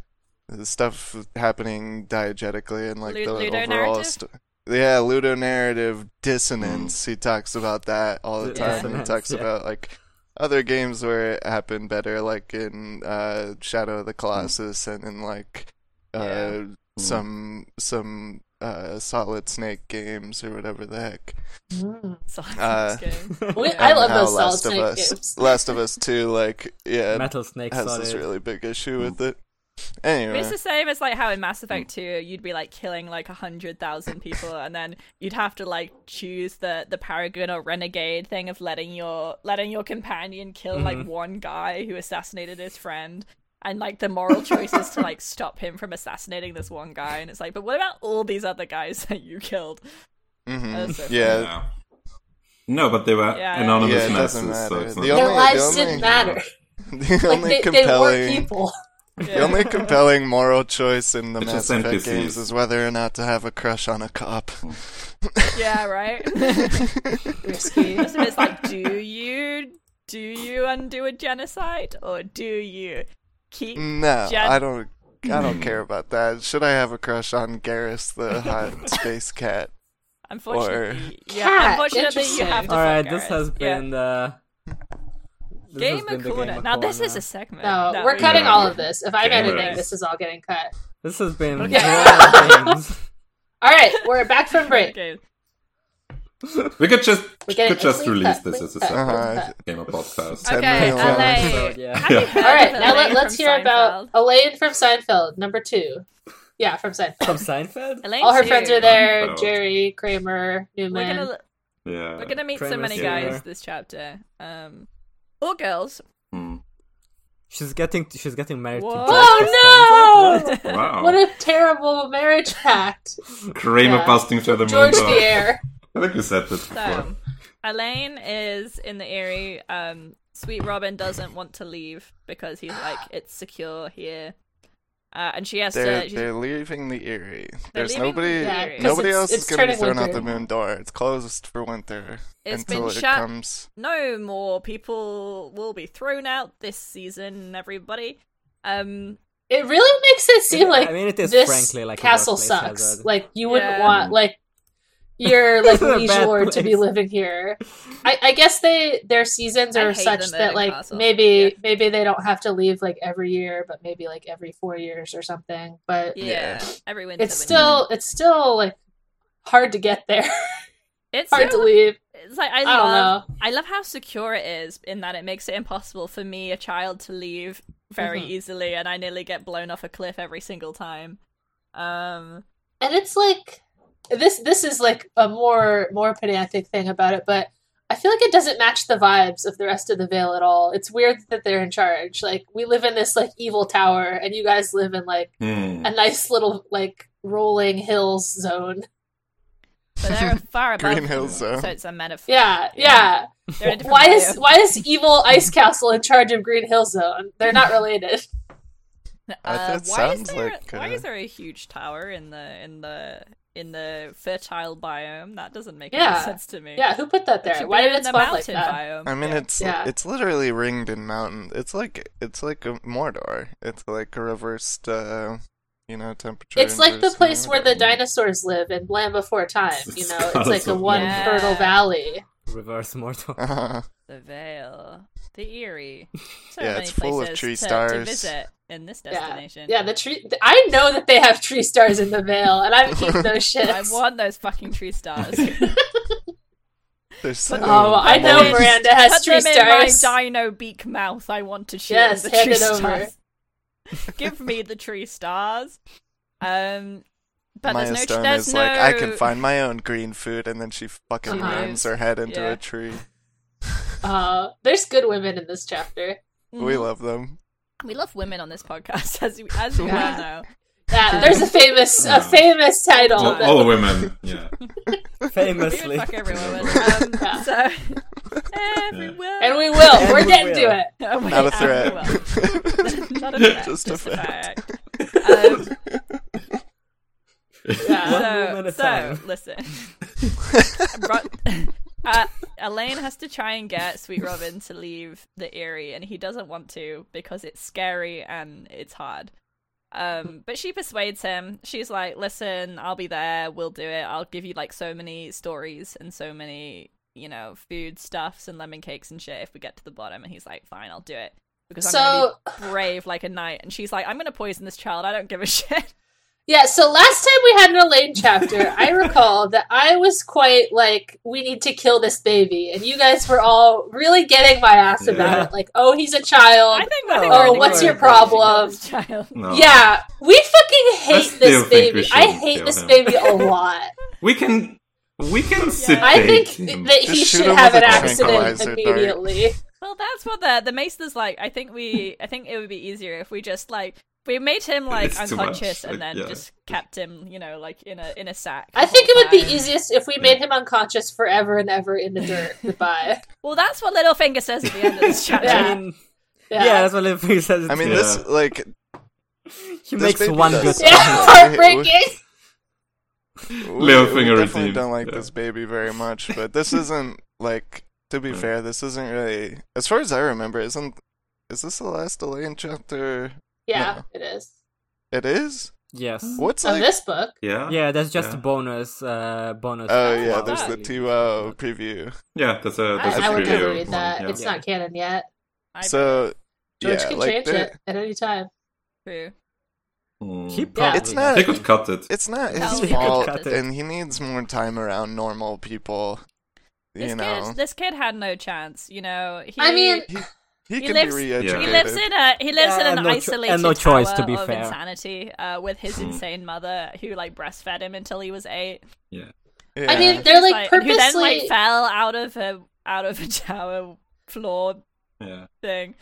the stuff happening diegetically and like
Lu-
the overall.
ludonarrative?
St- yeah, ludonarrative dissonance. He talks about that all the
The
time. He
dissonance,
talks
yeah.
about like other games where it happened better, like in uh, Shadow of the Colossus and in like uh, some some uh, Solid Snake games or whatever the heck.
Mm.
Sorry,
Uh,
I'm just
We-
kidding.
I
And
love
how
those Solid
Last of
Snake
Us,
games.
Last of Us Two, like yeah,
Metal Snake
has
Solid.
this really big issue with it. Anyway,
But it's the same as like how in Mass Effect 2 you'd be like killing like a hundred thousand people and then you'd have to like choose the the paragon or renegade thing of letting your letting your companion kill
Mm-hmm.
like one guy who assassinated his friend and like the moral choice is to like stop him from assassinating this one guy and it's like but what about all these other guys that you killed
mhm.
That's so funny.
yeah,
Yeah. No, but they were
Yeah,
anonymous
Yeah, it
masses.
doesn't
So
matter.
it's
The
not-
only-
Their lives
the only-
didn't matter.
the
Like
only
they, they were
compelling.
people.
The only compelling moral choice in the
It's
Mass
just
Effect
NPCs.
games is whether or not to have a crush on a cop.
yeah right
Risky.
Most of it's like, do you do you undo a genocide or do you keep
No,
Gen-
I don't. I don't
Mm.
care about that. Should I have a crush on Garrus the hot space cat?
Unfortunately, yeah.
Cat,
unfortunately, you
interesting.
have to.
all right,
fuck
this
Garrus.
has
Yeah.
been the. this has
Gamer
been the
Corner.
Gamer
Now this
Corner.
is a segment.
No, we're cutting all of this. If I'm
Gamer.
editing, this is all getting cut.
This has been
Okay.
Royal Games.
All right, we're back from break.
Okay.
we could just
We're getting
could just
a clean
release
cut,
this
clean
as a
cut,
separate
clean
Uh-huh.
cut.
gamer podcast.
Ten
Okay,
Patreon
minutes long.
LA.
episode, yeah.
Have you
Yeah.
heard
All right,
of
now
Elaine
let, let's
from
hear about
Seinfeld?
Elaine from Seinfeld, number two. Yeah, from Seinfeld.
From Seinfeld?
Elaine
All her
too.
friends are there:
Seinfeld.
Jerry, Kramer,
We're
Newman.
gonna
Yeah.
We're gonna meet so
premise
many
here.
guys this chapter. Um, or girls.
Hmm.
She's getting she's getting married
Whoa.
to
Oh no!
Wow.
What a terrible marriage act.
Kramer
Yeah.
busting through the moon
George
door.
the Air.
I think we said this before.
So, Elaine is in the Eyrie. Um, Sweet Robin doesn't want to leave because he's like, it's secure here. Uh, and she has
They're
to. she's-
they're leaving the eerie.
They're
There's
leaving
nobody.
the Eyrie.
'cause
Nobody
it's-
else
it's
is gonna be
turning
thrown
winter.
out the moon door. It's closed for winter
It's
until
been
it
shut.
comes.
no more people will be thrown out this season, everybody. Um,
It really makes it seem
Yeah, I
like
mean, it is
this
frankly like a
castle
workplace
sucks.
hazard.
Like you wouldn't
Yeah.
want like your like
It's a bad
liege lord to be
place.
living here. I, I guess they their seasons
I
are
hate the
such that
Murdoch
like
castle.
maybe
Yeah.
maybe they don't have to leave like every year, but maybe like every four years or something. But
yeah,
Yeah.
every winter.
it's
when-
still it's still like hard to get there.
it's
hard
still-
to leave.
It's like I,
I,
love
don't know.
I love how secure it is in that it makes it impossible for me, a child, to leave very
Mhm.
easily, and I nearly get blown off a cliff every single time. Um,
and it's like this this is like a more more pedantic thing about it but i feel like it doesn't match the vibes of the rest of the veil at all it's weird that they're in charge like we live in this like evil tower and you guys live in like
Hmm.
a
Mm.
nice little like rolling hills zone
but they're far above
Green Hill Zone.
so it's a metaphor.
yeah yeah
They're in a different
why
bio.
is why is evil ice castle in charge of green hill zone they're not related
I-
Uh,
that
why is
sounds
there
like,
why
uh,
is there a huge tower in the in the in the fertile biome? That doesn't make
Yeah.
any sense to me.
yeah who put
It
that
should
there
be
why did
in
it
the
spawn like
mountain
that
biome?
I mean,
Yeah.
it's
Yeah.
it's literally ringed in mountain. It's like it's like a Mordor. It's like a reversed, uh, you know, temperature.
It's like the
inverse, you
place
know,
where the
whatever.
dinosaurs live in Land Before Time. You know, it's like a
Awesome.
one
Yeah.
fertile valley.
reverse mortal.
Uh-huh.
the Vale, the Erie. So
Yeah,
many
it's full of
places
tree
to, to
stars.
visit in this destination.
Yeah, the tree. I know that they have tree stars in the Vale, and I keep those
I
shits.
want those fucking tree stars.
There's so
But,
Oh, I
many
know
mountains.
Miranda has
Put
tree
them in my
stars.
dino beak mouth. I want to shield
Yes,
the
hand
tree
it over.
stars. Give me the tree stars. Um, but
Maya
there's no.
Stone
there's
is
no...
like, I can find my own green food, and then she fucking
Uh-huh.
rams her head into
Yeah.
a tree.
Uh, there's good women in this chapter.
Mhm.
Mm-hmm.
We love them.
We love women on this podcast, as you, as you
Yeah.
well know.
Yeah, there's a famous a
Yeah.
famous title.
All,
that-
all women. Yeah.
We would
Famously,
fuck every woman. Um,
Yeah.
So everywhere,
and we will.
And
We're
we
getting
will.
to it.
Oh, wait,
Not a
and
threat.
we will. Not a threat.
Just a fact.
fact. Um,
Yeah.
One woman
so,
at
so
a time.
listen. Ro- uh, Elaine has to try and get Sweet Robin to leave the Eyrie, and he doesn't want to because it's scary and it's hard. Um, but she persuades him. She's like, "Listen, I'll be there. We'll do it. I'll give you like so many stories and so many, you know, food stuffs and lemon cakes and shit if we get to the bottom." And he's like, "Fine, I'll do it." Because I'm
So
gonna be brave like a knight, and she's like, "I'm gonna poison this child. I don't give a shit."
yeah, so last time we had an Elaine chapter, I recall that I was quite like, "We need to kill this baby," and you guys were all really getting my ass about
Yeah.
it. Like, "Oh, he's a child."
I think. I think
Oh,
we're in
what's your
agreement that we should kill
problem?
this Child.
No.
Yeah, we fucking
I
hate
still
this
think we
baby. I
shouldn't
hate
kill
this
him.
baby a lot.
We can. We can sit.
I think
him.
that he
Just shoot
should
him
have
with
an
a
accident
tranquilizer dart.
immediately.
Well, that's what the the maester's like. I think we, I think it would be easier if we just like we made him like
It's too much,
unconscious and
like,
then
yeah.
just kept him, you know, like in a in a sack.
I
the
think it
whole
would be
time.
easiest if we made him unconscious forever and ever in the dirt. Goodbye.
Well, that's what Littlefinger says at the end of this chapter.
I
Yeah.
mean, yeah.
Yeah.
that's what Liverpool says.
I mean,
Yeah.
this like
he
this
makes
baby
one
does
good.
suck.
Yeah, heartbreaking.
we,
Little
we
finger
definitely
redeemed,
don't like
yeah.
this baby very much, but this isn't like to be
Mm.
fair, this isn't really as far as I remember, isn't is this the last Elaine chapter?
Yeah, it is.
It is?
Yes.
What's
Of
like
Oh, this book.
Yeah. Yeah.
Yeah, that's just
Yeah.
a bonus. Uh, bonus.
Oh
for
yeah,
our
there's the
league.
two uh preview.
Yeah. There's a. There's a
I, I would
preview
never
of
read
one,
that.
yeah.
It's not canon yet.
I
So
George
yeah,
can
like
change
the-
it at any time.
true.
Hmm.
He probably
It's not-
They could cut it.
it's not
No,
his
we could
fault
cut it.
and he needs more time around normal people. You
This
know.
kid, this kid had no chance. You know, he,
I mean,
He,
he
can
lives-
be
he
re-educated.
He lives in a he lives in
Yeah,
an
and no cho-
isolated
and no
tower
choice, to be
of
fair.
insanity uh, with his
Hmm.
insane mother who like breastfed him until he was eight.
Yeah.
Yeah.
I mean, they're
Who's,
like
and who
purposely.
then like fell out of a out of a tower floor
Yeah.
thing.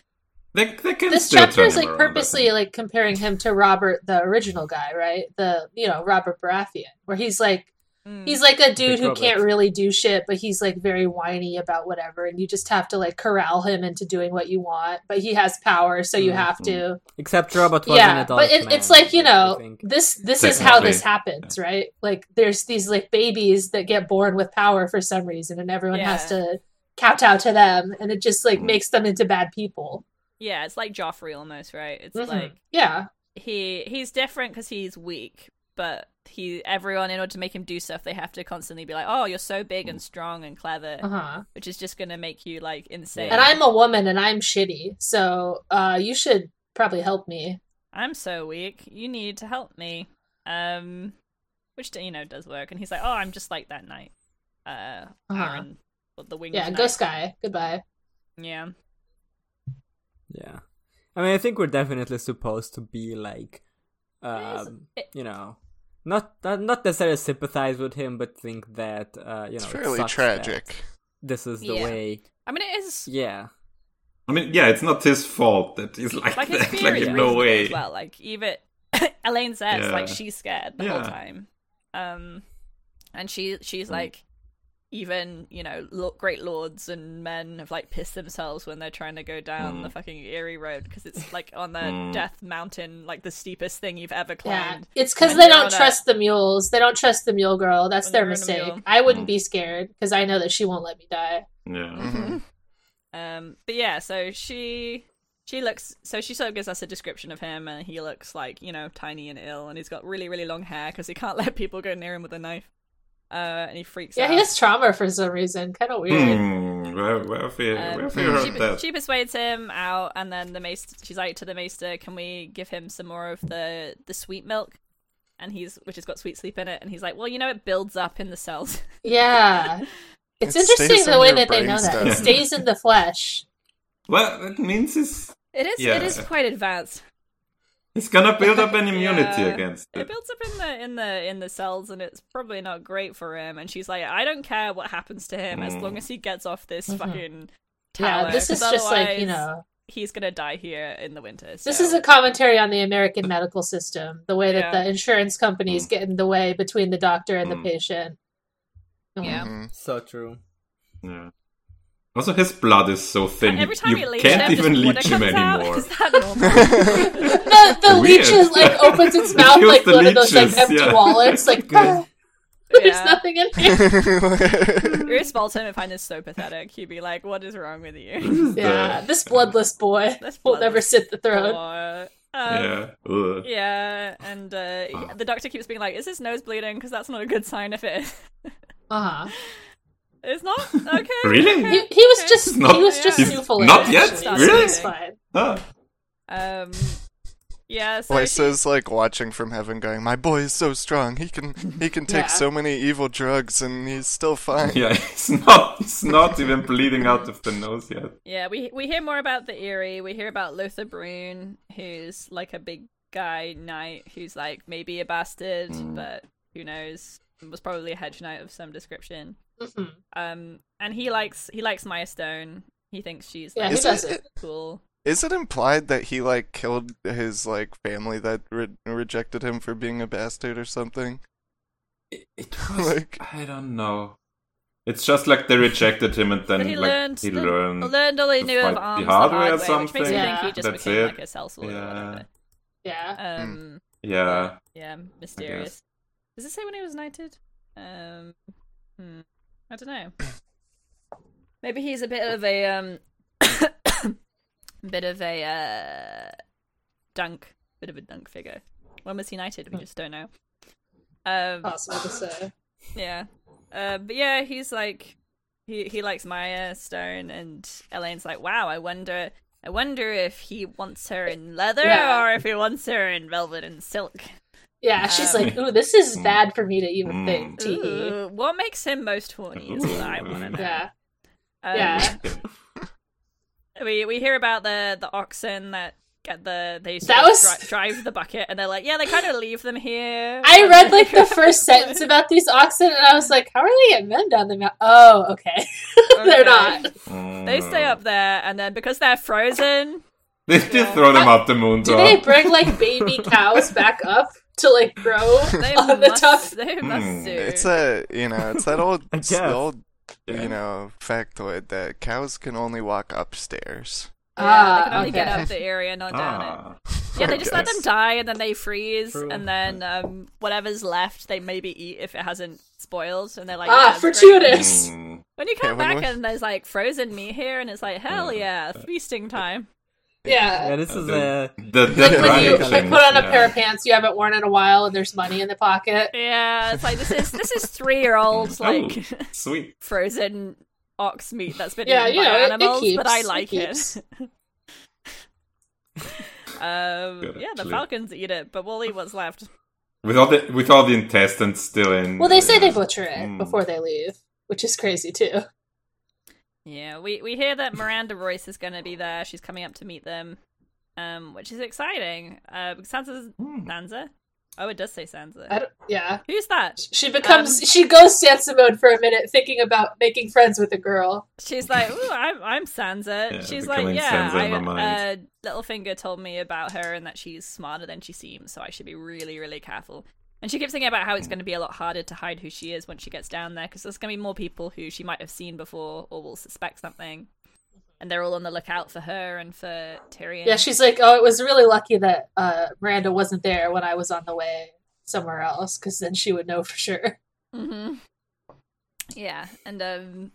They, they can
this
still
chapter
turn
is
him
like
around, I
purposely
think.
like comparing him to Robert, the original guy, right? The you know Robert Baratheon, where he's like
Mm.
he's like a dude
Big
who
Robert.
can't really do shit, but he's like very whiny about whatever, and you just have to like corral him into doing what you want. But he has power, so you have to.
Except Robert was an
Yeah,
adult.
but it,
man,
it's like you
I
know
think.
this this is how
Technically.
this happens, right? Like there's these like babies that get born with power for some reason, and everyone has
Yeah.
to kowtow to them, and it just like
Mm.
makes them into bad people.
Yeah, it's like Joffrey almost, right? It's
Mhm.
like
yeah,
he he's different because he's weak, but he everyone in order to make him do stuff, they have to constantly be like, "Oh, you're so big and strong and clever,"
uh huh.
which is just gonna make you like insane.
And I'm a woman and I'm shitty, so uh, you should probably help me.
I'm so weak. You need to help me. Um, which you know does work. And he's like, "Oh, I'm just like that knight, uh,
Uh-huh.
Aaron, the winged
Yeah,
knight."
go Sky. Goodbye.
Yeah,
Yeah. I mean, I think we're definitely supposed to be like, um,
it-
you know, not, not not necessarily sympathize with him, but think that uh, you know,
It's
it
fairly
sucks that
tragic.
This is the
Yeah.
way.
I mean it is
Yeah.
I mean, yeah, it's not his fault that he's like,
like his
that.
fear
Like,
is
in no
reasonable
way.
as well. Like even Elaine says,
Yeah.
like she's scared the whole
Yeah. Hmm.
time, um, and she she's like, even you know, lo- great lords and men have like pissed themselves when they're trying to go down
Hmm.
the fucking Erie Road because it's like on the Death Mountain, like the steepest thing you've ever
Yeah,
climbed.
it's because
And
they
you're
don't
on a-
trust the mules. They don't trust the mule girl. That's
When
their
you're on a
mistake.
mule.
I
Mm.
wouldn't be scared because I know that she won't let me die.
Yeah. Mm-hmm.
Um, but yeah, so she she looks so she sort of gives us a description of him, and he looks like you know tiny and ill, and he's got really really long hair because he can't let people go near him with a knife. Uh, and he freaks
Yeah,
out.
he has trauma for some reason. Kind of weird.
Hmm, where, where have you, where have you
Um,
heard
she,
that?
she persuades him out, and then the maester. She's like to the maester, "Can we give him some more of the the sweet milk?" And he's which has got sweet sleep in it, and he's like, "Well, you know, it builds up in the cells."
Yeah, it's
It stays
interesting the
in
way
your
that they know that it
brainstem.
stays in the flesh.
well, that means he's,
It is.
Yeah.
It is quite advanced.
he's gonna build up an immunity
Yeah.
against
It
it.
builds up in the in the in the cells, and it's probably not great for him. And she's like, "I don't care what happens to him as
Mm.
long as he gets off this
Mhm.
fucking tower."
Yeah, this is
'cause
just like you
otherwise
know,
he's gonna die here in the winter.
this
so-
is a commentary on the American medical system. The way
Yeah.
that the insurance companies
Mm.
get in the way between the doctor and
Mm.
the patient.
Yeah.
Mhm.
So true.
Yeah. Also, his blood is so thin,
Every
you
time he leaves,
can't
him, just
even
water
leech him
comes out.
anymore.
Is that normal?
the, the
Weird.
leech is like opens its mouth
It kills
like
the
one of those like
leeches,
empty
yeah.
wallets. Like
Good.
there's
Yeah.
nothing in here.
Mm-hmm.
Bruce Bolton would find this so pathetic. He'd be like, "What is wrong with you?"
This is the-
Yeah, this bloodless boy
This
will never
bloodless
sit the throne.
Or, um, yeah.
yeah. Ah. Ugh.
and uh, the doctor keeps being like, "Is his nose bleeding? Because that's not a good sign if it is.
Uh huh.
it's not okay."
Really?
okay.
He, he was just
Not-
he was just
Yeah.
snoofling.
Not yet?
actually,
Really?
it's fine.
Ah.
Um, yeah. So she-
Lysa's like watching from heaven, going, "My boy is so strong. He can he can take
Yeah.
so many evil drugs, and he's still fine."
Yeah, it's not, it's not even bleeding out of the nose yet.
yeah, we we hear more about the Erie. We hear about Luther Brune, who's like a big guy knight, who's like maybe a bastard,
Mm.
but who knows? Was probably a hedge knight of some description.
Mhm.
Um, and he likes he likes Maya Stone. He thinks she's
Yeah,
like,
who
Is it-
doesn't?
cool.
Is it implied that he like killed his like family that re- rejected him for being a bastard or something?
It, it was,
Like-
I don't know. It's just like they rejected him and then
But he
like,
learned
he
the-
learned.
learned all he
to
knew
fight
of
Um, the
arms the hard
hard way
way,
or
which makes me
something.
think he just
That's
became
it. Hmm.
like a cell sword or whatever.
Yeah.
Um,
yeah.
yeah, mysterious. Does it say when he was knighted? Um, hmm, I don't know. Maybe he's a bit of a um, bit of a uh, dunk, bit of a dunk figure. When was he knighted? We just don't know. Um,
Possible to say.
Yeah. Uh, but yeah, he's like he he likes Maya Stone and Elaine's like, Wow, I wonder I wonder if he wants her in leather
Yeah.
or if he wants her in velvet and silk.
Yeah, she's
Um,
like, ooh, this is bad for me to even
Mm.
think. Tee.
Ooh, what makes him most horny is what I wanna know.
Yeah.
Um,
Yeah.
We we hear about the the oxen that get the they sort
That
of
was-
dri- drive the bucket, and they're like, yeah, they kind of leave them here.
I
And-
read like the first sentence about these oxen, and I was like, "How are they getting men down the mountain?" Oh, okay,
Okay.
they're not.
They stay up there, and then because they're frozen,
They did throw them out the moon
Do
door.
they bring like baby cows back up to like grow
they
on the
must
top?
they must
Hmm.
do.
It's a you know, it's that old,
I
it's the
guess.
old
Yeah.
you know factoid that cows can only walk upstairs.
yeah, they can
Ah,
only get
okay.
up the area, not down it.
Ah.
Yeah, they just let them
Yes.
die and then they freeze,
True.
and then um, whatever's left they maybe eat if it hasn't spoiled. And they're like,
Ah,
"Yeah, it's
fortuitous."
great."
Yes.
Mm.
When you come
Yeah, when
back
we-
and there's like frozen meat here, and it's like, hell yeah, feasting time.
Yeah,
Uh,
Yeah.
this is uh,
the,
a
the, the
Like when you
driving
like put on a
thing,
pair of
yeah.
pants you haven't worn in a while, and there's money in the pocket.
Yeah, it's like this is this is three year olds like
Oh, sweet.
frozen ox meat that's been
Yeah,
eaten
you
by
know, it- it
animals,
keeps,
but I
it
like it.
keeps.
um,
Good,
yeah, the
actually.
falcons eat it, but we'll eat what's left.
With all the with all the intestines still in.
Well, they say
yeah.
they butcher it
Mm.
before they leave, which is crazy too.
Yeah, we we hear that Miranda Royce is going to be there. She's coming up to meet them, um, which is exciting. Uh, Sansa, Sansa. Oh, it does say
I
Sansa.
don't, yeah,
Who's that?
she becomes she goes Sansa mode for a minute, thinking about making friends with a girl.
She's like, Ooh, I'm I'm Sansa.
Yeah,
she's
becoming
like, yeah,
Sansa in
I,
my mind.
Uh, Littlefinger told me about her and that she's smarter than she seems, so I should be really, really careful. And she keeps thinking about how
Hmm.
it's going to be a lot harder to hide who she is once she gets down there, because there's going to be more people who she might have seen before or will suspect something, and they're all on the lookout for her and for Tyrion.
Yeah, she's like, oh, it was really lucky that uh, Miranda wasn't there when I was on the way somewhere else, because then she would know for sure.
hmm Yeah, and um,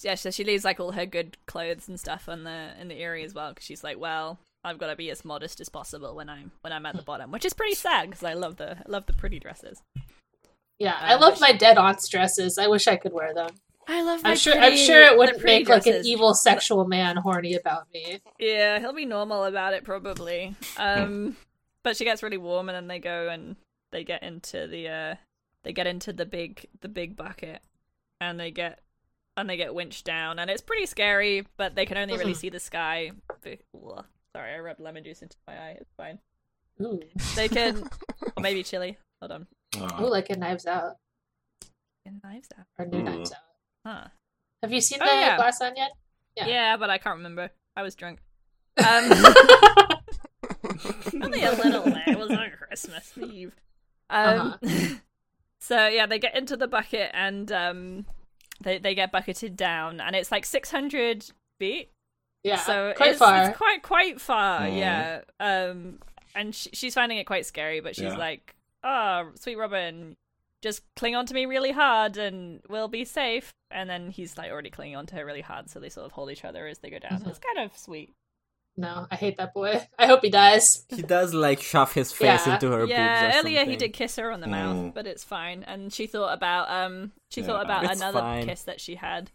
yeah. So she leaves like all her good clothes and stuff on the in the area as well, because she's like, well, I've got to be as modest as possible when I'm when I'm at the bottom, which is pretty sad because I love the I love the pretty dresses.
Yeah, I
Um,
love my dead aunt's dresses. I wish I could wear them.
I love.
I'm sure. I'm sure it wouldn't make like an evil sexual man horny about me.
Yeah, he'll be normal about it probably. Um, but she gets really warm, and then they go and they get into the uh, they get into the big the big bucket, and they get and they get winched down, and it's pretty scary. But they can only really see the sky. be- Ugh. Sorry, I rubbed lemon juice into my eye. It's fine.
Ooh,
Mm.
They can, or maybe chili. Hold on.
Ah.
Ooh like in Knives Out
And Knives out.
or New
Ooh.
Knives Out.
Huh.
Have you seen
Oh,
the
yeah.
last one yet?
Yeah.
Yeah.
but I can't remember. I was drunk. Um, only a little bit. It was on Christmas Eve. Um,
Uh-huh.
so yeah, they get into the bucket and um, they they get bucketed down, and it's like 600 feet.
Yeah,
so
quite
it's,
far.
it's quite quite far.
Mhm.
Yeah. Um, and sh- she's finding it quite scary, but she's
Yeah.
like, "Oh, sweet Robin." Just cling on to me really hard, and we'll be safe. And then he's like already clinging on to her really hard, so they sort of hold each other as they go down.
Mhm.
It's kind of sweet.
no, I hate that boy. I hope he dies.
he does like shove his face
Yeah.
into her
yeah,
boobs or
earlier he
something.
did kiss her on the
Mm.
mouth, but it's fine. And she thought about um, she
Yeah.
thought about
It's
another
fine.
kiss that she had.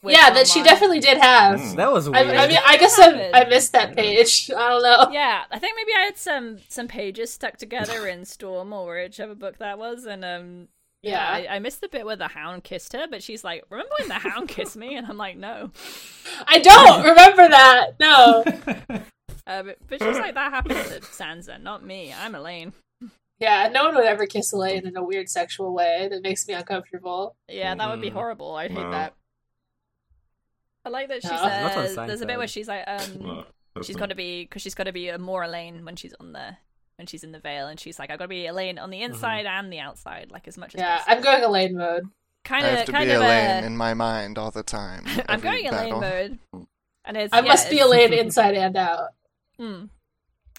with
Yeah, that she
someone.
definitely did have.
Mm.
That was
I,
weird.
I mean, I guess I,
Happened.
I missed that page. I don't know.
Yeah, I think maybe I had some some pages stuck together in Storm or whichever book that was, and um. Yeah,
Yeah.
I, I missed the bit where the hound kissed her, but she's like, "Remember when the hound kissed me?" And I'm like, "No,"
I don't remember that. No.
uh, but, but she's like, "That happened to Sansa, not me. I'm Elaine."
Yeah, no one would ever kiss Elaine in a weird sexual way that makes me uncomfortable.
Yeah, that would be
Mm.
Mm-hmm.
horrible. I hate
Wow.
that. I like that she
No.
Not on
says. There's a bit
Seinfeld.
where she's like, um,
Ah, that's
she's
not-
got to be because she's got to be a more Elaine when she's on the when she's in the veil, and she's like, I've got to be Elaine on the
Mm-hmm.
inside and the outside, like as much as
Yeah,
possible.
I'm going Elaine mode.
Kind
I have
of,
to
kind
be
of
Elaine
a.
in my mind all the time.
I'm
every
going
battle.
Elaine mode, and it's
I
yeah,
must be
it's-
Elaine inside and out.
mm.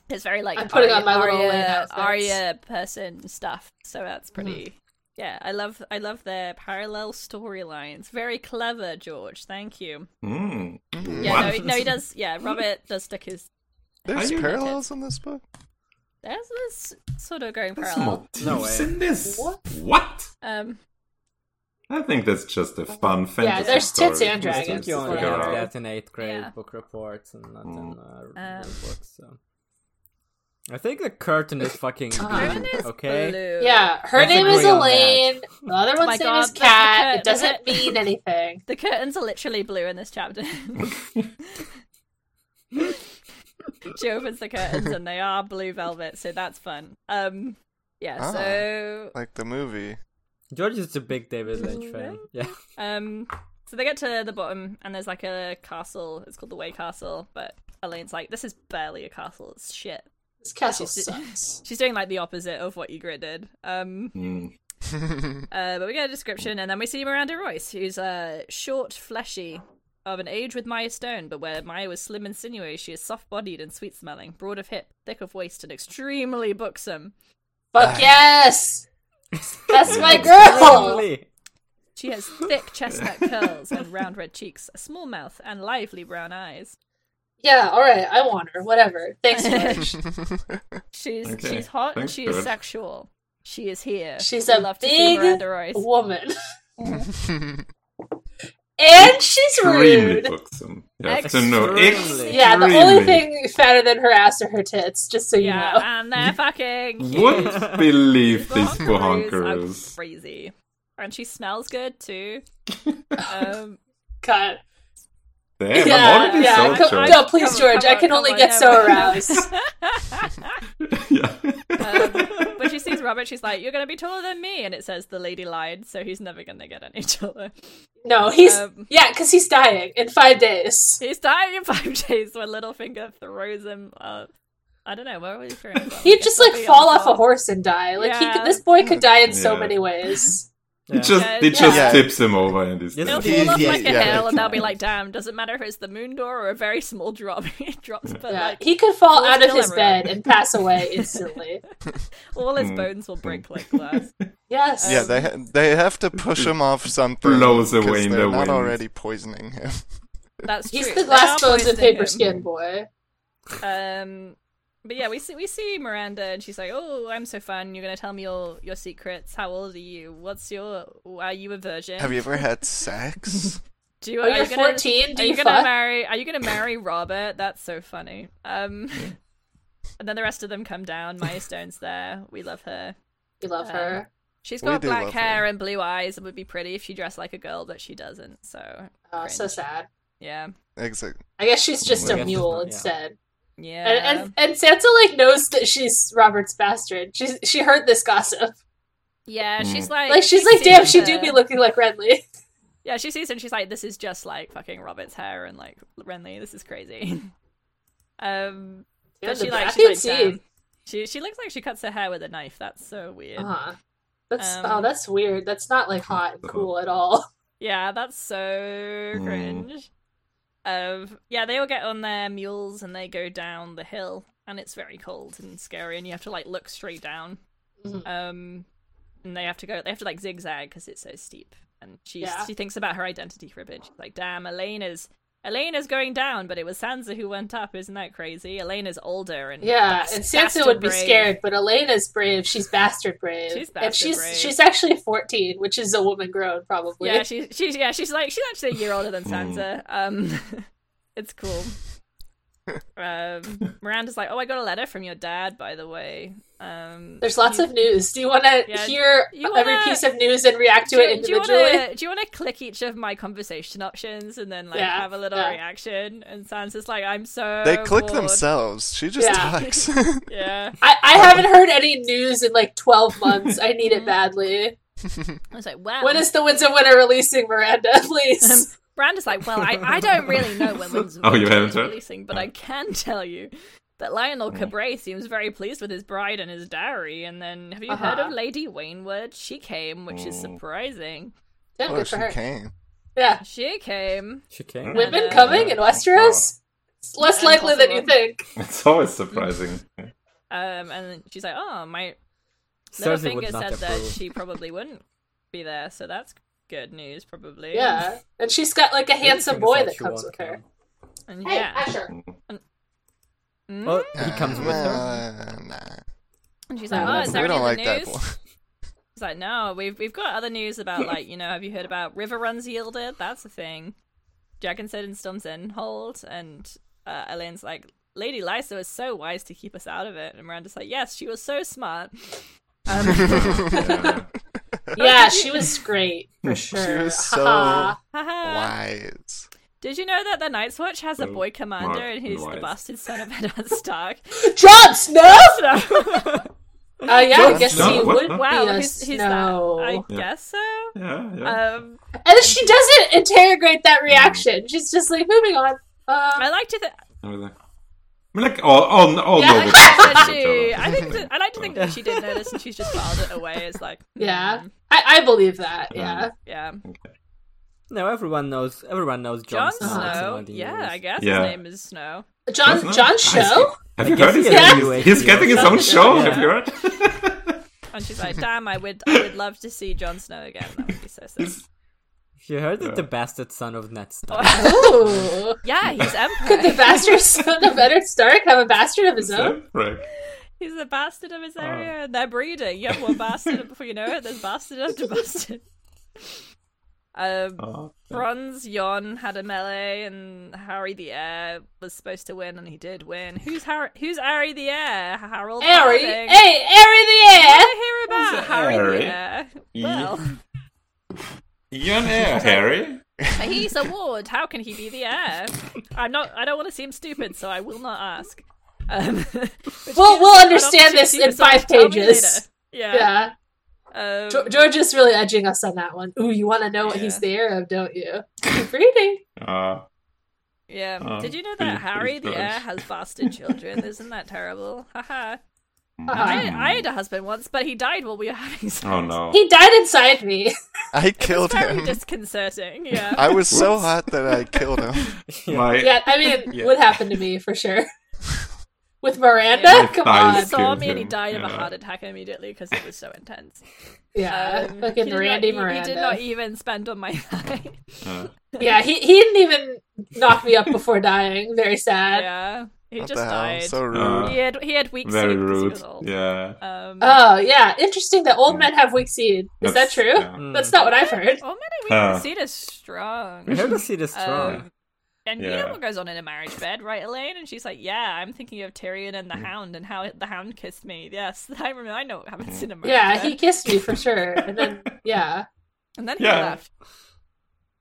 it's very like
I'm putting
Arya,
on my little
Arya,
Elaine outfits.
Arya person stuff. So that's
Mm-hmm.
pretty. Yeah, I love I love their parallel storylines. Very clever, George. Thank you.
Mm.
Yeah, no,
What?
he, no, he does. Yeah, Robert does stick his.
There's
Are you-
parallels in this book.
There's this sort of going
There's
parallel.
motifs
No way.
in this.
What?
What?
Um,
I think that's just a fun fantasy.
there's
story.
tits and
I
dragons.
think you
is
only
what I
have
heard.
that in eighth grade
Yeah.
book reports and not in uh,
Um.
real books. So. I think the curtain is fucking
Curtain
blue,
is
okay.
blue.
Yeah, her
Let's
name is
agree on
Elaine. The other
Oh my
one's name
God, that's
is
the
Kat. It
cut, the
doesn't
cut.
mean anything.
The curtains are literally blue in this chapter. she opens the curtains and they are blue velvet, so that's fun. Um, yeah.
Ah.
So
like the movie.
George is a big David Lynch fan. Yeah.
Um, so they get to the bottom, and there's like a castle. It's called the Way Castle, but Elaine's like, "This is barely a castle. It's shit."
This castle
She's-
sucks.
She's doing like the opposite of what Ygritte did. Um,
Mm.
uh, but we get a description, and then we see Miranda Royce, who's uh, short, fleshy, of an age with Maya Stone, but where Maya was slim and sinewy, she is soft-bodied and sweet-smelling, broad of hip, thick of waist, and extremely buxom.
Fuck yes! That's my
Oh.
girl!
Probably.
She has thick chestnut curls and round red cheeks, a small mouth, and lively brown eyes.
Yeah, alright, I want her. Whatever. Thanks, George.
She's
Okay.
she's hot and
Thanks,
she is
George.
sexual. She is here.
She's
We
a
love to see
big
Miranda Rice.
Woman. and she's
Extremely
rude.
buxom. You have to know.
Extremely.
Yeah, the only
extremely.
thing fatter than her ass are her tits, just so you
Yeah,
know.
and they're fucking
Would believe these
bohonkers are
pohonkers.
crazy, and she smells good too. Um,
God.
Damn,
Yeah,
I'm already
Uh, yeah,
so
come-
choked.
no, please,
Come on,
George,
come
I can
on,
only
come
get
on,
so
come on.
aroused.
yeah.
Um, when she sees Robert, she's like, "You're gonna be taller than me," and it says the lady lied, so he's never gonna get any taller.
No, he's
Um,
yeah, because he's dying in five days.
He's dying in five days when Littlefinger throws him. Up. I don't know where was he throwing. him from? I
He'd
guess
just like
something
fall
on the
off a
wall.
horse and die. Like he
Yeah.
could, this boy could die in so
Yeah.
many ways.
Yeah.
It just
Yeah,
it just
yeah.
tips him over and he's
Just
It'll
dead.
Yeah,
fall off
yeah,
like a
yeah.
hill, and they'll be like, "Damn!" Doesn't matter if it's the moon door or a very small drop. it drops, but
Yeah,
like
he could fall
Let's
out of
kill
his
everyone.
bed and pass away instantly.
all his
Mm.
bones will break like glass.
yes.
yeah, they ha-
Um,
they have to push him off something.
Blows away
'cause
in
they're
the
not
wind.
already poisoning him.
That's
He's
true.
the
They
glass
are
bones and
poisoning
paper
him.
skin boy.
Um, but yeah, we see we see Miranda, and she's like, "Oh, I'm so fun. You're gonna tell me all your secrets. How old are you? What's your? Are you a virgin?
Have you ever had sex?
Do you,
Oh, you're
you gonna-
14? Do
are
you
you gonna
fuck?
marry? Are you gonna marry Robert? That's so funny. Um, and then the rest of them come down. Maya Stone's there. We love her.
You love
Um,
her.
She's
We
got
do
black
love
hair
her.
and blue eyes and would be pretty if she dressed like a girl, but she doesn't. So,
Oh, so
cringe.
sad.
yeah.
Exactly.
I guess she's just
I
a
guess
mule
not, yeah.
instead.
Yeah.
And, and and Sansa like knows that she's Robert's bastard. She's she heard this gossip.
yeah,
Mm.
she's like
Like she's
she
like, damn,
sees
she do
her-
be looking like Renly.
Yeah, she sees it and she's like, this is just like fucking Robert's hair and like Renly, this is crazy. um
Yeah,
but she
the
like,
bathing
she's like
scene.
"Damn." she she looks like she cuts her hair with a knife. That's so weird.
Uh-huh. That's
Um,
oh, that's weird. That's not like hot and
Uh-huh.
cool at all.
Yeah, that's so
Mm.
cringe. Um, yeah, they all get on their mules and they go down the hill, and it's very cold and scary, and you have to like look straight down.
Mhm.
Um, and they have to go, they have to like zigzag because it's so steep. And she
Yeah.
she thinks about her identity for a bit. She's like, "Damn, Elena's Elena's going down, but it was Sansa who went up. Isn't that crazy? Elena's older and
Yeah,
bas-
and Sansa
bastard
would be
brave."
scared, but Elena's brave. She's bastard brave.
She's
and
bastard
she's
brave.
she's actually 14, which is a woman grown probably.
Yeah, she's she's yeah, she's like she's actually a year older
Hmm.
than Sansa. Um, it's cool. Um, Miranda's like, oh, I got a letter from your dad, by the way. Um,
There's lots of news. Do you want to
Yeah,
hear
you
every
wanna-
piece of news and react to
do,
it
do you
individually?
wanna- do you want to click each of my conversation options and then like
Yeah,
have a little
yeah.
reaction? And Sansa's like, I'm so
They click
bored."
themselves. She just
Yeah.
talks.
Yeah,
I, I
Um,
haven't heard any news in like 12 months. I
Mm-hmm.
need it badly.
I was like, wow.
When is the Winds of Winter releasing, Miranda?
Um,
Please.
Miranda's like, well, I, I don't really know when Winds of
Oh, you
Winter
haven't
is
heard?
releasing, but I can tell you that Lionel Cabray seems very pleased with his bride and his dowry. And then, have you heard of
Uh-huh.
Lady Wainwood? She came, which is
Mm.
surprising.
Damn,
oh,
good for
she
her.
came.
Yeah.
She came.
She came.
Wait.
Women
Uh,
coming in Westeros? It's less
Yeah,
likely than you
impossible.
think.
It's always surprising.
Um, and then she's like, oh, my
Cersei would
Littlefinger
not
said that
approve.
she probably wouldn't be there, so that's good news, probably.
Yeah. And she's got like a handsome
Littlefinger
boy
said
that
she
comes
won't
with her.
come.
And
Hey,
yeah.
Asher.
Mm.
Oh, he comes with her.
Uh, nah.
And she's like,
Yeah,
oh, is
We
there any
don't
other
like that
news?
boy.
He's like, no, we've we've got other news about like you know, have you heard about river runs yielded? That's a thing. Dragon said in Storm's End, hold, and uh, Elaine's like, Lady Lysa was so wise to keep us out of it, and Miranda's like, yes, she was so smart. Um,
Yeah.
Yeah, she was great for sure.
She was so
Haha.
Haha.
wise.
Did you know that the Night's Watch has a
So,
boy commander
Mark
and he's
and
the
Wise.
bastard son of Eddard Stark?
Jon Snow.
So,
Oh yeah, I guess
Snow,
he
what?
would
wow,
be a
he's, he's that. I
Snow.
Yeah.
guess so.
Yeah, yeah.
Um,
And she doesn't interrogate that reaction. She's just like, moving on. Um,
I like to think.
I mean, like all, all, all
Yeah, I
know the
think that
characters of
she.
each other.
I think that, I like to think that she did notice, and she's just filed it away. It's like,
Yeah.
hmm,
I, I believe
Um,
that. Yeah.
yeah.
No, everyone knows. Everyone knows
Jon
Jon Snow.
Snow.
Snow.
It's
Yeah, I
another
guess
Yeah.
his name is Snow.
That's
John
not-
John
Nice.
Show.
Have you
I guess
heard
he
his
has
name?
a
He's-
new
He's
HBO.
getting his own show.
Yeah.
Have you heard?
And she's like, "Damn, I would, I would love to see Jon Snow again. That would be so sick."
You heard that
Yeah.
the bastard son of Ned Stark.
Ooh.
Yeah, he's
The
emperor.
bastard son of Eddard Stark have a bastard of his own?
right.
He's a bastard of his
Oh.
area. They're breeding. You have one bastard, and before you know it, there's bastard after bastard. Um,
Oh,
Bronze Yon had a melee, and Harry the Heir was supposed to win, and he did win. Who's Harry? Who's Harry the Heir? Harold.
Airy.
Harding.
Hey, Airy the Air!
I hear about
Who's
Harry
Harry?
the Heir.
Ye-
Well,
you and Air, Harry.
he's a ward. How can he be the heir? I'm not. I don't want to seem stupid, so I will not ask. Um, which
We'll-
gives
we'll
an
understand this
opportunity
in
for someone
five
to tell me
pages.
later. Yeah.
Yeah.
Um,
George George is really edging us on that one. Ooh, you want to know what
Yeah.
he's the heir of, don't you? Keep reading.
Uh,
yeah.
Oh,
Did you know
pretty-
that Harry the
pretty
heir
gross.
has bastard children? Isn't that terrible? Haha.
Mm.
I,
Uh-huh.
I had a husband once, but he died while we were having sex.
oh no.
He died inside me.
I
It was
killed
very
him.
disconcerting. Yeah.
I was so hot that I killed him.
My
yeah, I mean, it
Yeah.
would happen to me for sure. With Miranda?
Yeah.
Come
He
on.
Thighs.
saw
killed
me and he
him,
died of a
yeah.
heart attack immediately because it was so intense.
Yeah.
Um, he
Fucking
did not
Randy
e-
Miranda.
He did not even spend on my thigh.
uh,
Yeah, he, he didn't even knock me up before dying. Very sad.
yeah, he
What
just
the hell?
died.
So rude.
Uh,
he had he had weak
very
seed 'cause
rude.
He was old.
Yeah.
Um,
Oh, yeah. Interesting that old men have weak seed. Is that
That's-
true?
yeah.
Mm.
That's not what I've heard.
Oh man, a
Huh.
weak seed is strong.
I heard the seed is strong.
Um, and you know
Yeah.
what goes on in a marriage bed, right, Elaine? And she's like, "Yeah, I'm thinking of Tyrion and the
Mm-hmm.
Hound, and how the Hound kissed me. Yes, I remember. I know what
Mm-hmm.
happens in a marriage
Yeah,
bed.
he kissed me for sure. And then, yeah.
and then he
Yeah.
left.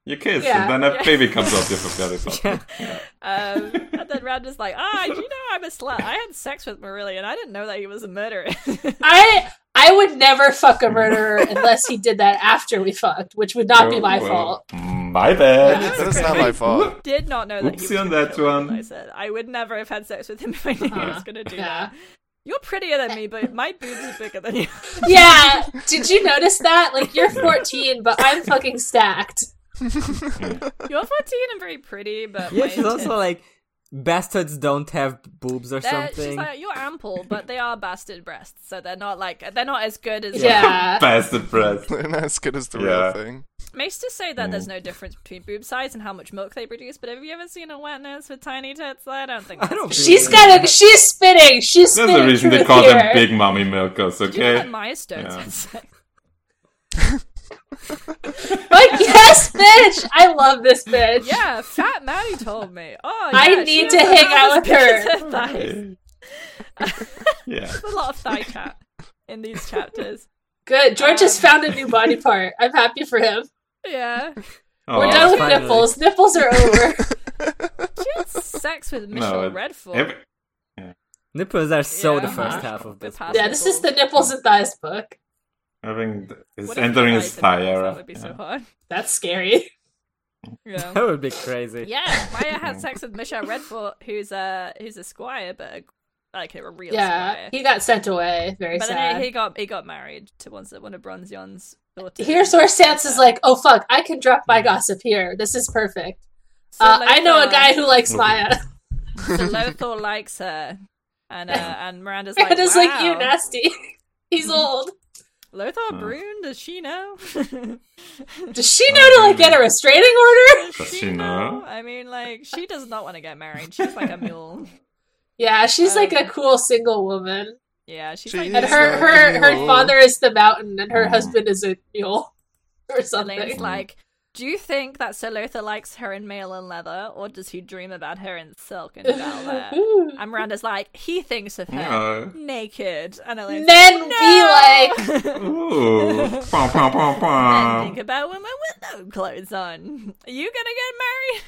You kiss,
Yeah.
and then a
Yeah.
baby comes out. You forgot about
Yeah.
it. Yeah.
Um, and then Rand was like, "Ah, you know, I'm a slut. I had sex with Marillion. and I didn't know that he was a murderer."
I I would never fuck a murderer unless he did that after we fucked, which would not be
Oh,
my
well,
fault.
My bad.
Yeah.
That's not my fault.
did not know that. he
Oopsie
was
on
gonna
that
kill him,
one.
I said I would never have had sex with him if I knew he
Uh-huh.
was going to do
Yeah.
that. You're prettier than me, but my boobs are bigger than you.
Yeah, did you notice that? Like you're 14, but I'm fucking stacked.
You're 14 and very pretty, but
yeah,
my
she's also
tits-
like bastards don't have boobs or
they're-
something.
She's like, you're ample, but they are bastard breasts, so they're not like they're not as good as.
Yeah,
Bastard breath.
They're not as good as the
Yeah.
real thing.
Most just say that there's
Mm.
no difference between boob size and how much milk they produce, but have you ever seen a wetness with tiny tits? I don't think.
I
that's
don't
true.
she's got a she's spitting. She's
There's
spitting.
a reason they
truth
call them
here.
big mommy milkers,
Do you know that
okay?
Maya Stone's
Yeah.
had sex?
Like yes, bitch. I love this bitch.
Yeah, Fat Maddie told me. Oh,
I
yeah, she
need
has
to
the
hang
biggest
out with her.
tits and thighs.
yeah.
There's a lot of thigh chat in these chapters.
Good. George
Um.
has found a new body part. I'm happy for him.
Yeah,
We're
Aw.
done with
finally.
nipples. Nipples are over.
she had sex with
No,
Michelle
it-
Redford.
Every-
Nipples are so
Yeah.
the 1st
Uh-huh.
half of
They're
this.
past
yeah, this is the nipples and thighs book.
Having th- is
What if
entering
he
his
died in
thigh
the house?
era.
That would be
Yeah.
so hard.
That's scary.
Yeah.
That would be crazy.
yeah, Maya had sex with Michelle Redford, who's a who's a squire, but a, like a real
Yeah,
squire.
he got sent away. Very
but
sad.
then he got he got married to one one of Bronzion's daughters.
Here's where Sans is like, oh fuck, I can drop my gossip here. This is perfect.
Mm-hmm. So
Uh, I know a
Lothar-
guy who likes Maya.
so Lothor likes her, and uh, and Miranda's like,
Miranda's
wow, Mm-hmm.
like, you nasty. He's old.
Lothar
Mm.
Brune, does she know?
Does she know to like get a
Mm-hmm.
restraining order?
Does she know?
I mean, like, she does not want to get married. She's like a mule.
Yeah, she's like a
Um,
cool single woman,
Yeah, she's
She
like
and
is
her
like
her
a Mm-hmm.
her
mule.
father is the mountain, and her
Mm.
husband is a mule or
Elaine's
something.
like, Do you think that Sir Lothar likes her in mail and leather, or does he dream about her in silk and velvet? and Miranda's like, he thinks of her
Yeah.
naked, and Elaine's
Men
like,
be
"No!"
Ooh. Pom, pom, pom,
And think
pom.
about women with no clothes on. Are you gonna get married?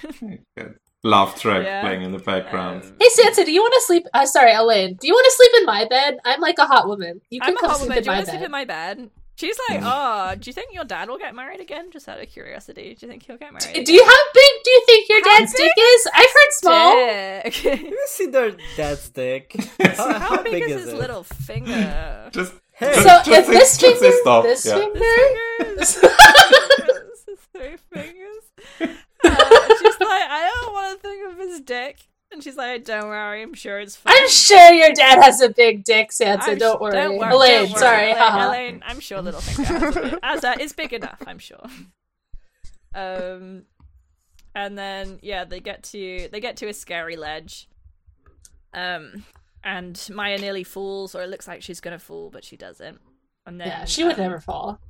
Good. Laugh track
Yeah.
playing in the background.
Um,
Hey Sansa, do you want to sleep? Uh, sorry, Elaine. Do you want to sleep in my bed? I'm like a hot woman. You can
I'm a
come
hot
sleep
woman.
in
Do you
my
want to
bed.
sleep in my bed? She's like, oh, do you think your dad will get married again? Just out of curiosity, do you think he'll get married?
do you how big do you think your
How
dad's dick is? I've heard small.
again? Dick.
You see their dad's dick. How,
How big is his
it?
little finger?
Just,
Hey.
just,
So
just
if this
just
finger,
stop.
this
Yeah.
finger,
It's his three fingers. Uh, she's like, I don't want to think of his dick. And she's like, don't worry, I'm sure it's fine.
I'm sure your dad has a big dick, Sansa.
I'm
don't,
sh-
worry.
Don't worry.
Elaine.
don't worry,
sorry,
Elaine,
haha.
Elaine, I'm sure little finger has a bit- has a- is big enough, I'm sure. Um, and then yeah, they get to they get to a scary ledge. Um, and Maya nearly falls, or it looks like she's gonna fall, but she doesn't. And then
Yeah, she would
um,
never fall.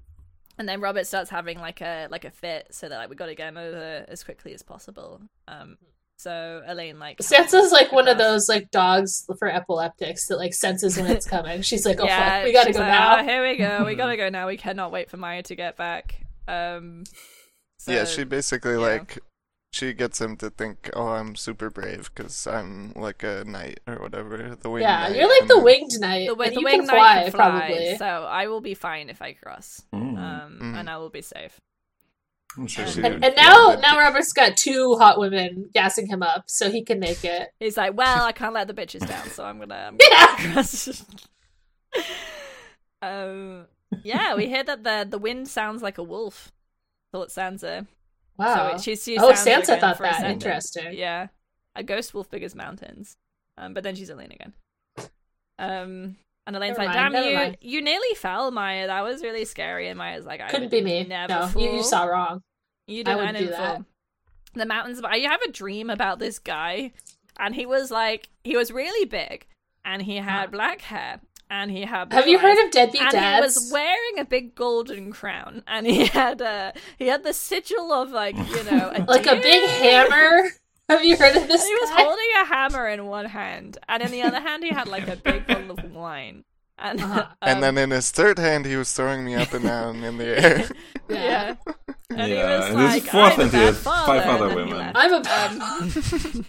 and then Robert starts having like a like a fit, so they're like, we gotta get him over as quickly as possible. Um, so Elaine like
Sansa's like one of
across.
those like dogs for epileptics that like senses when it's coming. She's like, oh fuck, we
she's
gotta go
like, "Oh,
now.
here we go. We gotta go now. We cannot wait for Maya to get back. Um, so-
yeah, she basically
yeah.
like she gets him to think, "Oh, I'm super brave because I'm like a knight or whatever." The winged
Yeah,
knight,
you're like
and
the
mm.
then-
winged knight.
the, wi-
and
the
you
wing
can
knight
fly,
can fly,
probably.
so I will be fine if I cross,
Mm.
um,
Mm.
and I will be safe.
I'm sure
And-
she
And,
did.
and now,
but-
now Robert's got two hot women gassing him up, so he can make it.
He's like, well, I can't let the bitches down, so I'm gonna, I'm gonna
Yeah.
cross. um, yeah, we hear that the the wind sounds like a wolf. Thought Sansa.
Wow.
So it, she, she
oh,
sounds like
Sansa
one
thought
for a
that.
second.
Interesting.
Yeah, a ghost wolf big as mountains. Um, but then she's Elaine again. Um, and Elaine's
Never
like, "Damn
mind, never
you!
mind."
You nearly fell, Maya. That was really scary." And Maya's like, "I
Couldn't
would
be me.
Never
No,
fall.
you, you saw wrong.
You
I
didn't. I,
wouldn't
didn't
do
fall.
that.
The mountains. But I have a dream about this guy, and he was like, he was really big, and he had black hair, and he had.
Have you
blue eyes,
heard of deadbeat
and he
dads?
was wearing a big golden crown, and he had a he had the sigil of like you know a
like a
deer.
big hammer. Have you heard of this?
And he was
guy?
holding a hammer in one hand, and in the other hand, he had like a big bottle of wine. And, um,
Uh-huh.
And then in his third hand, he was throwing me up and down in the air.
yeah. And he
Yeah,
was
and this
like,
is fourth
I'm a
and he
bad
has
father.
five other
and then he
women.
left.
I'm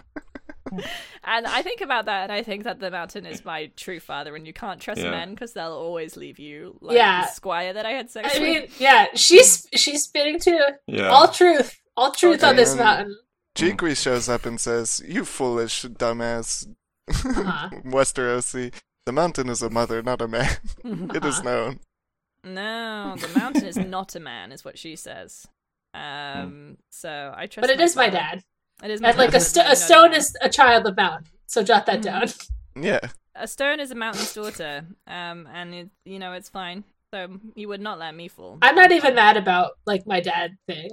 a.
And I think about that, and I think that the mountain is my true father, and you can't trust
Yeah.
men because they'll always leave you. Like
Yeah.
the squire that I had sex
I
with.
mean, yeah, she's she's spinning too.
Yeah.
All truth, all truth on this
truth.
mountain.
Jeekwe shows up and says, "You foolish dumbass,
Uh-huh.
Westerosi." The mountain is a mother, not a man. It is known.
no, the mountain is not a man, is what she says.
Hmm.
Um, so I trust.
But it is my
father.
dad,
It is my
and like
father,
a, st-
not
a stone
man.
is a child of mountain. So
Mm.
jot that down.
Yeah,
a stone is a mountain's daughter, um, and it, you know it's fine. So you would not let me fall.
I'm not even mad about like my dad thing.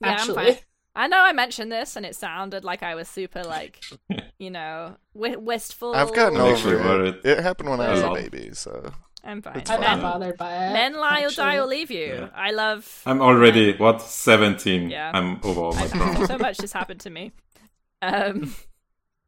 Yeah, I'm
actually.
fine. I know I mentioned this, and it sounded like I was super like, you know, wi- wistful.
I've gotten
I'm actually
over it.
worried.
It happened when I was
A
a
lot.
baby, so
I'm fine.
It's
I'm not
fine.
bothered by it.
Men lie or die or
actually.
leave you.
Yeah.
I love.
I'm already, what, 17?
Yeah.
I'm over all my
I've-
problems.
so much has happened to me. Um,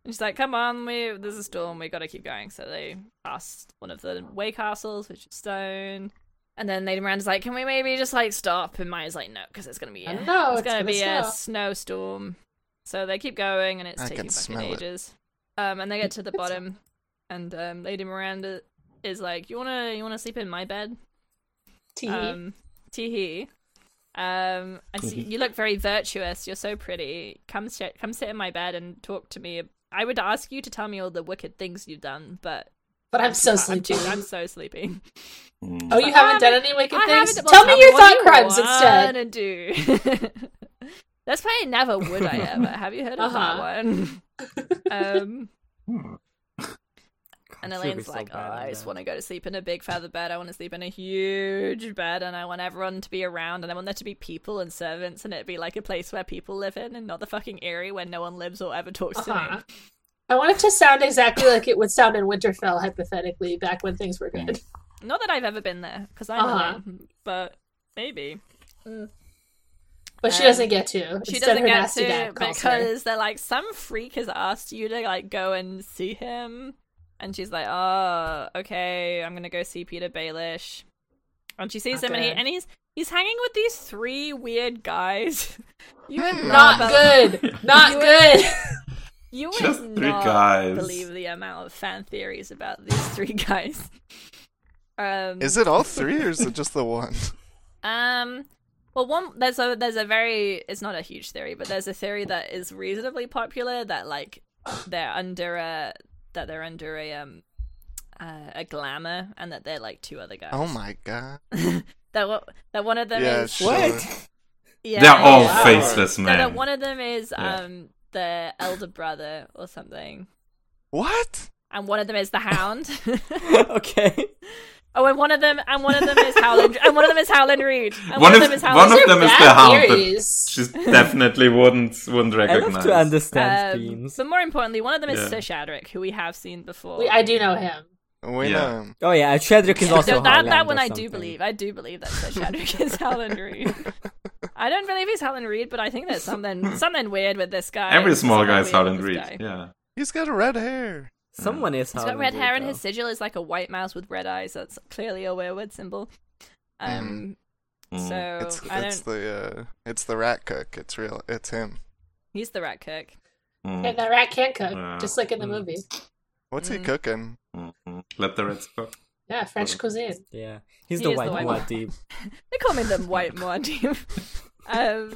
and she's like, "Come on, we there's a storm. We got to keep going." So they passed one of the way castles, which is stone. And then Lady Miranda's like, "Can we maybe just like stop?" And Maya's like, "No, because it's gonna be a,
I know,
it's,
it's
gonna,
gonna
be a
snow."
snowstorm." So they keep going, and it's
I
taking
can
fucking
smell it.
ages. Um, and they get to the bottom, and um, Lady Miranda is like, "You wanna you wanna sleep in my bed?"
Tee.
Um, teehee. Um, I see, you look very virtuous. You're so pretty. Come sit, come sit in my bed and talk to me. I would ask you to tell me all the wicked things you've done, but
but I'm so
I'm,
sleepy.
too, I'm so sleepy.
Mm.
oh, you
like,
haven't
I
done
haven't-
any wicked
I
things.
haven't- well,
Tell me your
what
thought
you
crimes instead.
wanna do. That's probably never would I ever. Have you heard of
Uh-huh.
that one? um,
God,
and
she'll be
Elaine's
so
like, oh,
bad at
I just
that.
want to go to sleep in a big feather bed. I want to sleep in a huge bed, and I want everyone to be around, and I want there to be people and servants, and it be like a place where people live in, and not the fucking area where no one lives or ever talks to
Uh-huh.
me.
I want it to sound exactly like it would sound in Winterfell, hypothetically, back when things were good.
Mm.
Uh-huh.
Not that I've ever been there, because I'm
Uh-huh.
alone, but maybe.
But she
Um,
doesn't get to.
She
Instead,
doesn't
her
get
nasty
to
dad calls her.
because they're like, some freak has asked you to like go and see him, and she's like, oh, okay, I'm gonna go see Peter Baelish, and she sees
Not
him, and he
good.
and he's he's hanging with these three weird guys. you would
Hmm. Not
about-
good. Not good.
You would
Just three
not
guys.
believe the amount of fan theories about these three guys. Um,
Is it all three or is it just the one?
Um. Well, one there's a there's a very it's not a huge theory, but there's a theory that is reasonably popular that like they're under a that they're under a um uh, a glamour and that they're like two other guys.
Oh my god.
That wa- that one of them
Yeah,
is
sure.
What?
yeah.
They're all
yeah.
Wow.
faceless
No,
men.
no, one of them is
Yeah.
um the elder brother or something,
What?
and one of them is the hound.
okay.
oh, and one of them and one of them is Howland, and one of them is Howland Reed. And
One
one,
of-
of them is
one
Howland.
of
They're
them is
bad
the hound, but
theories.
She definitely wouldn't wouldn't
I
recognize.
love to understand
Um,
themes.
but more importantly, one of them is
Yeah.
Sir Shadrick, who we have seen before.
We- I do know him.
We
Yeah.
know.
Oh yeah, Shedrick is
So
also
that,
Highlander
that one I do
something.
believe. I do believe that Sir Shadrick is Helen Reed. I don't believe he's Helen Reed, but I think there's something something weird with this guy.
Every small
Something
guy is
weird
Howland
with
Reed.
this guy.
Yeah.
He's got red hair.
Someone is
Hmm. He's got red hair, and his sigil is like a white mouse with red eyes. That's clearly a weird symbol. Um,
Mm.
so
it's
Oh, I
it's
don't.
the uh, it's the rat cook. It's real. It's him.
He's the rat cook.
Mm.
And the rat can cook,
Yeah.
just like in the
Mm.
movie.
What's he
Mm.
cooking?
Mhm. Let the Reds go.
Yeah,
Mm.
French cuisine.
Yeah, he's
He
the
is the
white
white
one. Deep.
They call me the white Muad'Dib. um,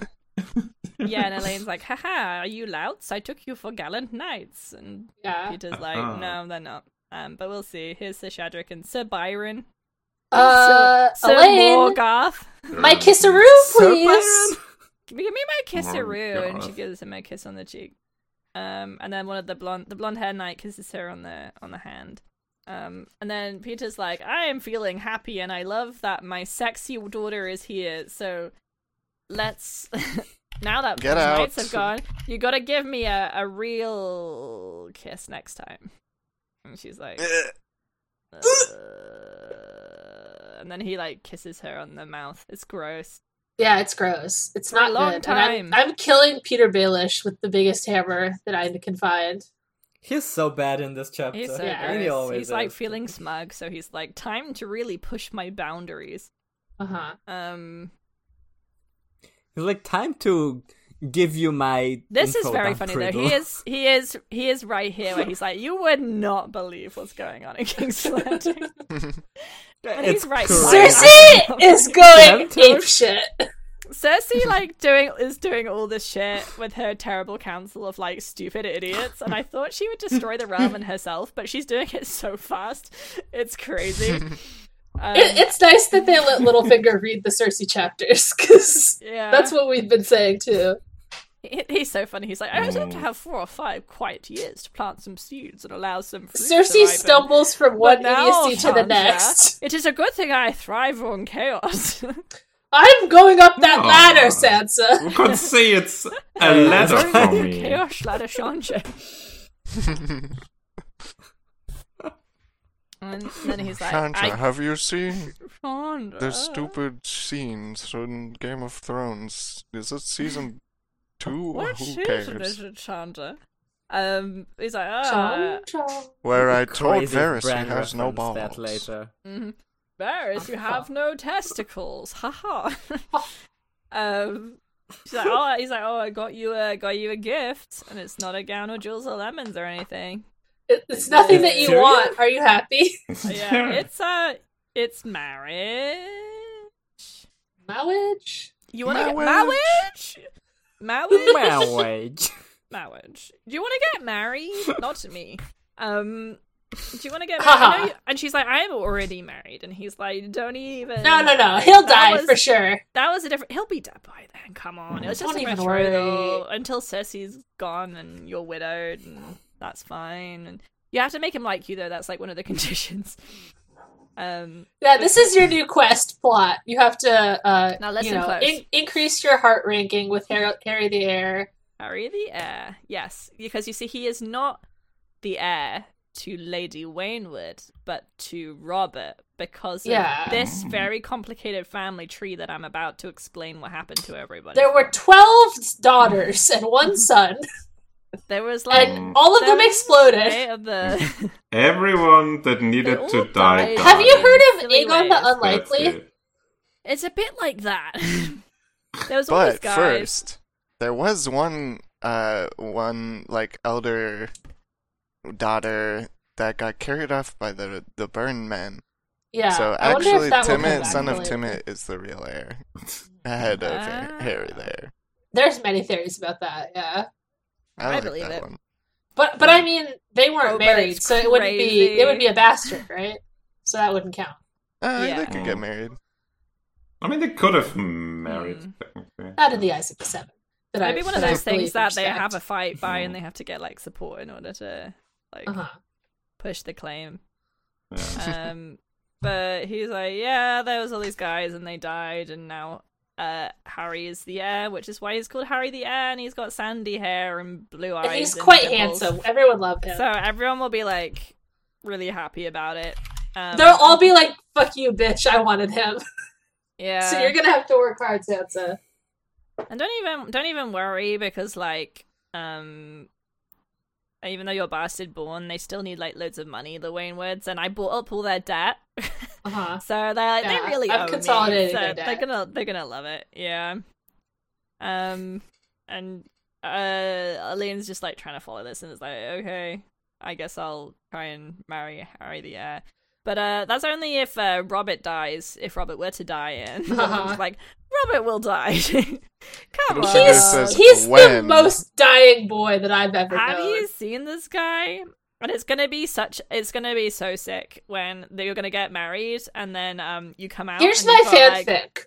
yeah, and Elaine's like, haha, are you louts? I took you for gallant knights. And
Yeah.
Peter's like,
Uh-huh.
no, they're not. Um, but we'll see. Here's Sir Shadrick and Sir Byron.
Uh,
Sir
Elaine,
Morgoth.
my kisseroo,
Mm.
Sir
please.
Give me, give me my kisseroo. And she
Morgoth.
gives him a kiss on the cheek. Um, and then one of the blonde, the blonde hair knight kisses her on the on the hand. Um, and then Peter's like, I am feeling happy, and I love that my sexy daughter is here. So let's now that
Get
the knights
out.
have gone, you gotta give me a, a real kiss next time. And she's like,
Eh,
"Uh," and then he like kisses her on the mouth. It's gross.
Yeah, it's gross. It's
For a
not
long
good. And
time.
I'm, I'm killing Peter Baelish with the biggest hammer that I can find.
He's so bad in this chapter.
He's so
Yeah,
He
and
gross.
always
He's like
is.
feeling smug, so he's like, time to really push my boundaries.
Uh huh.
Um,
He's like time to give you my.
this is
info,
very
Dan
funny though.
Riddle.
He is, he is, he is right here where he's like, you would not believe what's going on in King's Landing. and he's
It's
right.
crazy.
Cersei is going
Damn toad.
ape shit.
Cersei like doing is doing all this shit with her terrible council of like stupid idiots, and I thought she would destroy the realm and herself, but she's doing it so fast, it's crazy. Um,
It, it's nice that they let Littlefinger read the Cersei chapters because
yeah,
that's what we've been saying too.
He- he's so funny. He's like, I would have to
Mm.
have four or five quiet years to plant some seeds and allow some. fruit to
Cersei
ripen.
stumbles from
But
one
now,
idiocy to the
Sansa,
next.
It is a good thing I thrive on chaos.
I'm going up that
Oh.
Aw.
ladder, Sansa.
You could say it's a letter from me.
chaos la change. And then he's like,
Sandra,
I Oh."
have you seen
can't.
the stupid scenes from Game of Thrones? Is it season two?
What
Who
season is
cares?
it, Chandra? Um, he's like, ah,
Chong, chong.
Where I told
Crazy
Varys
brand
he has no
reference
balls.
That later.
mhm. Varys, you have no testicles, haha. um, she's like, oh, he's like, oh, I got you a got you a gift, and it's not a gown or jewels or lemons or anything.
It- It's nothing that you
Serious?
want. Are you happy?
But yeah, it's uh, it's marriage.
Marriage?
You want to get
Marriage.
marriage? Marriage.
Well, wait.
marriage. Do you want to get married? Not to me. Um, do you want to get married?
Haha.
I know you- and she's like, I am already married. And he's like, don't even.
No, no, no. He'll
That
die
was-
for sure.
That was a different. He'll be dead by then. Come on. It was just
Don't
a
even
betrothal
worry.
until Cersei's gone and you're widowed, and that's fine. And you have to make him like you though. That's like one of the conditions. Um,
Yeah, this is your new quest plot. You have to, uh,
Now listen
you know,
close.
in- increase your heart ranking with Har- Harry the Heir.
Harry the heir. Yes, because you see, he is not the heir to Lady Wainwood, but to Robert because
Yeah.
of this very complicated family tree that I'm about to explain what happened to everybody.
There were 12 daughters and one son,
there was like
Mm.
and all of
there
them
was
exploded.
eight of the
Everyone that
They
needed
all
to die.
died.
died.
Have you heard of
Silly
Aegon
ways.
the
That's
Unlikely?
it.
It's a bit like that. there was all these
But
guys.
first, there was one, uh, one like elder daughter that got carried off by the the burn men.
Yeah.
so
I wonder if
actually,
that will come
Timid,
back
son of
later. Ah,
Timid, is the real heir. Ahead of Har- Harry there.
There's many theories about that, yeah.
I,
I
like
believe
that
it.
One.
But but I mean, they weren't
Oh, but
married,
it's
so it wouldn't be
crazy.
it would be a bastard, right? So that wouldn't count.
Uh,
Yeah.
They could get
Mm.
married.
I mean, they could have married.
Mm.
technically.
Not in the eyes of the seven. That I-
Maybe one of
that I
those
believe
things that
and
they
respect.
have a fight by and
Mhm.
Hmm.
they have to get like support in order to like
Uh-huh.
push the claim.
Yeah.
Um, but he's like, yeah, there was all these guys and they died, and now uh, Harry is the heir, which is why he's called Harry the heir, and he's got sandy hair and blue eyes.
And he's
and
quite
dimples.
handsome. Everyone loved him.
So everyone will be like really happy about it. Um,
They'll all be like, "Fuck you, bitch! I wanted him."
yeah.
so you're gonna have to work hard, Sansa.
And don't even don't even worry because like um even though you're bastard born, they still need like loads of money, the Wainwoods, and I bought up all their debt.
Uh huh.
so they're like,
Yeah,
they really
I've
owe me,
consolidated
so
their
They're
debt.
gonna they're gonna love it. Yeah. Um and uh Aline's just like trying to follow this and it's like, okay, I guess I'll try and marry Harry the heir. But uh, that's only if uh, Robert dies. If Robert were to die, and
Uh-huh.
like Robert will die. Come
But
on,
she just
He's
says
he's the
when.
most dying boy that I've ever
have
known.
you seen this guy? And it's gonna be such. It's gonna be so sick when that you're gonna get married, and then um you come out.
Here's
and
my
you've got,
fanfic.
like-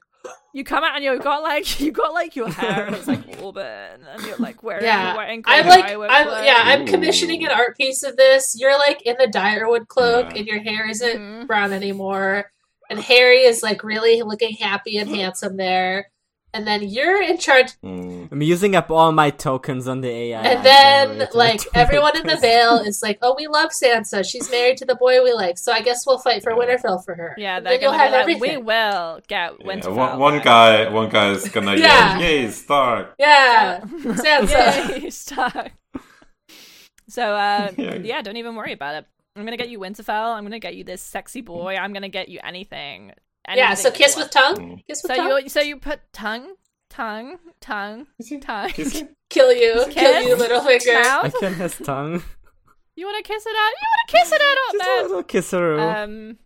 you come out and you've got like you got like your hair and it's like auburn, and you're like wearing
Yeah.
you're wearing
I'm
green
like,
eyewear
I'm,
clothes.
yeah, I'm commissioning an art piece of this. You're like in the Direwood cloak,
Yeah.
and your hair isn't
Mhm.
brown anymore. And Harry is like really looking happy and handsome there. And then you're in charge.
Mm.
I'm using up all my tokens on the AI.
And then
generator
like
to make
everyone in the
this.
Vale is like, "Oh, we love Sansa. She's married to the boy we like. So I guess we'll fight for Winterfell for her."
Yeah,
And
they're
then you'll
gonna
have
be like, we
everything.
will get
Yeah,
Winterfell.
one, one
back."
guy, one guy is gonna
Yeah.
yell, "Yay, Stark!"
Yeah, Sansa.
Yay, stuck. So uh,
Yeah.
yeah, don't even worry about it. I'm gonna get you Winterfell. I'm gonna get you this sexy
Mm-hmm.
boy. I'm gonna get you anything.
Yeah. So
Anything
kiss
you
with
want.
Mm.
tongue. Kiss with
So
tongue.
you so you put tongue, tongue, tongue, tongue,
Kill you. Kill
Kiss.
you, little finger.
I
mouth.
kill his tongue.
You want to kiss it out? You want to kiss it
Just a
out,
little kisseroo.
man? Um,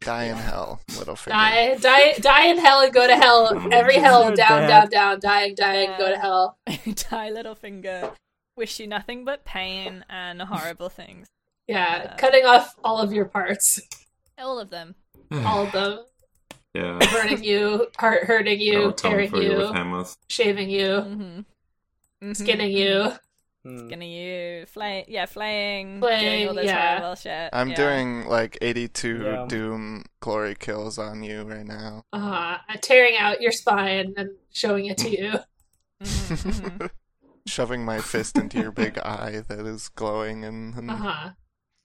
Die in hell, little finger.
Die, die, die in hell and go to hell. Every hell,
So
down, down,
bad.
down, dying, dying, go to hell.
tie little finger. Wish you nothing but pain and horrible things.
Yeah,
Yeah.
cutting off all of your parts,
All of them.
all of them,
Yeah,
burning you, heart hurting
They
you,
will come
tearing
for you with
you,
hammers.
shaving you,
Mm-hmm.
skinning you.
Hmm.
Skinning you. Flaying. Yeah, flaying. doing
Flaying,
all this
yeah.
horrible shit.
I'm
yeah.
doing like 82
Yeah.
Doom glory kills on you right now.
Uh, tearing out your spine and showing it to you.
Mm-hmm.
Mhm,
Mm-hmm.
mhm.
Shoving my fist into your big eye that is glowing and, and
Uh huh.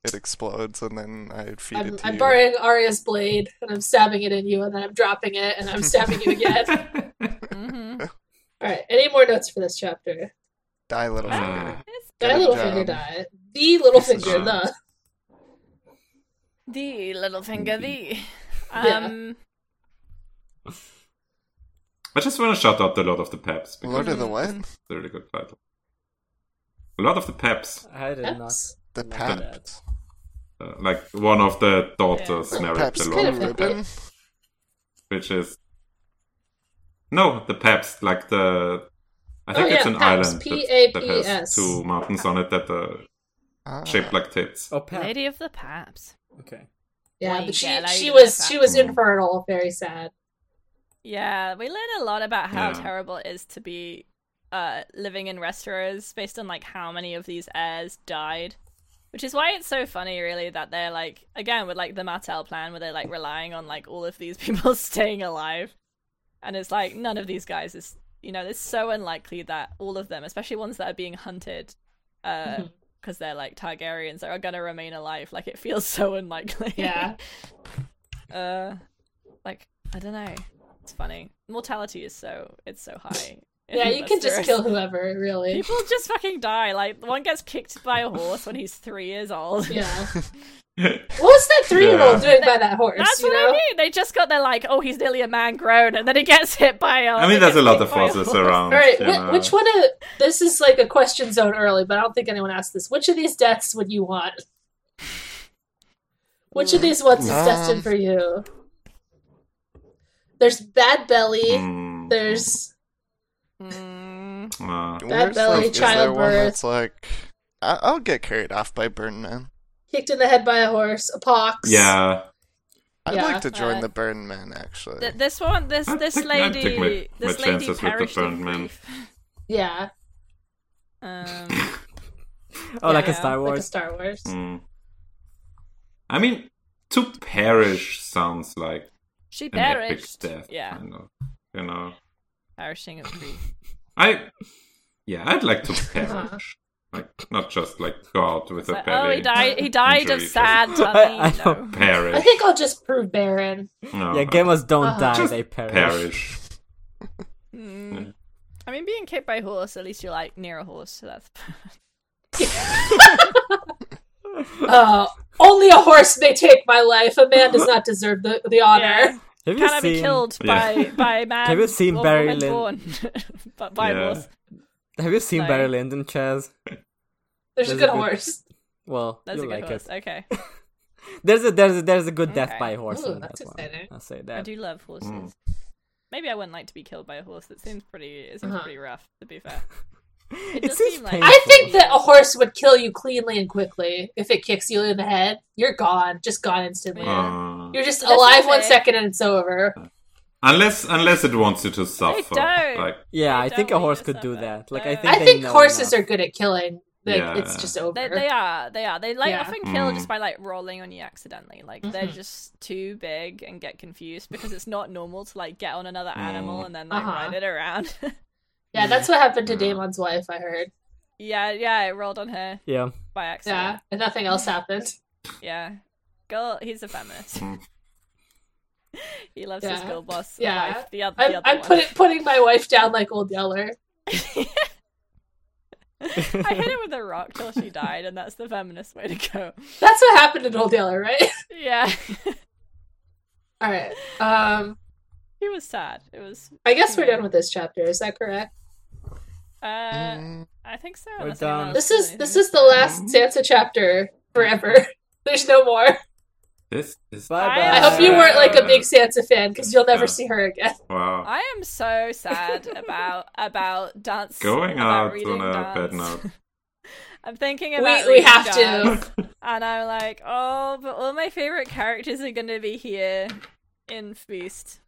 it explodes, and then I feed
I'm,
it to
I'm
you.
borrowing Arya's blade and I'm stabbing it in you, and then I'm dropping it and I'm stabbing you again.
Mhm.
All right. Any more notes for this chapter?
Die, little
Ah.
finger.
It's
Die,
Good
little
job.
finger, die. The little finger,
job.
the.
the little finger, the.
Yeah.
Um,
I just want to shout out the Lord of the Peps because
Lord of the what?
it's a really good title. Lord of the Peps,
I did not.
Oops.
The
Not
pap.
bad.
uh, like one of the daughters married
Pap's
the
blue
Lord,
kind
of
of
the
like-
Peps,
ribbon.
which is no the Peps, like the. I think
Oh, yeah,
it's an
Paps,
island that, that
P-A-P-S.
has two mountains on it that are
Ah.
shaped like tits.
Oh, Pep.
Lady of the Paps.
Okay.
Yeah,
Wait,
but she
yeah, like
she
the
was
fact-
she was infertile. Very sad.
Yeah, we learn a lot about how
Yeah.
terrible it is to be uh, living in Westeros based on like how many of these heirs died. Which is why it's so funny really that they're like again with like the Martell plan where they're like relying on like all of these people staying alive. And it's like none of these guys is you know, it's so unlikely that all of them, especially ones that are being hunted, uh
Mhm.
because they're like Targaryens that are gonna remain alive. Like it feels so unlikely.
Yeah.
uh, like I don't know. It's funny. Mortality is so it's so high. in
Yeah, you can just
Westeros.
kill whoever, really.
People just fucking die. Like one gets kicked by a horse when he's three years old.
Yeah.
yeah,
What was that three year
Yeah.
old doing by that horse?
That's
you
what
know?
I mean. They just got their like, oh, he's nearly a man grown, and then he gets hit by a.
I
he
mean, there's a
gets
lot
kicked
of
by a
horses
horse.
around.
All right,
you
wh-
know.
which one of this is like a question zone early, but I don't think anyone asked this. Which of these deaths would you want? Which
Hmm.
of these ones is
Uh,
Um.
destined for you? There's bad belly.
Mm,
There's
Mm,
uh,
Bad
Where's,
belly,
like, is there one
childbirth.
that's like, I- I'll get carried off by Burn Man.
kicked in the head by a horse, a pox.
yeah.
I'd
Yeah,
like to join
uh,
the Burn Men, actually.
Th- this one, this
I'd
this
take- I'd
lady,
take my- my
this lady
chances with the
perished in
burned man.
grief.
Yeah.
Um,
Oh, like
Yeah,
a
Like
Star
a
Wars.
Star Wars.
Mm. I mean, to perish sounds like
she
an epic
perished.
death.
Yeah,
Kind of, you know.
perishing of grief.
I. Yeah, I'd like to perish. like, not just like go out with
Uh-huh. Like,
a
oh,
belly.
he died. He died of
injury, just
sad tummy.
I- I
no.
don't-
I
Perish.
think I'll just prove Baron.
No,
yeah, gamers don't
Uh-huh.
die;
Just
they perish.
perish.
Mm. I mean, being kicked by a horse, at least you're like near a horse, so that's.
Uh, only a horse may take my life. A man does not deserve the, the honor.
Have you
Can I
seen?
be killed
Yeah.
by by a man?
Have you seen
or
Barry
woman
Lynn-
born? but by
Yeah.
a horse.
Have you seen
No.
Barry Lyndon, Chaz?
There's a
There's
good
a good-
horse.
Well,
That's
you
a good
like
horse.
it.
Okay,
There's a there's a, there's a good death
Okay.
by horse
Ooh,
in that
that's
one.
exciting.
I'll say
I
that.
do love horses.
Hmm.
Maybe I wouldn't like to be killed by a horse. That seems pretty. It seems
Uh-huh.
pretty rough. To be fair,
It,
does
seems
seem like-
painful.
I think that a horse would kill you cleanly and quickly. If it kicks you in the head, you're gone. Just gone instantly.
Yeah.
Uh,
You're just
That's
alive one
okay.
second and it's over.
unless, unless it wants you to suffer.
don't.
Like,
yeah,
I
I think
don't
a horse
like
could
this
do
ever.
that. Like I
No.
think
I
they
think
know
horses
enough.
are good at killing. Like
Yeah.
it's just over.
they, they are. They are. They like
Yeah.
often kill just
Hmm.
Mm.
by like rolling on you accidentally. Like they're
Mhm.
just too big and get confused because it's not normal to like get on another animal
Hmm.
Mm.
and then like
Uh-huh.
ride it around.
Yeah, that's what happened to
Yeah.
Damon's wife. I heard.
yeah, yeah. It rolled on her
Yeah,
by accident.
Yeah, and nothing else happened.
Yeah. Girl, he's a feminist.
Mm.
he loves his
Yeah.
girl boss.
Yeah.
Yeah. Wife, the other, the
I'm,
other
I'm
one.
putting putting my wife down like Old Yeller.
I hit her with a rock till she died, and that's the feminist way to go.
That's what happened in Old Yeller, right?
Yeah.
All right. Um,
he was sad. It was.
I guess we're done with this chapter. Is that correct?
Uh,
Mm,
I think so.
We're
unless anyone
done.
else
This
has
is this
anything.
is the last
Mm-hmm.
Sansa chapter forever. There's no more.
this is.
Bye-bye.
I
I hope you weren't like a big
Uh,
Sansa fan because you'll never
yeah.
see her again.
Wow.
I am so sad about about dance.
Going
about
out
reading
on a
dance.
bad note.
I'm thinking
We-
about
we
reading
have to.
dance, and I'm like, oh, but all my favorite characters are going to be here in Feast.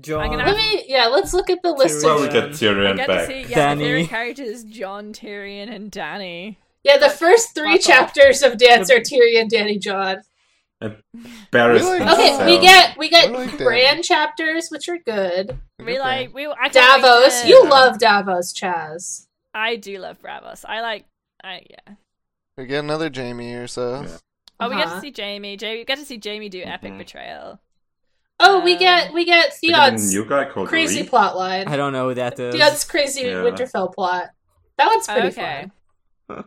John.
gonna
Let me. Yeah, let's look at the list.
Well,
Of,
we
Yeah.
get
I
Tyrion
get to
back.
see yeah, my
Danny.
favorite characters: John, Tyrion, and Danny.
yeah, the first three
Buckle.
chapters of Dance are Tyrion, Danny, John.
Barris.
Really?
Okay,
So-
we get we get
What do we do?
brand chapters, which are good.
We like we. I can't wait
Davos,
to-
you love Davos, Chaz.
I do love Bravos. I like. I yeah.
We get another Jamie or so.
Yeah.
Oh, we get
Uh-huh.
to see Jamie. Jamie we get to see Jamie do epic
Mhm.
betrayal.
Oh, we
Um,
get we get
We get a
Theon's
new guy called
crazy
Reed.
plot
I
line.
don't know who that is.
Theon's crazy
Yeah.
Winterfell plot. That one's pretty
okay.
fun.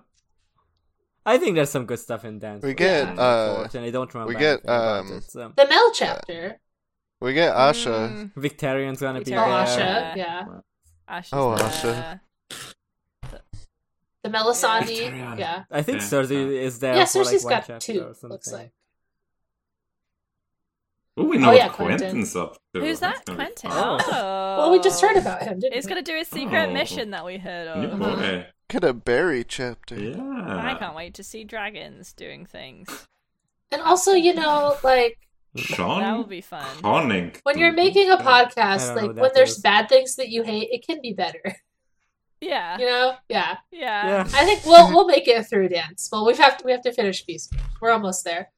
I think there's some good stuff in dance.
We get
but
uh,
unfortunately, I don't remember.
we get,
anything about
um,
it, so.
The Mel chapter.
we get Asha.
Mm,
Victorian's gonna be
Oh,
there.
oh,
yeah.
Asha, yeah.
Asha's
Oh,
there.
Asha.
The Melisande, yeah.
Victorian.
I think
Yeah.
Cersei is there.
Yeah,
for like
Cersei's
one
got
chapter
two,
or something.
looks like.
Oh, we know
Oh,
what
yeah, Quentin.
Quentin's up to.
Who's
That's
that?
gonna be
Quentin.
fun.
Oh.
Oh.
Well, we just heard about him, didn't
He's
we?
gonna do a secret
Oh.
mission that we heard
New
of.
Uh-huh.
boy.
Get a Barry chapter.
Yeah.
I can't wait to see dragons doing things.
And also, you know, like
Sean
That will be fun.
Conning.
when you're making a
Mm-hmm. I
podcast,
don't know
like
who that
when there's
is.
bad things that you hate, it can be better.
Yeah.
You know? Yeah.
Yeah.
Yeah.
I think we'll we'll make it through dance. Well, we have to we have to finish Beast. We're almost there.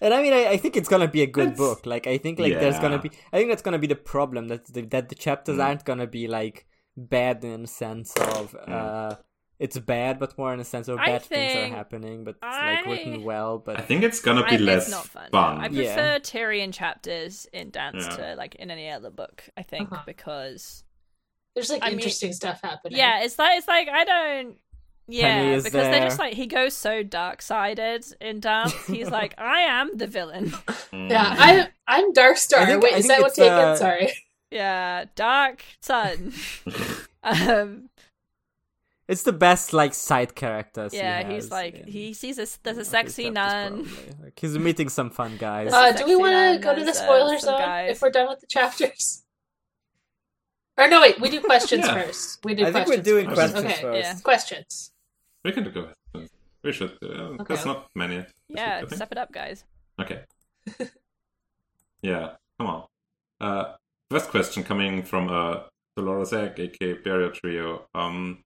And I mean, I, I think it's gonna be a good
That's-
book. Like, I think like there's gonna
Yeah.
be. I think that's gonna be the problem
Mm.
that the, that the chapters aren't gonna be like bad in the sense of uh it's bad, but more in a sense of
Mm. I
bad things are
think
happening, but it's like
I-
written well.
I
But
think it's gonna be
I-
less
it's not fun. no.
fun.
I prefer
Yeah.
Tyrion chapters in dance
Yeah.
to like in any other book. I think
Uh-huh.
because
There's like
I mean-
interesting stuff happening.
yeah, it's like it's like I don't. Yeah,
is
because they're just
there.
like he goes so dark sided in dance. He's like, I am the villain.
Mm.
Yeah, I, I'm Darkstar.
Mm-hmm. I think-
Wait,
I
is
think
that what
it's,
taken?
uh,
Sorry.
Yeah, dark sun. um,
it's the best like side characters. he
yeah, he's
has
like
in-
he sees a s- there's
in
a
his
sexy
chapters,
nun. Oh,
probably. Like, he's meeting some fun guys.
There's a
Uh, do we
sexy
want
man,
to go to the
there's, uh,
spoiler
some
zone
guys.
if we're done with the chapters? Or no, wait, we do questions
Yeah.
first. We do
I think we're
questions
doing
first.
questions
okay.
first.
yeah.
Questions.
we can go. ahead. We should. Uh, There's not many. this week, I
Yeah,
think.
step it up, guys.
Okay. yeah, come on. Uh, first question coming from uh, Dolores Egg, aka Barrier Trio. Um,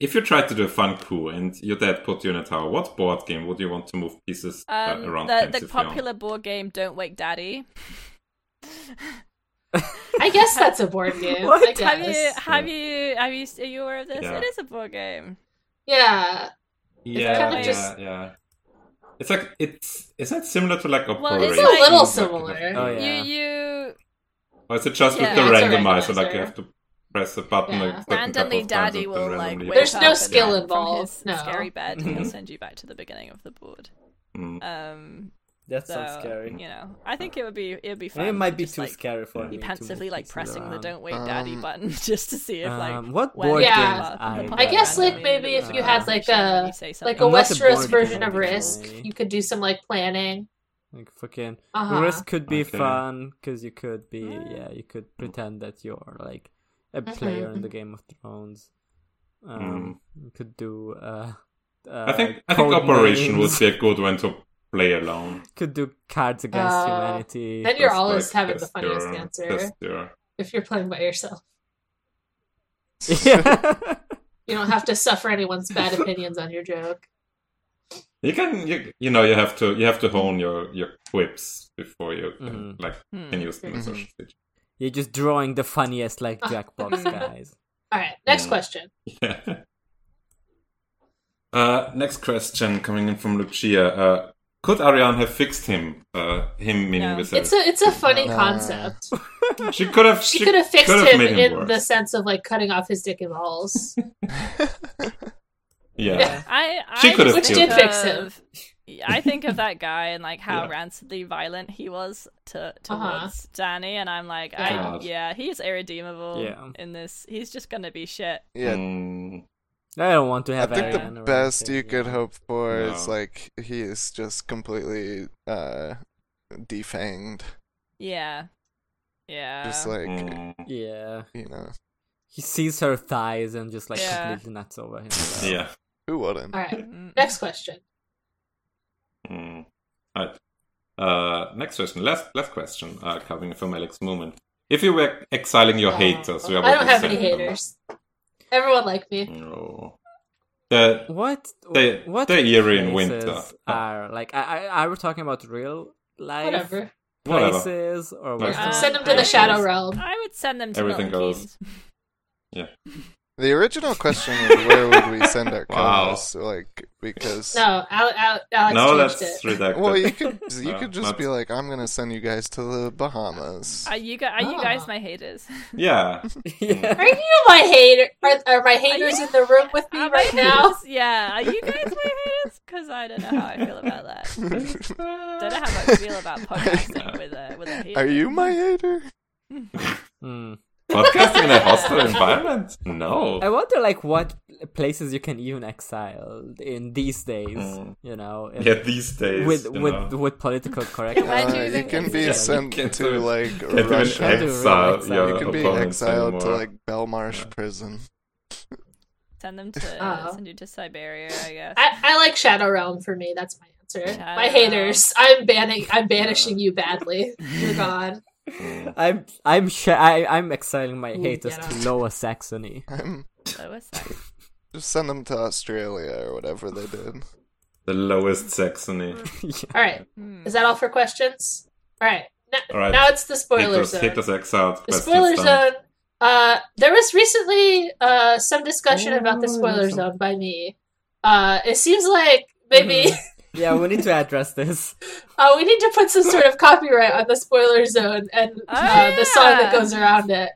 if you tried to do a fun coup and your dad put you in a tower, what board game would you want to move pieces uh,
Um,
around?
the the
pensively on?
popular board game Don't Wake Daddy.
I guess that's a board game.
What?
I
Have
guess.
Have you have you have you are you aware of this?
Yeah.
It is a board game.
Yeah.
Yeah,
kinda
yeah,
just-
yeah. It's like it's is that similar to like
Well, it's
operation?
a
little
Like,
similar.
Oh, yeah.
You you
Or is it just
Yeah,
with the
it's
a
randomizer? Like
randomizer.
you have to press a button.
Yeah.
Like, certain couple
randomly
of times
daddy
and
will
then
like
randomly
wake
There's
up
no
and
skill
from
involved,
his
no.
scary bed and
Mm-hmm.
he'll
Mhm.
send you back to the beginning of the board.
Mm.
Um,
that
so,
sounds scary.
You know, I think it would be it would be
I
fun.
mean, it might be
just,
too
like,
scary for
be
me.
Be
to
pensively
move
like
pieces
pressing the
around.
don't wait daddy
Um,
button just to see if like
Um, what
when
board
the
Yeah.
games
pop- the
I
pop
like?
I guess, like,
randomly
maybe
moves
if you
around
had,
and
like,
shit and
a-
you say
Like a
something.
I'm not a
Westeros
board
version
game
of Risk.
guy.
You could do some like planning.
Like fucking
Uh-huh. Mm.
risk could be
Okay.
fun because you could be yeah you could pretend that you're like a
Mm-hmm.
player in the Game of Thrones. Um, you could do uh, uh
Mm. I think I think
code
Operation
names.
would be a good one to play alone.
could do Cards Against
Uh,
Humanity.
Then you're
Just,
always
like,
having the
test
funniest
your-
answer
test your-
if you're playing by yourself.
yeah.
You don't have to suffer anyone's bad opinions on your joke.
You can you, you know you have to you have to hone your your quips before you can,
Mhm.
like
Hmm.
can use them in
Mhm.
social speech.
you're just drawing the funniest like
Mm.
Jackbox guys.
All right, next
Yeah.
question.
Yeah. Uh, next question coming in from Lucia. Uh, could Ariane have fixed him? Uh, him meaning
No.
Viserys.
It's a it's a funny
Uh,
concept.
she could have.
She could have fixed
could
him
made him
in
worse.
the sense of like cutting off his dick and balls.
Yeah.
I, I
She could have
just think
Which
killed
did fix
of- I think of that guy and like how rancidly violent he was to towards
Uh-huh.
Danny, and I'm like, I,
God.
yeah, he's irredeemable.
Yeah.
in this, he's just gonna be shit.
yeah,
Mm,
I don't want to
I
have.
think
Ariana
the
or
best
anything,
you could
yeah.
hope for is
No.
like he is just completely uh defanged.
Yeah, yeah.
Just like
mm,
Yeah,
you know,
he sees her thighs and just like
Yeah.
completely nuts over him.
yeah.
who wouldn't?
All right,
Mm.
next question.
Mm. All right. Uh, next question. Last last question. Uh, coming from Alex Moment. If you were exiling your haters, we are
I don't have any
representing them.
haters. Everyone like me.
No. The
What?
They-
what?
they're eerie in
places
winter.
Are like I, I, are we talking about real life
Whatever.
whatever.
places or
Like-
what?
Um,
Send them to the
I-
shadow realm.
I would send them to
Everything
Milton
goes-
Keynes.
The original question was where would we send our
Wow.
co-hosts? Like because
No, Al- Al- Alex
No,
changed
that's
it.
redacted.
well, you could you
Uh,
could just
not-
be like, I'm gonna send you guys to the Bahamas.
Are you guys? Are you
Ah.
guys my haters?
Yeah.
Are you my hater? Are, are my haters in the room with me
Are my
right now?
haters- Yeah. Are you guys my haters? Because I don't know how I feel about that. Don't know how I feel about podcasting with a with a hater.
Are you my hater?
Mm.
Hmm.
Podcasting in a hostile environment? No.
I wonder like what places you can even exile in these days. You know, if-
Yeah, these days.
with
Mm. you
with
know.
with political correctness.
why do you
Uh, you
think
can
it's
be
Yeah, you
sent
can't
to
do it.
like
Can't even
Russia.
Can't do
exile
real
your
you can be
opponents
exiled to
anymore.
like Belmarsh prison.
Send them to
Oh.
send you to Siberia, I guess.
I, I like Shadow Realm for me. That's my answer.
Shadow
my haters, I'm banning. I'm banishing you badly. You're gone.
Mm.
I'm I'm sh- I, I'm exiling my
Ooh,
haters
get
to
out.
Lower Saxony.
I'm
Lower Saxony.
just send them to Australia or whatever they did.
The lowest Saxony.
All right.
Hmm.
Is that all for questions? All right. N-
All right.
Now it's the spoiler
Haters,
zone.
haters exiled.
The
questions
spoiler
done.
zone. Uh, there was recently uh, some discussion
Oh,
about the spoiler zone by me. Uh, it seems like maybe
Mm.
Mm-hmm.
Yeah, we need to address this.
uh, we need to put some sort of copyright on the spoiler zone and uh,
Oh,
the song that
yeah.
goes around it.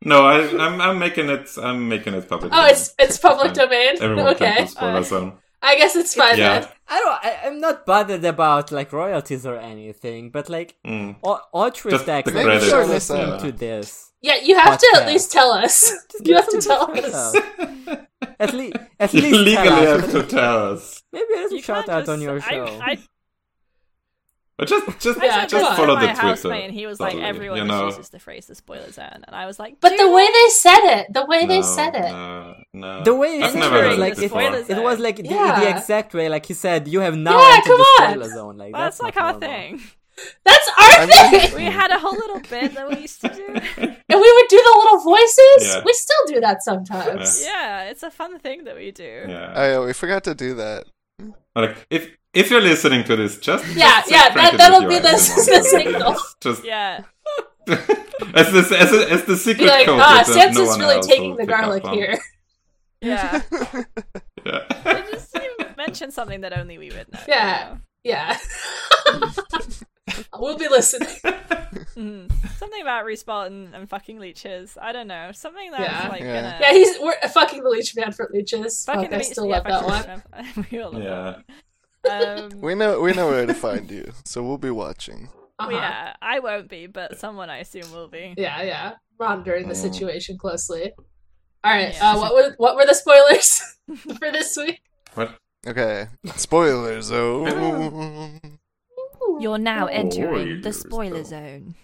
No, I, I'm, I'm making it. I'm making it public.
Oh, it's it's public
Fine.
domain.
everyone
okay,
can spoil us on.
I guess it's fine
Yeah.
I don't. I, I'm not bothered about like royalties or anything, but like
Mm.
au-
Just
Autrift
the
X,
credits.
if you're
Yeah.
listening
Yeah.
to this,
then. Yeah, you have to at
Podcast.
least tell us.
just
you
give
have to
us
tell
a shout
us.
out. At least, at
You
least
legally
tell us.
have to tell us.
Maybe there's a
You
shout
can't
out
just-
on
I-
your show.
I,
But just, just,
Yeah,
I
just
come
just
on.
follow
my
the
housemate
Twitter.
and he was like,
totally,
everyone
you
just
know?
uses the phrase the spoiler zone. And I was like,
But the way they said it, the way they
No,
said it.
No, no.
the way
I've
it
never
was
heard
like
it
it,
before.
spoilers.
it was like the, the
Yeah.
exact way like he said you have now
Yeah,
entered
come
the
on.
spoiler zone like
that's, like
not
our
normal.
thing.
That's our
I'm-
thing.
We had a whole little bit that we used to do.
and we would do the little voices.
Yeah.
We still do that sometimes.
yeah, it's a fun thing that we do.
Yeah.
Oh, yeah, we forgot to do that.
Like if if you're listening to this, just
Yeah,
just
yeah, that-
crank it with
that'll
your
be the-
eyes
the
and
signal.
all. Just
Yeah.
as the as, the- as the
Be
secret
like,
code.
ah,
that no
Samson's
one
really
else
taking
will
the
pick up
garlic
on."
here.
Yeah.
Yeah.
It just you mentioned something that only we would know. you
Yeah. Yeah. we'll be listening.
know. Mm. Something about Reese Bolton and fucking leeches. I don't know. Something that's
Yeah.
like
Yeah.
gonna
Yeah, he's we're fucking the leech man for leeches.
fucking
Fuck, I
leech-
still
yeah,
love that one.
fucking leech man. we all love
Yeah.
that one. Um,
We know we know where to find you, so we'll be watching.
Uh-huh. Yeah.
Oh, Yeah, I won't be, but someone I assume will be.
yeah, Monitoring
Mm.
the situation closely. All right.
Yeah.
Uh, what were what were the spoilers for this week?
What?
Okay, spoiler zone.
You're now
entering the spoiler
zone.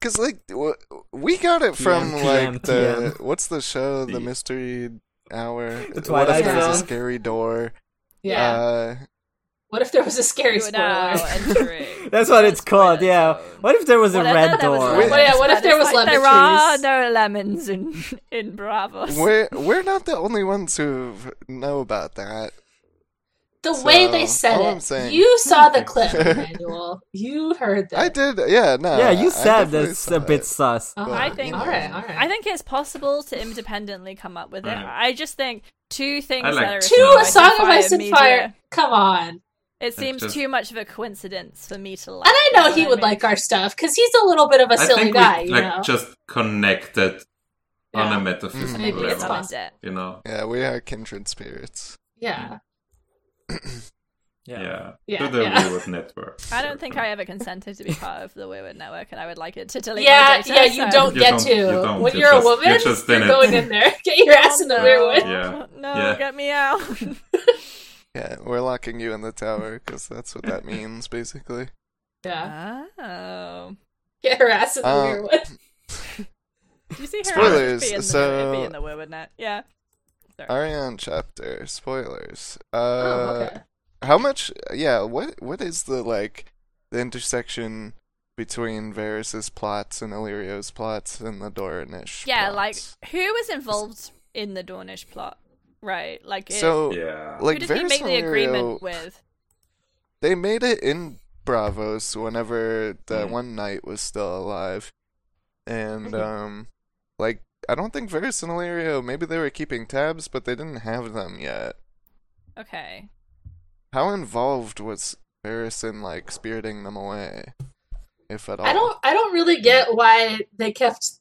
Cause like w- we got it from
TM,
like the
TM.
what's the show the
The-
mystery hour
The
what
Twilight
if there's a
Zone.
scary door
Yeah.
uh
what if there was a scary
You're
spoiler?
now entering.
That's what
the
it's called.
spoiler
Yeah.
zone.
What if there was a
What if
red
there was
door?
lemon- Wait, yeah, what if
but
there
it's
was
like,
lemon
There are
trees?
no lemons in in Bravos.
Uh, we're we're not the only ones who know about that
The
So,
way they said
all I'm
it.
saying-
You saw the clip, Emmanuel. You heard that.
I did yeah no
yeah, you
I
said
definitely
that's
saw
a bit
it.
sus.
Uh-huh.
I think-
All right. All right.
I think it's possible to independently come up with it.
Right.
I just think two things
I like
that are
two,
assumed
to a
by
song of
Fire
ice and
Media.
fire. Come on.
It seems
just-
too much of a coincidence for me to like.
And I know
it,
he
I
would
mean.
like our stuff because he's a little bit of a
I
silly
think
guy,
we
you
like
know.
just connected on
Yeah. Mm-hmm.
a metaphysical
Maybe
level.
it's possible.
You know.
yeah we are kindred spirits
Yeah,
Yeah.
Yeah,
To the
yeah.
Weirwood network.
I don't think I ever consented to be part of the Wayward Network, and I would like it to delete. my
yeah,
data,
yeah. You
so-
don't
You
get
don't-
to
you don't.
when
You're
you're,
just-
a woman.
you're
You're,
just in it.
going in there. Get your ass in the
No,
rearwood.
Yeah,
Um, No,
yeah.
get me out.
yeah we're locking you in the tower because that's what that means basically
Yeah,
oh.
get her ass in the
Um,
rearwood.
Do you see her
Spoilers,
be in the,
so-
be in the Wayward Net? Yeah.
Ariane chapter spoilers uh
oh, okay.
How much? Yeah. What? What is the like the intersection between Varys's plots and Illyrio's plots and the Dornish?
Yeah, like
plots?
who was involved in the Dornish plot? Right. Like it,
so.
Yeah.
who
Like
did
Varys
he make
and
the agreement
Illyrio-
with?
They made it in Bravos whenever the
Mhm.
Hmm.
one knight was still alive,
Mm-hmm.
and
Mhm.
um, like I don't think Varys and Illyrio. Maybe they were keeping tabs, but they didn't have them yet.
Okay.
How involved was Varys in like spiriting them away, if at all?
I don't. I don't really get why they kept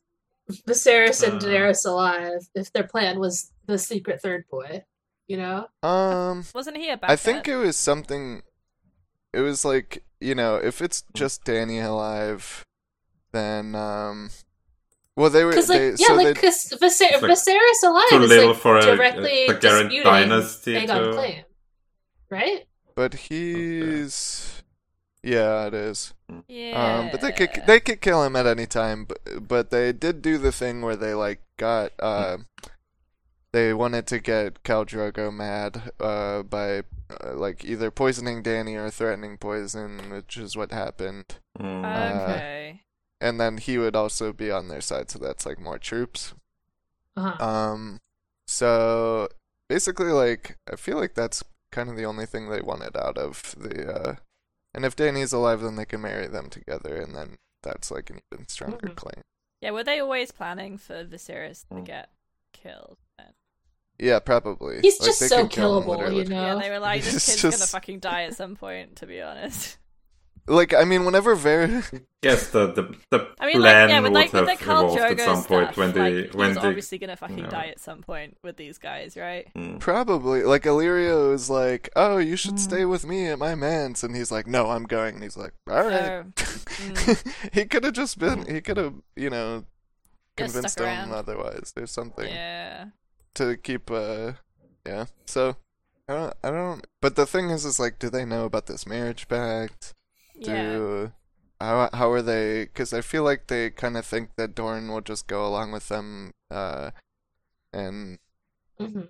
Viserys and
Uh.
Daenerys alive if their plan was the secret third boy. You know.
Um.
Wasn't he a bad
I think it was something. It was like you know, if it's just Danny alive, then um, well they were
Because
they
like yeah,
so
like
they
because Viser-
It's like
Viserys
Too
alive is
little
like
for a,
directly
a, the Garrett
disputing
dynasty
Aegon
to.
claim, right?
but he's yeah it is.
Yeah.
Um, but they could they could kill him at any time, but but they did do the thing where they like got uh, they wanted to get Khal Drogo mad uh by uh, like either poisoning Danny or threatening poison, which is what happened.
Mm.
Uh,
uh,
Okay.
and then he would also be on their side, so that's like more troops.
Uh-huh.
Uh.
Um, so basically, like I feel like that's kind of the only thing they wanted out of the. Uh, and if Danny's alive, then they can marry them together, and then that's like an even stronger
Mhm.
claim.
Yeah, were they always planning for Viserys
Mm.
to get killed? Then?
Yeah, probably.
He's
Like,
just
they
so
could kill him
killable, you
literally.
know.
Yeah, they were like, this
It's
kid's gonna
just-
fucking die at some point. To be honest,
Like, I mean, whenever Ver,
Yes, the the, the
I mean, like,
plan
yeah, with
would
like with
have
the Khal
evolved at
Drogo
some
stuff,
point when they
like, he
when
was
they.
obviously gonna fucking
know.
die at some point with these guys, right?
mm,
probably, like, Illyrio is like, oh, you should
Mm.
stay with me at my man's. And he's like, no, I'm going. And he's like, all right.
So,
mm.
he could have just been, he could have, you know,
Just
convinced
stuck
him
around.
otherwise or something.
yeah.
to keep uh yeah so i don't i don't but the thing is is like do they know about this marriage pact
Yeah.
do how, how are they because i feel like they kind of think that dorn will just go along with them uh and
hmm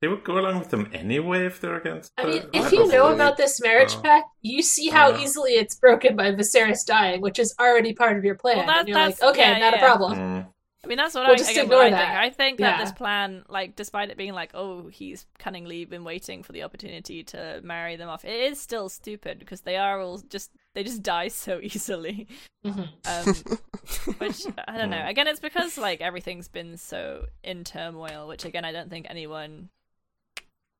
They would go along with them anyway if they're against.
I
the-
mean,
the
if you know
Probably.
about this marriage
Uh,
pact, you see how
uh,
easily it's broken by Viserys dying, which is already part of your plan.
Well, that-
and you're like,
that's-
okay,
yeah,
not
yeah.
a problem.
Mm.
I mean, that's what
Well,
I,
just
I get
ignore
what I
that.
think. I think that
Yeah.
this plan, like, despite it being like, oh, he's cunningly been waiting for the opportunity to marry them off, it is still stupid because they are all just they just die so easily.
Mhm.
Um, which I don't know. Again, it's because like everything's been so in turmoil. Which again, I don't think anyone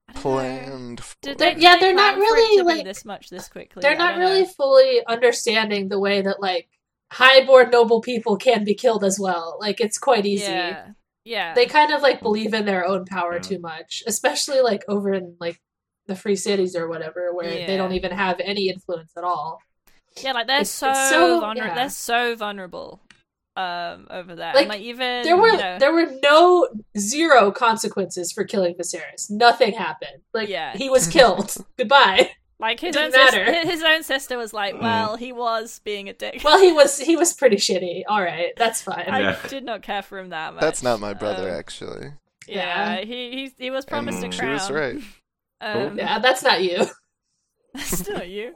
I don't know.
planned for
Did
They're-
they,
yeah,
did they
they're
plan
not
for it
really,
to be
like-
this much this quickly. I
They're not
don't know.
really fully understanding the way that like highborn noble people can be killed as well. Like it's quite easy.
Yeah, yeah.
They kind of like believe in their own power
Yeah.
too much, especially like over in like the free cities or whatever, where
Yeah.
they don't even have any influence at all.
Yeah, like they're
It's-
so,
it's so-
vulnerable.
yeah.
They're so vulnerable um, over there.
Like,
and, like even
There were
you know,
there were no zero consequences for killing Viserys. Nothing happened. Like
Yeah.
he was killed. Goodbye.
like his own
didn't
sister,
matter.
his own sister was like, well, he was being a dick.
Well, he was he was pretty shitty. All right, that's fine.
I
Yeah.
did not care for him that much.
that's not my brother
Um,
actually
yeah, he he he was
and
promised a
she
crown.
was right
Um,
yeah, that's not you.
that's not you.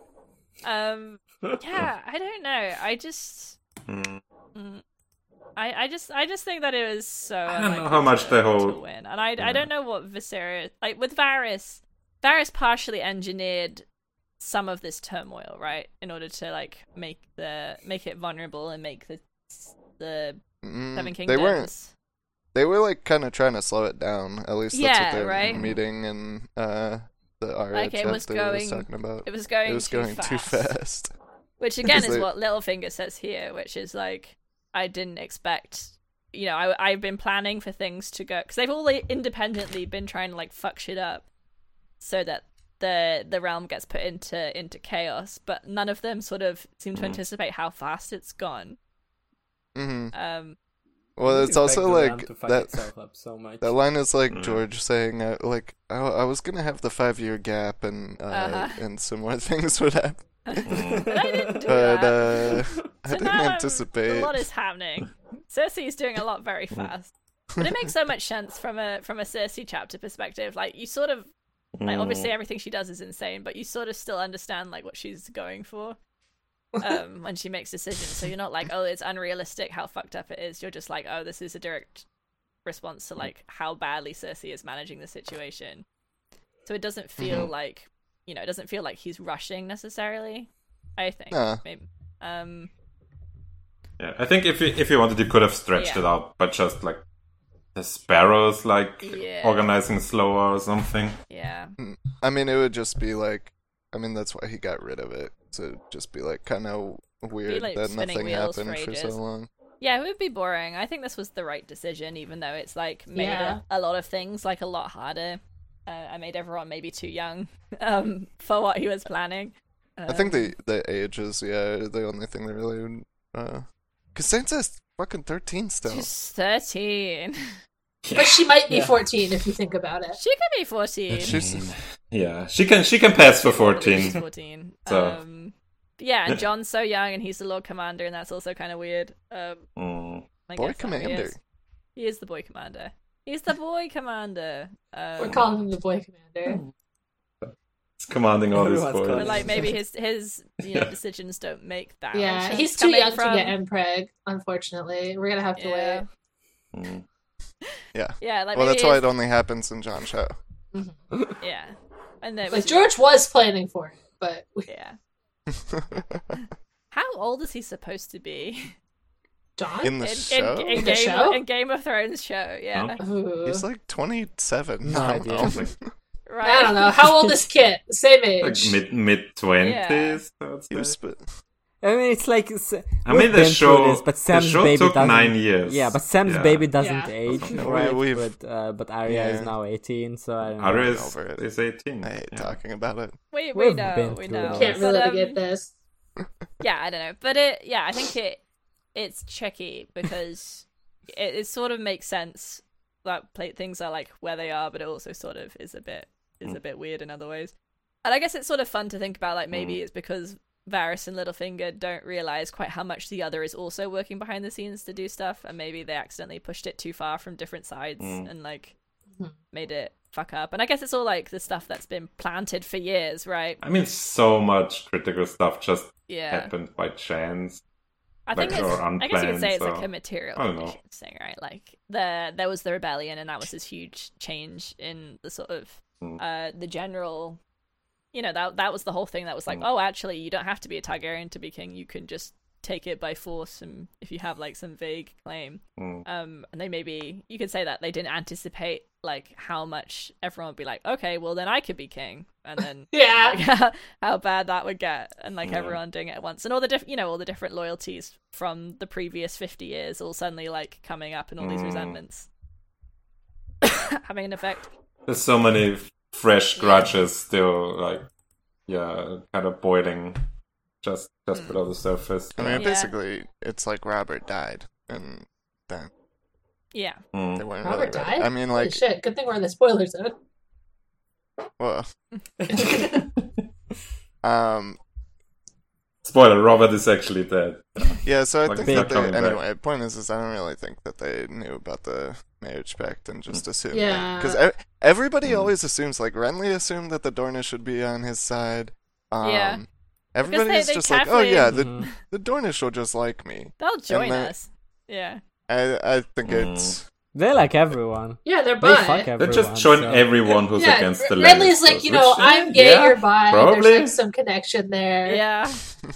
Um, yeah, I don't know. I just.
Mm.
mm, I, I just I just think that it was so.
I don't know
unlikely
how much
to,
the whole-
to win, and I I
Yeah.
don't know what Viserys like with Varys. Varys partially engineered some of this turmoil, right, in order to like make the make it vulnerable and make the the
Mm,
Seven Kingdoms.
they weren't they were like kind of trying to slow it down at least that's
Yeah,
what their
right?
meeting and uh the RA
Like, it
chapter
was going-
was talking about
It was going.
it was
too
going too fast
Which again
It's
is
like-
what Littlefinger says here, which is like, I didn't expect. You know, I I've been planning for things to go because they've all like, independently been trying to like fuck shit up, so that the the realm gets put into into chaos. But none of them sort of seem
Mm.
to anticipate how fast it's gone.
hmm
Um,
Well, it's also like that.
itself up so much.
That line is like
Mm.
George saying, uh, like, I, I was gonna have the five year gap and uh,
Uh-huh.
and some more things would happen,
but I didn't do
but
that.
uh, I
So
didn't
now, um,
anticipate. Mm.
a lot is happening. Cersei's doing a lot very fast. But it makes so much sense from a from a Cersei chapter perspective. Like you sort of
Mm.
like obviously everything she does is insane, but you sort of still understand like what she's going for um when she makes decisions. So you're not like, oh, it's unrealistic how fucked up it is. You're just like, oh, this is a direct response to like how badly Cersei is managing the situation. So it doesn't feel like you know, it doesn't feel like he's rushing necessarily. I think
Nah.
maybe. Um,
Yeah, I think if you if you wanted, you could have stretched
Yeah.
it out, but just like the sparrows, like
Yeah.
organizing slower or something.
yeah.
I mean, it would just be like, I mean, that's why he got rid of it to just be like kind of weird
like,
that
spinning
nothing
wheels for
happened for, so
ages.
long.
Yeah, it would be boring. I think this was the right decision, even though it's like made
Yeah.
a, a lot of things like a lot harder. Uh, I made everyone maybe too young um, for what he was planning. Uh-huh.
I think the the ages, yeah, are the only thing that really, would, uh, cause Sansa's fucking thirteen still.
Um, she's thirteen.
But she might be
Yeah.
14 if you think about it.
She could be fourteen.
She's
Yeah, she can she can pass for
She's
fourteen.
fourteen.
So.
Um, yeah, and John's so young, and he's the Lord Commander, and that's also kind of weird. Um,
Mm.
I guess
boy
that's what he
commander.
is. He is the boy commander. He's the boy commander. Um, Oh,
We're calling him the boy commander.
It's commanding all these
Everyone's
boys.
But like
Yes.
maybe his his you know
Yeah.
decisions don't make that.
Yeah,
much
he's
sense
too
coming
young
from-
to get Mpreg, unfortunately. We're gonna have to
Yeah.
Mm.
Yeah.
Yeah, like
well,
maybe
that's why
he's-
it only happens in John Show.
Yeah, and then
wait. Like George was planning for it, but we-
Yeah, how old is he supposed to be?
John?
in the
in,
show.
in, in,
The
Game
show?
Of, in Game of Thrones show. Yeah,
Ooh.
He's like 27.
No
I
idea.
don't know.
right.
I don't know. How old is Kit? Same
Like
age.
mid mid twenties.
He was sp-
I mean, it's like s-
I
we've
mean, the
been through
show.
this, but
the
Sam's
show
baby
took
doesn't.
nine years.
Yeah, but Sam's baby doesn't
Yeah.
age,
No, we-
right?
we've-
But uh, but Arya is
Yeah.
now eighteen, so I don't know.
Arya is,
over it.
is eighteen.
I hate
yeah.
talking about it.
We we
We've
know
been
we
through it
know.
all.
Can't
But,
really
um,
get this.
yeah, I don't know, but it yeah, I think it it's tricky because it, it sort of makes sense that play, things are like where they are, but it also sort of is a bit is a bit weird in other ways. And I guess it's sort of fun to think about like maybe it's because Varys and Littlefinger don't realize quite how much the other is also working behind the scenes to do stuff, and maybe they accidentally pushed it too far from different sides and like made it fuck up. And I guess it's all like the stuff that's been planted for years, right?
I mean, so much critical stuff just
Yeah.
happened by chance.
I
like,
think it's,
or
I guess you could
unplanned,
say it's
so-
like a material
I don't know.
conditions thing, right? Like the there was the rebellion, and that was this huge change in the sort of
Mm.
uh the general. You know that that was the whole thing. That was like,
Mm.
oh, actually, you don't have to be a Targaryen to be king. You can just take it by force, and if you have like some vague claim,
Mm.
um, and they maybe you could say that they didn't anticipate like how much everyone would be like, okay, well then I could be king, and then
Yeah.
like, how bad that would get and like
Yeah.
everyone doing it at once and all the different you know all the different loyalties from the previous 50 years all suddenly like coming up and all these
Mm.
resentments having an effect
There's so many fresh grudges still, like, yeah, kind of boiling just just
Hmm.
below the surface.
I mean,
Yeah.
basically, it's like Robert died, and then
yeah
Mm.
they weren't
Robert
really
died?
ready. I mean,
Holy
like,
shit. Good thing we're in the spoiler zone.
well, um,
Spoiler: Robert is actually dead.
yeah. So I
Like,
think
they're
that
coming
they,
back.
anyway. Point is, is I don't really think that they knew about the marriage pact and just assumed.
Yeah.
Because ev- everybody
Hmm.
always assumes, like Renly assumed that the Dornish would be on his side. Um,
Yeah.
Everybody's
they
just like, oh yeah, the
Mm-hmm.
Mhm.
the Dornish will just like me.
they'll join
then-
us yeah
I I think
Mm.
it's
They like everyone.
Yeah, they're
They
bi.
fuck everyone.
They just join
so-
everyone who's
yeah,
against the
Ren- Renly's
Lannisters,
like, you know,
which-
I'm gay
yeah,
or bi.
Probably.
There's like some connection there.
yeah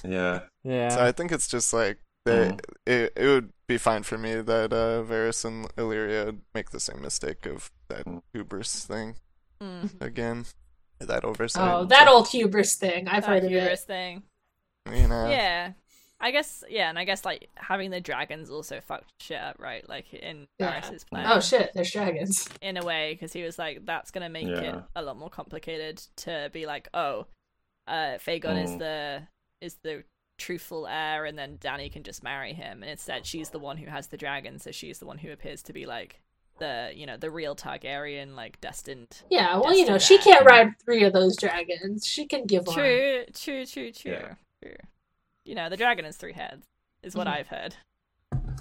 yeah. Mm-hmm.
Yeah.
So I think it's just like they, it, it would be fine for me that uh, Varys and Illyria make the same mistake of that hubris thing
Mm.
again, that oversight.
Oh, that old hubris thing. I've
that
heard of
hubris
it.
thing
you know,
yeah i guess yeah and i guess like having the dragons also fucked shit up right like in
Yeah.
Varys's plan
Oh shit, there's dragons.
in a way because he was like that's going to make it
Yeah.
a lot more complicated to be like oh uh Fagon is
Mm.
the is the truthful heir and then Danny can just marry him and instead she's the one who has the dragon so she's the one who appears to be like the you know the real Targaryen like destined
Yeah, well,
Just
you
do
know, she
that.
can't ride three of those dragons. She can give one.
true true true true
Yeah.
true you know the dragon has three heads is what I've heard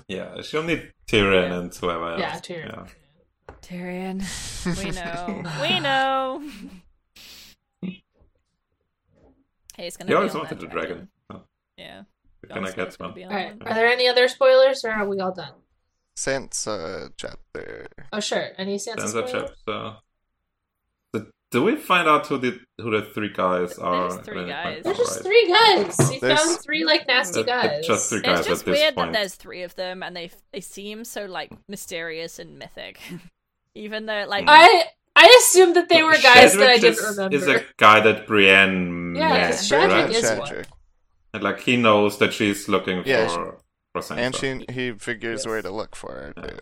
Yeah, she'll need Tyrion
Yeah.
and whoever else.
Yeah, Tyrion.
Yeah.
Tyrion we know we know hey it's gonna
He
be
always
on
wanted
that
a dragon. Oh,
yeah
If Can I
John's
get
gonna
one?
be on
All right.
that.
Are there any other spoilers, or are we all done?
Sansa uh, chapter.
Oh, sure. Any Sansa
Sansa
spoilers?
chapter. Do- Do we find out who the who the three guys are?
There's three
at any point?
guys.
There's just
Alright.
three guys. You
There's-
found three like nasty
That- that-
guys.
Just three guys
It's just
at this
weird
point.
that there's three of them, and they they seem so like mysterious and mythic, even though like
Hmm.
I I assumed that they were guys that I
Shadrick
didn't
is-
remember.
Is a guy that Brienne
Yeah,
met,
it's Shadrick
right?
is one.
And like he knows that she's looking
Yeah,
for for Sansa.
and she he figures
Yes.
where to look for her. Too.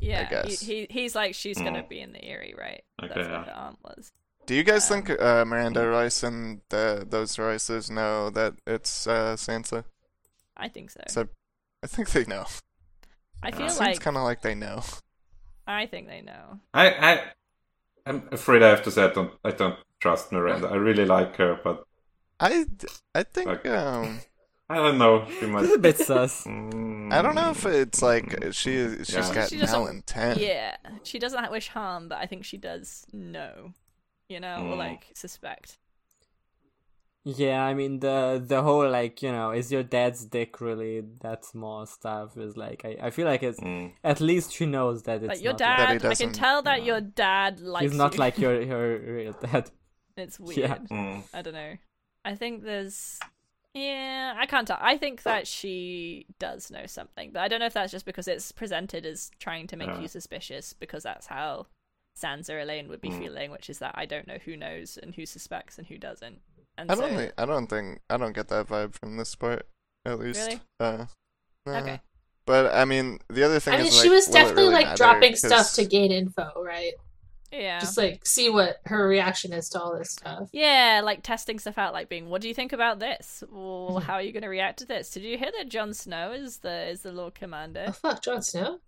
yeah,
guess.
He, he he's like she's gonna
Hmm.
be in the Erie, right?
Okay,
That's
yeah.
what her aunt was.
Do you guys
Um,
think uh, Miranda Royce and the, those Royces know that it's uh, Sansa?
I think so.
So I think they know.
I
uh,
feel
Seems
like
kind of like they know.
I think they know.
I, I I'm afraid I have to say I don't I don't trust Miranda. I really like her, but
I I think
Okay.
um.
I don't know. She might.
It's a bit sus.
Mm,
I don't know if it's like she she's
Yeah.
got
She doesn't-
malintent.
Yeah, she doesn't wish harm, but I think she does know, you know, or
Hmm.
like suspect.
Yeah, I mean the the whole like you know is your dad's dick really that small stuff is like I, I feel like it's
Mm.
at least she knows that it's
Like your
not like-
That he
dad, I can
doesn't-
tell that your dad likes.
he's not
you.
like your her real dad.
It's weird.
Yeah.
Mm.
I don't know. I think there's Yeah, I can't tell. I think that she does know something, but I don't know if that's just because it's presented as trying to make
Yeah.
you suspicious, because that's how Sansa Elaine would be
Mm.
feeling, which is that I don't know who knows and who suspects and who doesn't. And
I
so,
don't think I don't think I don't get that vibe from this part, at least.
Really?
Uh, nah.
Okay.
But I mean, the other thing
I mean,
is
she
like,
was
will it
definitely
really
like
matter?
dropping stuff
'Cause-
to gain info, right?
Yeah.
Just like see what her reaction is to all this stuff.
Yeah, like testing stuff out, like being, what do you think about this? Or how are you going to react to this? Did you hear that Jon Snow is the is the Lord
Oh
Commander
fuck, Jon Snow.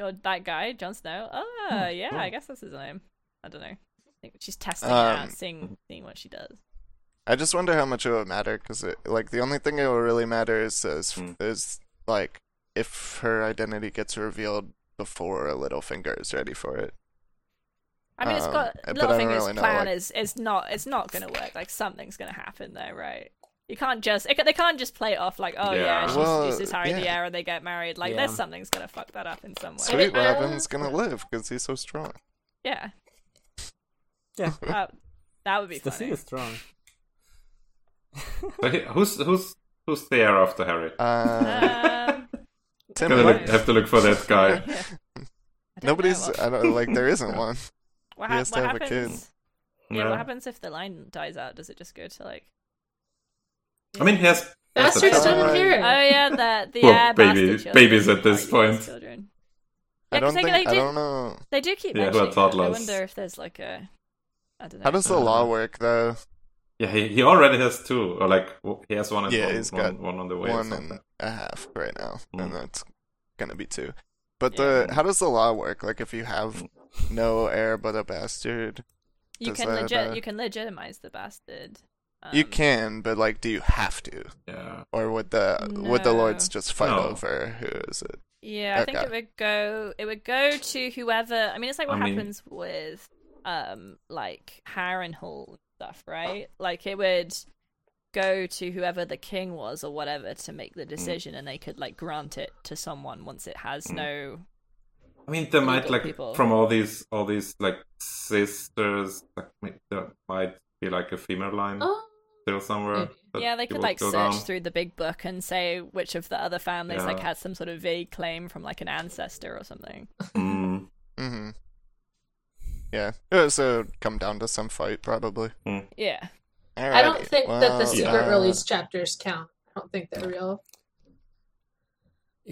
or that guy, Jon Snow? Oh,
Hmm,
yeah, I guess that's his name. I don't know. I think she's testing it
Um,
out, seeing seeing what she does.
I just wonder how much it would matter because, like, the only thing it will really matter is is,
Hmm.
is like if her identity gets revealed before Littlefinger is ready for it.
I mean, it's
Um,
got
but I don't
Littlefinger's
really know,
plan
like-
is is not it's not going to work. Like something's going to happen there, right? You can't just it, ca- they can't just play it off like, oh yeah,
Yeah.
she
Well,
seduces Harry
yeah.
the heir and they get married. Like
Yeah.
there's something's going to fuck that up in some way.
mean,
Sweet
I-
Robin's gonna live because he's so strong.
Yeah,
Yeah,
that, that would be
the sea
funny.
is strong.
So he- who's who's who's the heir after Harry?
Uh,
Um,
Tim,
Gonna look,
Burton.
Right.
have to look for that guy.
yeah. I don't
nobody's.
know.
I don't like. There isn't one.
What,
he has
what
to have a kid.
happens? Yeah,
Yeah.
what happens if the line dies out? Does it just go to like?
I mean, he has. he has a
Bastards
don't
child.
don't
right.
care.
Oh yeah, the the
Well,
heir
baby-
bastard children.
babies at this
Oh, yeah,
point.
Children.
I
Yeah, 'cause
don't
they-
think.
they
I
did-
don't know.
They do keep
Yeah, who are
mentioning that. I
toddlers.
wonder if there's like a. I don't know.
How does the
Uh,
law work though?
Yeah, he, he already has two, or like w- he has one. And
Yeah,
one,
he's
one,
got
one on the way. or
One
something.
and a half right now,
Mm.
and that's gonna be two. But
Yeah.
the how does the law work? Like if you have
Hmm.
no heir but a bastard,
you
does
can
that,
legit
uh,
you can legitimize the bastard. Um,
you can, but like, do you have to,
Yeah.
or would the would the
No.
lords just fight
No.
over who is it?
Yeah, I think
Okay.
it would go. It would go to whoever. I mean, it's like what
I mean-
happens with, um, like Harrenhal and stuff, right? Like it would go to whoever the king was or whatever to make
Mm.
the decision, and they could like grant it to someone once it has
Mm.
no.
I mean, there might
Legal
like
people.
from all these all these like sisters, like ma- there might be like a female line
Oh,
still somewhere.
maybe.
that
yeah, they could
will
like
go
search
down.
through the big book and say which of the other families like
Yeah.
had some sort of vague claim from like an ancestor or something.
Mm,
Mm-hmm. Yeah, Uh, so come down to some fight probably.
Yeah.
I don't
Alrighty,
think that the
well,
secret
uh,
release chapters count. I don't think they're real.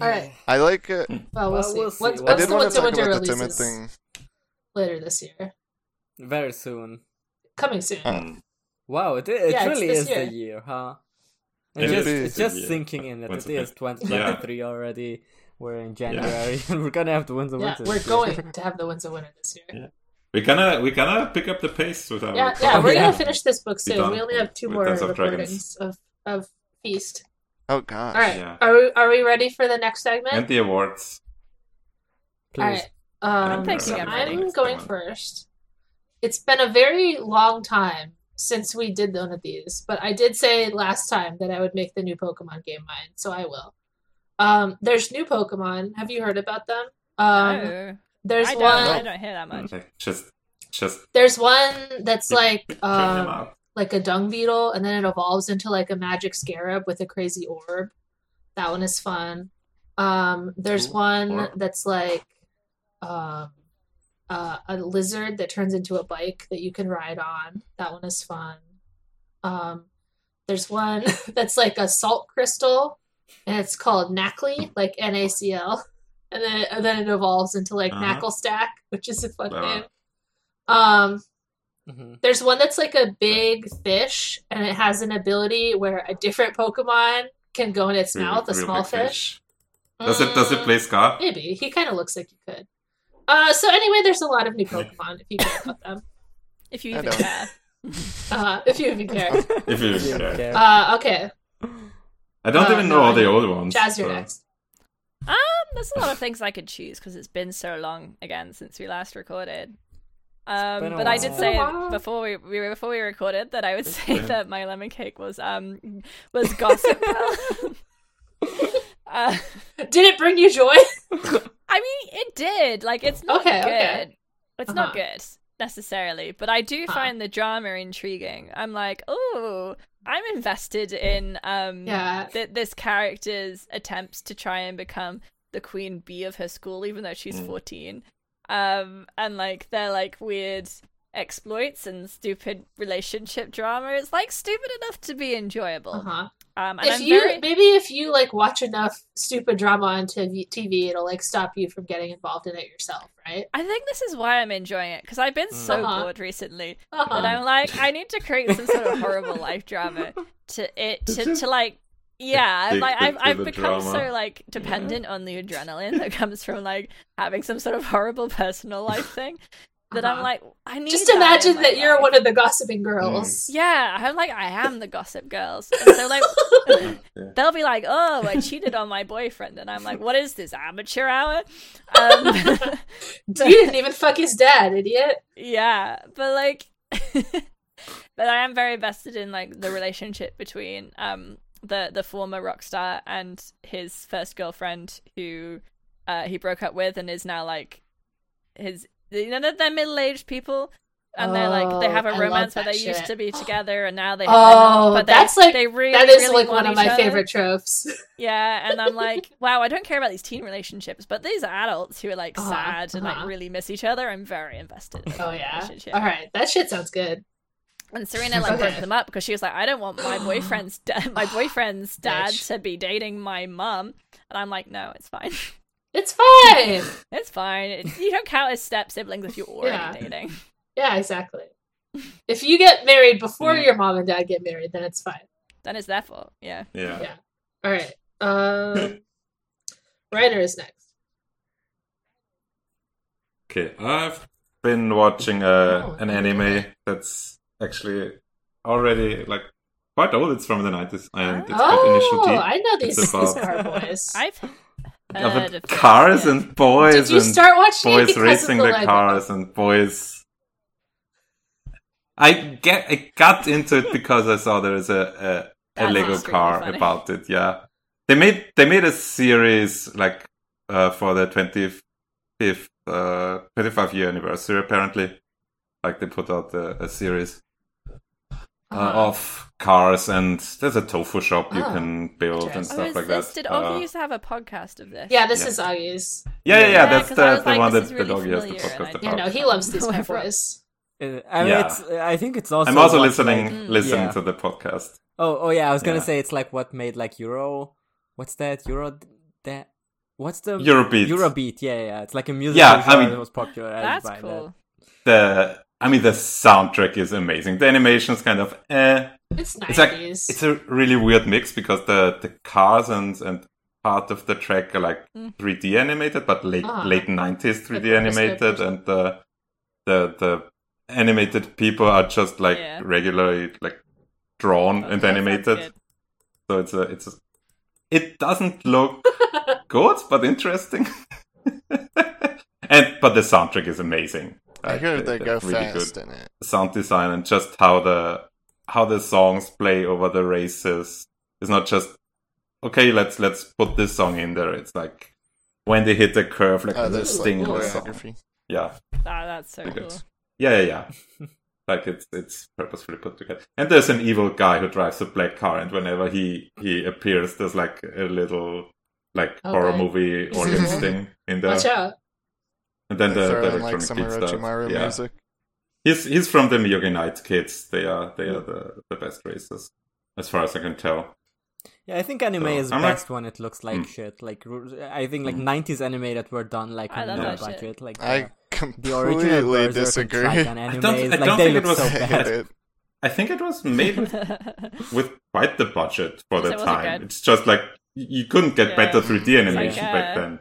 All right.
I like it.
Mm.
Well, we'll,
Well,
see.
we'll
What's,
see.
what's
Well,
I
Once
did
the
want
winter
to talk
winter
about the
releases
Timid thing.
later this year?
Very soon.
Coming soon.
Oh.
mm.
Wow, it, it
Yeah, it's
really
this
is
year.
the year, huh?
It
It's just,
is
it's
the
just
year.
sinking in that
Once
it is
again.
2023 already. We're in January and we're gonna have to win the
yeah,
winter.
we're
this year.
going to have the Winds of Winter this year.
We gonna we gonna pick up the pace with our.
Yeah,
Oh,
yeah, we're
Yeah.
gonna finish this book
Be
soon.
done
We only have two
with
more
Dance of
recordings of, of Feast.
Oh gosh.
All right,
Yeah.
are we are we ready for the next segment?
and the awards.
Please.
All right. Um,
I'm
I'm,
thinking I'm
ready.
going first. It's been a very long time since we did one of these, but I did say last time that I would make the new Pokemon game mine, so I will. Um, there's new Pokemon. Have you heard about them? Um,
no,
There's
I don't. I
one.
don't hear that much.
Like, just just
There's one that's like
pick him
um,
up.
like a dung beetle, and then it evolves into like a magic scarab with a crazy orb. That one is fun. Um, there's
Ooh,
one
orb.
that's like um, uh, a lizard that turns into a bike that you can ride on. That one is fun. Um, there's one that's like a salt crystal, and it's called Nacly, E, like N A C L, and then and then it evolves into like
Uh-huh.
Knackle Stack, which is a fun
Clever.
name. Um,
hmm
there's one that's like a big fish, and it has an ability where a different Pokemon can go in its
Real-
mouth, a
real
small
big fish.
fish.
Does it does it
Mm,
play Scar?
Maybe he kind of looks like you could. Uh, so anyway, there's a lot of new Pokemon if you care about them.
If you
I
even
don't.
care.
Uh, if you even care.
If you yeah.
Okay.
Uh, okay,
I don't
Uh,
even
no,
know
I
all the
know.
old ones.
Jazz, you're
so-
next.
Um, there's a lot of things I could choose because it's been so long again since we last recorded.
been
Um,
a
but I
while.
did
It's been
a
say
while.
before we, we were- before we recorded that I would say
been-
that my lemon cake was um was gossip. Girl. uh,
Did it bring you joy?
I mean, it did. Like, it's not
Okay,
good.
okay.
It's not
Uh-huh.
good necessarily, but I do
Uh-huh.
find the drama intriguing. I'm like, oh, I'm invested in um
Yeah.
th- this character's attempts to try and become the queen bee of her school, even though she's
Mm.
14. Um, and like they're like weird exploits and stupid relationship drama. It's like stupid enough to be enjoyable.
Uh huh.
Um, and
If
I'm
you
very
maybe if you like watch enough stupid drama on TV, TV, it'll like stop you from getting involved in it yourself, right?
I think this is why I'm enjoying it because I've been so
Uh-huh.
bored recently that
Uh-huh.
I'm like, I need to create some sort of horrible life drama to it to, to like, yeah,
Addicted
like I've
to
I've
the
become
drama.
so like dependent on the adrenaline that comes from like having some sort of horrible personal life thing that I'm
Uh-huh.
like, I need.
Just
that in
imagine
my
that you're
life.
one of the gossiping
Mm.
girls.
Yeah, I'm like, I am the Gossip Girls. And so like, they'll be like, "Oh, I cheated on my boyfriend," and I'm like, "What is this amateur hour?" Um,
You didn't even fuck his dad, idiot.
Yeah, but like, but I am very invested in like the relationship between um the the former rock star and his first girlfriend who uh he broke up with and is now like his you know they're- they're middle aged people and they're like they have
Oh, I
a
love
romance where
that
they used
shit.
to be together and now they they're not,
Oh,
but they,
that's like
they really
that is
really
like one
want
of
each
my
other.
favorite tropes.
Yeah, and I'm like, wow, I don't care about these teen relationships, but these adults who are like
Uh-huh,
sad and like
uh-huh.
really miss each other, I'm very invested. In
Oh
that
yeah.
relationship.
All right, that shit sounds good.
And Serena like
Okay.
broke them up because she was like, I don't want my boyfriend's da- my boyfriend's dad
Bitch.
to be dating my mum. And I'm like, no, it's fine.
It's fine.
It's fine. It- you don't count as step siblings if you're already
Yeah.
dating.
yeah, exactly. If you get married before your mom and dad get married, then it's fine.
Then it's their fault. Yeah.
Yeah.
Yeah. All right. Um, writer is next.
Okay, I've been watching uh,
Oh,
an anime that's actually already like quite old. It's from the nineties, and it's called Initial
oh,
D.
I know these
It's about-
car boys.
I've
Of
heard
it-
of this,
cars
yeah.
and boys
Did you
and
start watching it
boys
because
racing
of the,
the
like,
cars and boys. I get I got into it because I saw there is a a, a
That's
Lego
extremely
car
funny.
about it. Yeah, they made they made a series like uh, for the twenty fifth uh, twenty five year anniversary apparently. Like they put out a, a series uh,
Uh-huh.
of cars and there's a tofu shop you
Oh,
can build and
interesting.
Oh,
stuff
is
like
this?
that.
Did
Uh,
Augie used to have a podcast of this?
Yeah, this
Yeah.
is Augie's.
yeah, yeah, yeah,
Yeah,
that's
'cause
the,
I was
the
like,
one
this
that
is really
belongs to the
familiar, and I
podcast
didn't
Yeah,
about.
no, he loves these
Whoever-
bad boys.
Uh, I, mean,
Yeah.
it's, I think it's also.
I'm also
what,
listening
like-
listening
yeah.
to the podcast.
Oh, oh yeah. I was gonna
Yeah.
say it's like what made like Euro. What's that Euro? That what's the
Eurobeat.
Eurobeat. Yeah, yeah. It's like a music
Yeah, I
genre
mean-
that was popular.
That's
by
cool.
The I mean the soundtrack is amazing. The animation's kind of eh.
It's
It's like
nineties.
it's a really weird mix because the, the cars and, and part of the track are like
Mm.
3D animated, but late
Ah.
late nineties 3D
Good person, good
animated,
person.
and the the the animated people are just like
Yeah.
regularly like drawn
Oh,
and
that sounds
animated.
good.
So it's a it's a, it doesn't look good, but interesting. and but the soundtrack is amazing.
I
Like,
heard they
they're
go
really
fast
good
in it.
sound design and just how the how the songs play over the races. It's not just okay. Let's let's put this song in there. It's like when they hit the curve, like
Oh,
this
there's like
thing in the song.
choreography.
Yeah,
Ah, that's so
Pretty
cool.
good. yeah, yeah, yeah. like it's it's purposefully put together. And there's an evil guy who drives a black car, and whenever he he appears, there's like a little like
Oh,
horror
God.
movie audience thing in there.
Watch out.
And then the,
They
the
throw in like
electronic
some
beat stuff.
Orochimaru
Yeah.
music.
He's he's from the Miyogi Knight kids. They are they
Hmm.
are the, the best racers, as far as I can tell.
Yeah, I think anime
So,
is
I'm not-
best when it looks like
Hmm.
shit. Like r- I think like '90s anime that were done like
I
on
love
no
that shit.
budget. Like
I
the, the original
completely
Berserk
disagree.
and Trigun
I
anime,
don't- I
like
don't
they
think it
look
was
so
bad.
bad.
hate it.
I think it was made with, with quite the budget for
So
the
it wasn't
time.
good.
It's just like y- you couldn't get
Yeah.
better 3D
like,
animation back
uh,
then.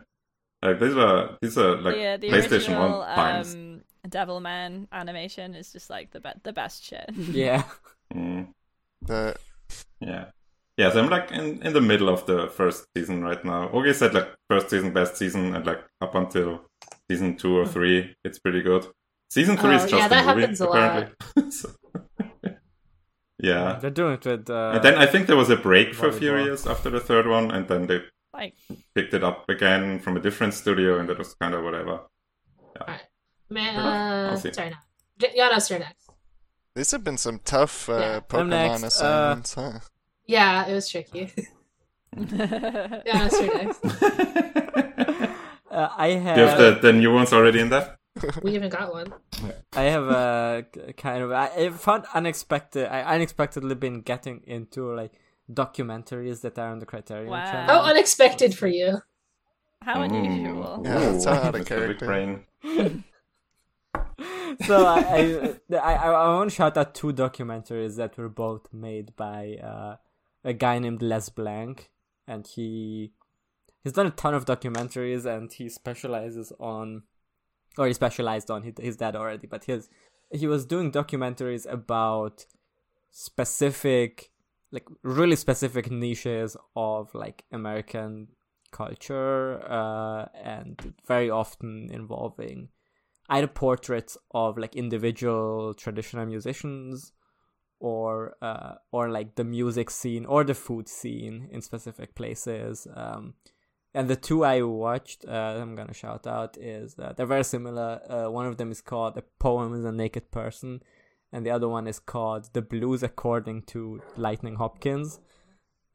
Like these were these are like
yeah, the
PlayStation
original
One times.
um, Devilman animation is just like the be- the best shit.
Yeah.
Mm,
The-
yeah, yeah. So I'm like in, in the middle of the first season right now. Ogi said like first season, best season, and like up until season two or three, it's pretty good. Season three
Mm. Oh,
is just
yeah,
a
that
movie,
happens a lot.
apparently. So- yeah.
they're doing it with. Uh,
And then I think there was a break for a
Volleyball.
few years after the third one, and then they
Like,
picked it up again from a different studio, and that was kind of whatever.
Man,
I'll
uh,
see.
sorry, not. J- Janos, you're next.
These have been some tough uh,
Yeah.
I'm
Pokemon
next, uh,
assignments, huh?
Yeah, it was tricky. Giannis, you're next.
Uh, I have.
Do you have the, the new ones already in there?
We haven't got one.
I have a k- kind of I, I found unexpected. I unexpectedly been getting into like documentaries that are on the Criterion
Wow.
channel.
How Oh, unexpected for you.
How
Mm.
unusual.
Yeah,
Ooh,
it's out of
Mr. Big
character.
Brain.
So I I, I I want to shout out two documentaries that were both made by uh, a guy named Les Blank, and he he's done a ton of documentaries, and he specializes on, or he specialized on his dead already, but his he was doing documentaries about specific like really specific niches of like American culture uh, and very often involving either portraits of like individual traditional musicians or uh, or like the music scene or the food scene in specific places um, and the two I watched uh, I'm gonna shout out is uh, they're very similar uh, one of them is called a poem is a naked person and the other one is called The Blues According to Lightning Hopkins.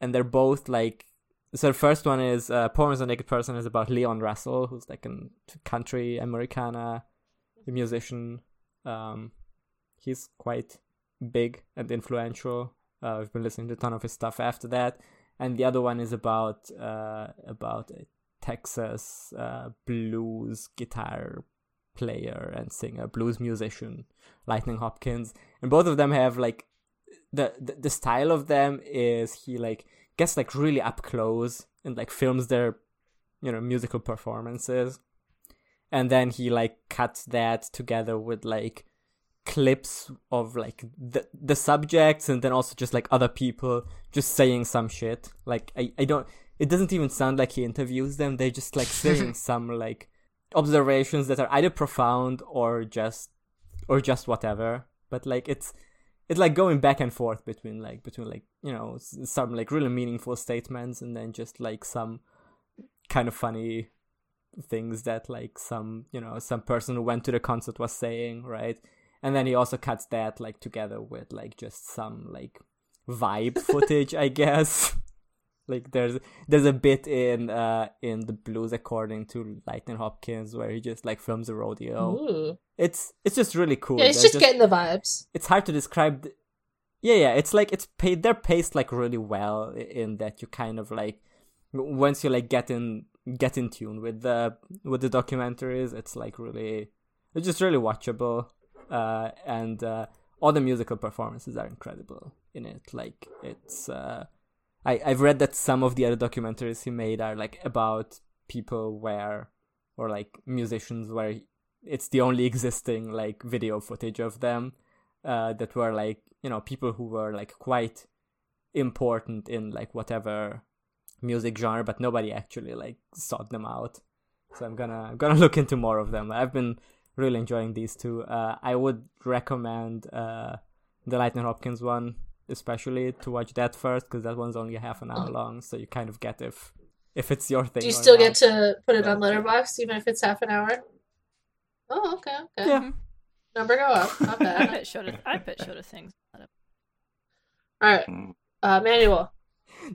And they're both like so the first one is uh, Poem is a Naked Person is about Leon Russell, who's like a country Americana musician. Um, he's quite big and influential. Uh, I've been listening to a ton of his stuff after that. And the other one is about uh, about a Texas uh, blues guitar player and singer, blues musician, Lightning Hopkins, and both of them have like the the, the style of them is he like gets like really up close and like films their you know musical performances and then he like cuts that together with like clips of like the the subjects and then also just like other people just saying some shit like i, I don't it doesn't even sound like he interviews them they're just like saying some like observations that are either profound or just or just whatever but like it's it's like going back and forth between like between like you know s- some like really meaningful statements and then just like some kind of funny things that like some you know some person who went to the concert was saying right and then he also cuts that like together with like just some like vibe footage i guess like there's there's a bit in uh in the blues according to lightning hopkins where he just like films a rodeo
Ooh.
it's it's Oh. just really cool
Yeah, it's
There's
just getting the vibes.
it's hard to describe. th- Yeah, yeah, it's like it's paid. They're paced like really well i- in that you kind of like w- once you like get in get in tune with the with the documentaries, it's like really it's just really watchable. Uh, and uh, all the musical performances are incredible in it. Like it's uh, I I've read that some of the other documentaries he made are like about people where or like musicians where it's the only existing like video footage of them uh, that were like you know people who were like quite important in like whatever music genre, but nobody actually like sought them out. So I'm gonna I'm gonna look into more of them. I've been really enjoying these two. Uh, I would recommend uh, the Lightning Hopkins one especially to watch that first because that one's only half an hour long, so you kind of get if if it's your thing.
Do you
or
still
not.
get to put it on
Well,
Letterbox even if it's half an hour? Oh, okay, okay.
yeah.
Number go up. Not
I
bad.
put shorter. I put shorter things.
All right.
Hmm.
Uh, manual.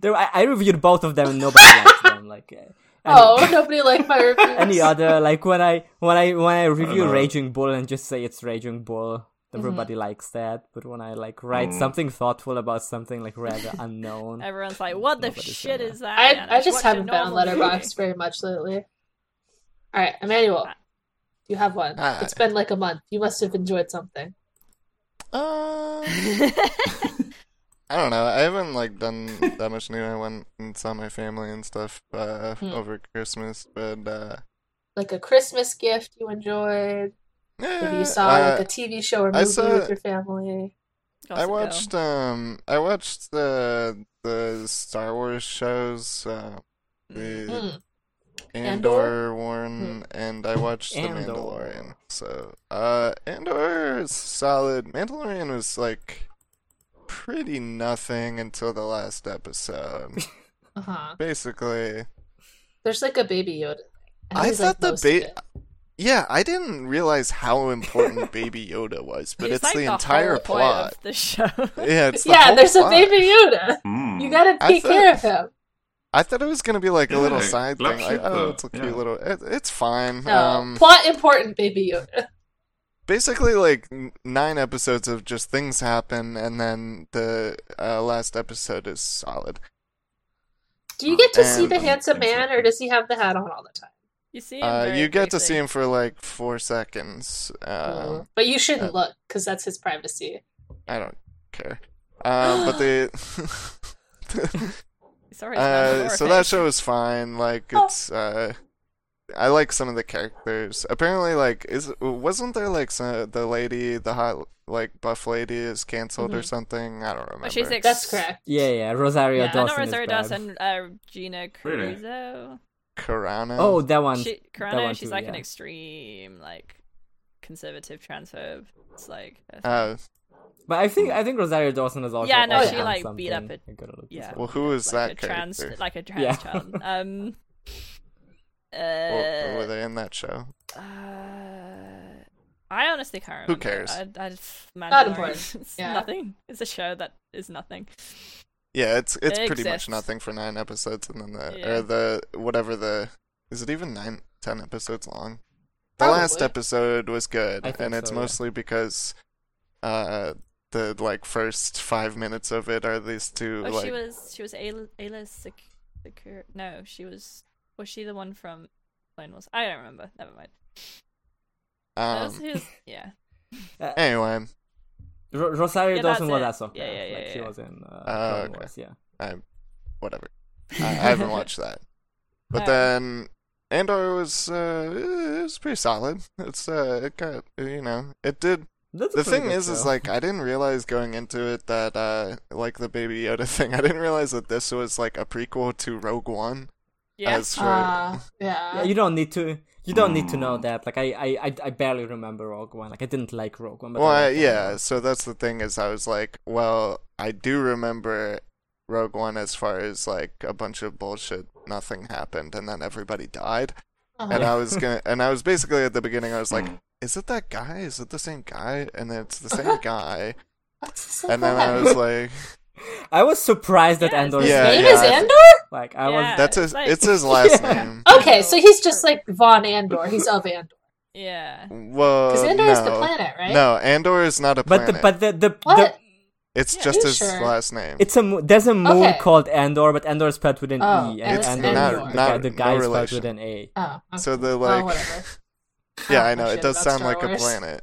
There, I, I reviewed both of them and nobody liked them. Like, uh, and-
Oh, nobody liked my review.
any other like when I when I when I review
know.
Raging Bull and just say it's Raging Bull, everybody
Mm-hmm.
likes that. But when I like write
Mm.
something thoughtful about something like rather unknown,
Everyone's like, "What the
Nobody's
shit
gonna-
is that?" Giannis?
I, I just
Watch a
haven't been on
normal movie."
Letterbox very much lately. All right,
Uh,
Emmanuel, you have one.
Hi.
It's been like a month. You must have enjoyed something.
Uh, I don't know. I haven't like done that much new. I went and saw my family and stuff uh,
Hmm.
over Christmas, but uh,
Like a Christmas gift you enjoyed. Maybe
yeah,
you saw
uh,
like a TV show or
I
movie
saw-
with your family.
Gossip
I
Girl.
watched um I watched the the Star Wars shows, uh, the
Mm.
Andor
Hmm.
one, and I watched the
Andor.
Mandalorian. So uh Andor is solid. Mandalorian was like pretty nothing until the last episode.
Uh huh.
Uh-huh.
Basically,
There's like a baby Yoda.
I
think, like,
thought the
most of
ba-
it.
Yeah, I didn't realize how important Baby Yoda was, but it's,
like
the,
whole
entire
point
plot.
of the show.
Yeah, it's the
yeah,
whole
there's
plot.
a baby Yoda.
Hmm.
You gotta
I
take
thought-
care of him.
I thought it was gonna be like a
Yeah,
little
like,
side
love
thing. Like,
ship,
oh,
though.
it's a
Yeah.
cute little. It, it's fine.
No,
Um,
plot important, baby Yoda.
basically, like n- nine episodes of just things happen, and then the uh, last episode is solid.
Do you get to see
and- um,
the handsome
Thanks,
man,
Ethan.
or does he have the hat on all the time?
You see him.
Uh,
very
you get to
briefly.
see him for like four seconds. Um,
but you shouldn't
uh,
look because that's his privacy.
I don't care. Um, but the
Sorry.
uh, so that
Mandalorian.
show is fine. Like
Oh.
it's uh, I like some of the characters. Apparently, like is wasn't there like some, the lady, the hot like buff lady is canceled or something? I don't remember.
Well, Mm-hmm. she's ex-
That's correct.
Yeah, yeah, Rosario
Yeah,
Dawson.
not
is
Rosario
bad.
Dawson. Uh, Gina
Really?
Crusoe.
Karana.
Oh, that one.
She,
that
Karana,
one
she's
too,
like
yeah.
an extreme, like conservative transphobe. It's like her thing.
Uh,
But I think I think Rosario Dawson is also.
Yeah, no,
also
she,
on
like, beat up
something.
a-
I gotta look this
yeah.
up.
well, who is
like
that
a trans,
character?
like a trans
Yeah.
child. Um. Uh,
Well, were they in that show?
Uh, I honestly can't remember.
Who cares?
I, I just,
Not
Mandalorian.
important.
It's
Yeah.
Nothing. It's a show that is nothing.
Yeah, it's it's
It
pretty
exists.
much nothing for nine episodes, and then the
Yeah.
or the whatever the is it even nine ten episodes long? The last
Probably.
episode was good,
I think
and it's
so, yeah.
mostly because uh the like first five minutes of it are these two
Oh,
like
she was she was Ayla Ayla Sec- Secure. No, she was was she the one from Clone Wars? I don't remember. Never mind. That was
um
who's, yeah.
anyway
Ro- Rosario
Yeah, that's
Dawson was
it.
at soccer.
Yeah, yeah,
like
yeah,
she
yeah.
was in uh,
Oh,
Clone
okay.
Wars, yeah.
whatever. I, I haven't watched that, but
Alright.
then Andor was uh it was pretty solid. It's uh it got you know it did
That's a
the
pretty
thing
good
is is
show.
like i didn't realize going into it that uh like the baby yoda thing i didn't realize that this was like a prequel to rogue one
Yeah.
as for
Uh, yeah.
Yeah, you don't need to. You don't need to know that. Like I, I, I, I barely remember Rogue One. Like I didn't like Rogue One. But I
well I-
liked Rogue
yeah
One.
so that's the thing is i was like well i do remember rogue one as far as like a bunch of bullshit nothing happened and then everybody died
Uh-huh.
and uh, i was gonna and i was basically at the beginning i was like
Hmm.
is it that guy is it the same guy and then it's the same guy
What's the
and then i
plan?
was like
I was surprised that
Yeah,
Andor. is
it's- Yeah,
Name
yeah,
is
I-
Andor?
Like I
Yeah,
was.
that's
it's
his
like-
it's his last
Yeah.
name
Okay, so he's just like Von Andor. He's of Andor.
yeah.
Well,
Because Andor
Uh, no.
is the planet, right?
No, Andor is not a
But the,
planet.
but the the, the
What?
it's
Yeah.
just
Are you
his
sure?
last name.
it's a mo- there's a moon
Okay.
called Andor, but Andor is spelled with an
Oh,
E, and
It's
Andor,
not-
the
not-
guy, the
no
guy is spelled
relation.
with an A.
Oh, okay.
So the
Oh,
like,
whatever.
yeah,
Oh,
I know
shit
it does
about
sound
Star
like a
Wars.
planet.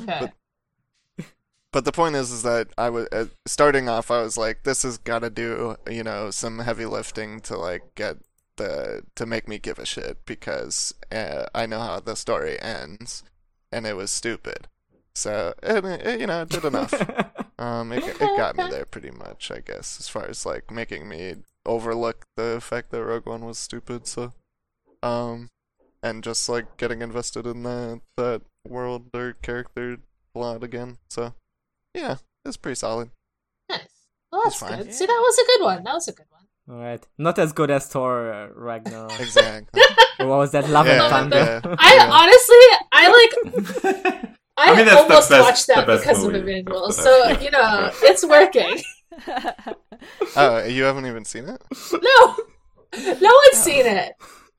Okay.
but- But the point is, is that I was uh, starting off. I was like, this has got to do, you know, some heavy lifting to like get the to make me give a shit because uh, I know how the story ends, and it was stupid. So and it, it, you know, it did enough. Um, it, it
Okay,
got me
okay.
there pretty much, I guess, as far as like making me overlook the fact that Rogue One was stupid. So, um, and just like getting invested in that that world or character plot again. So, yeah, it's pretty solid.
Nice. Well, that's
That's fine.
good. See, that was a good one. That was a good one.
All right, not as good as Thor uh, Ragnarok.
Exactly.
Or what was that? Love
Yeah,
and Thunder.
yeah.
I
Yeah.
honestly, I like I,
I mean, that's the
almost
best-
watched that
the best
because of
movie.
Emmanuel.
That's the
So,
best.
you know, it's working.
oh, you haven't even seen it?
No. No one's seen it.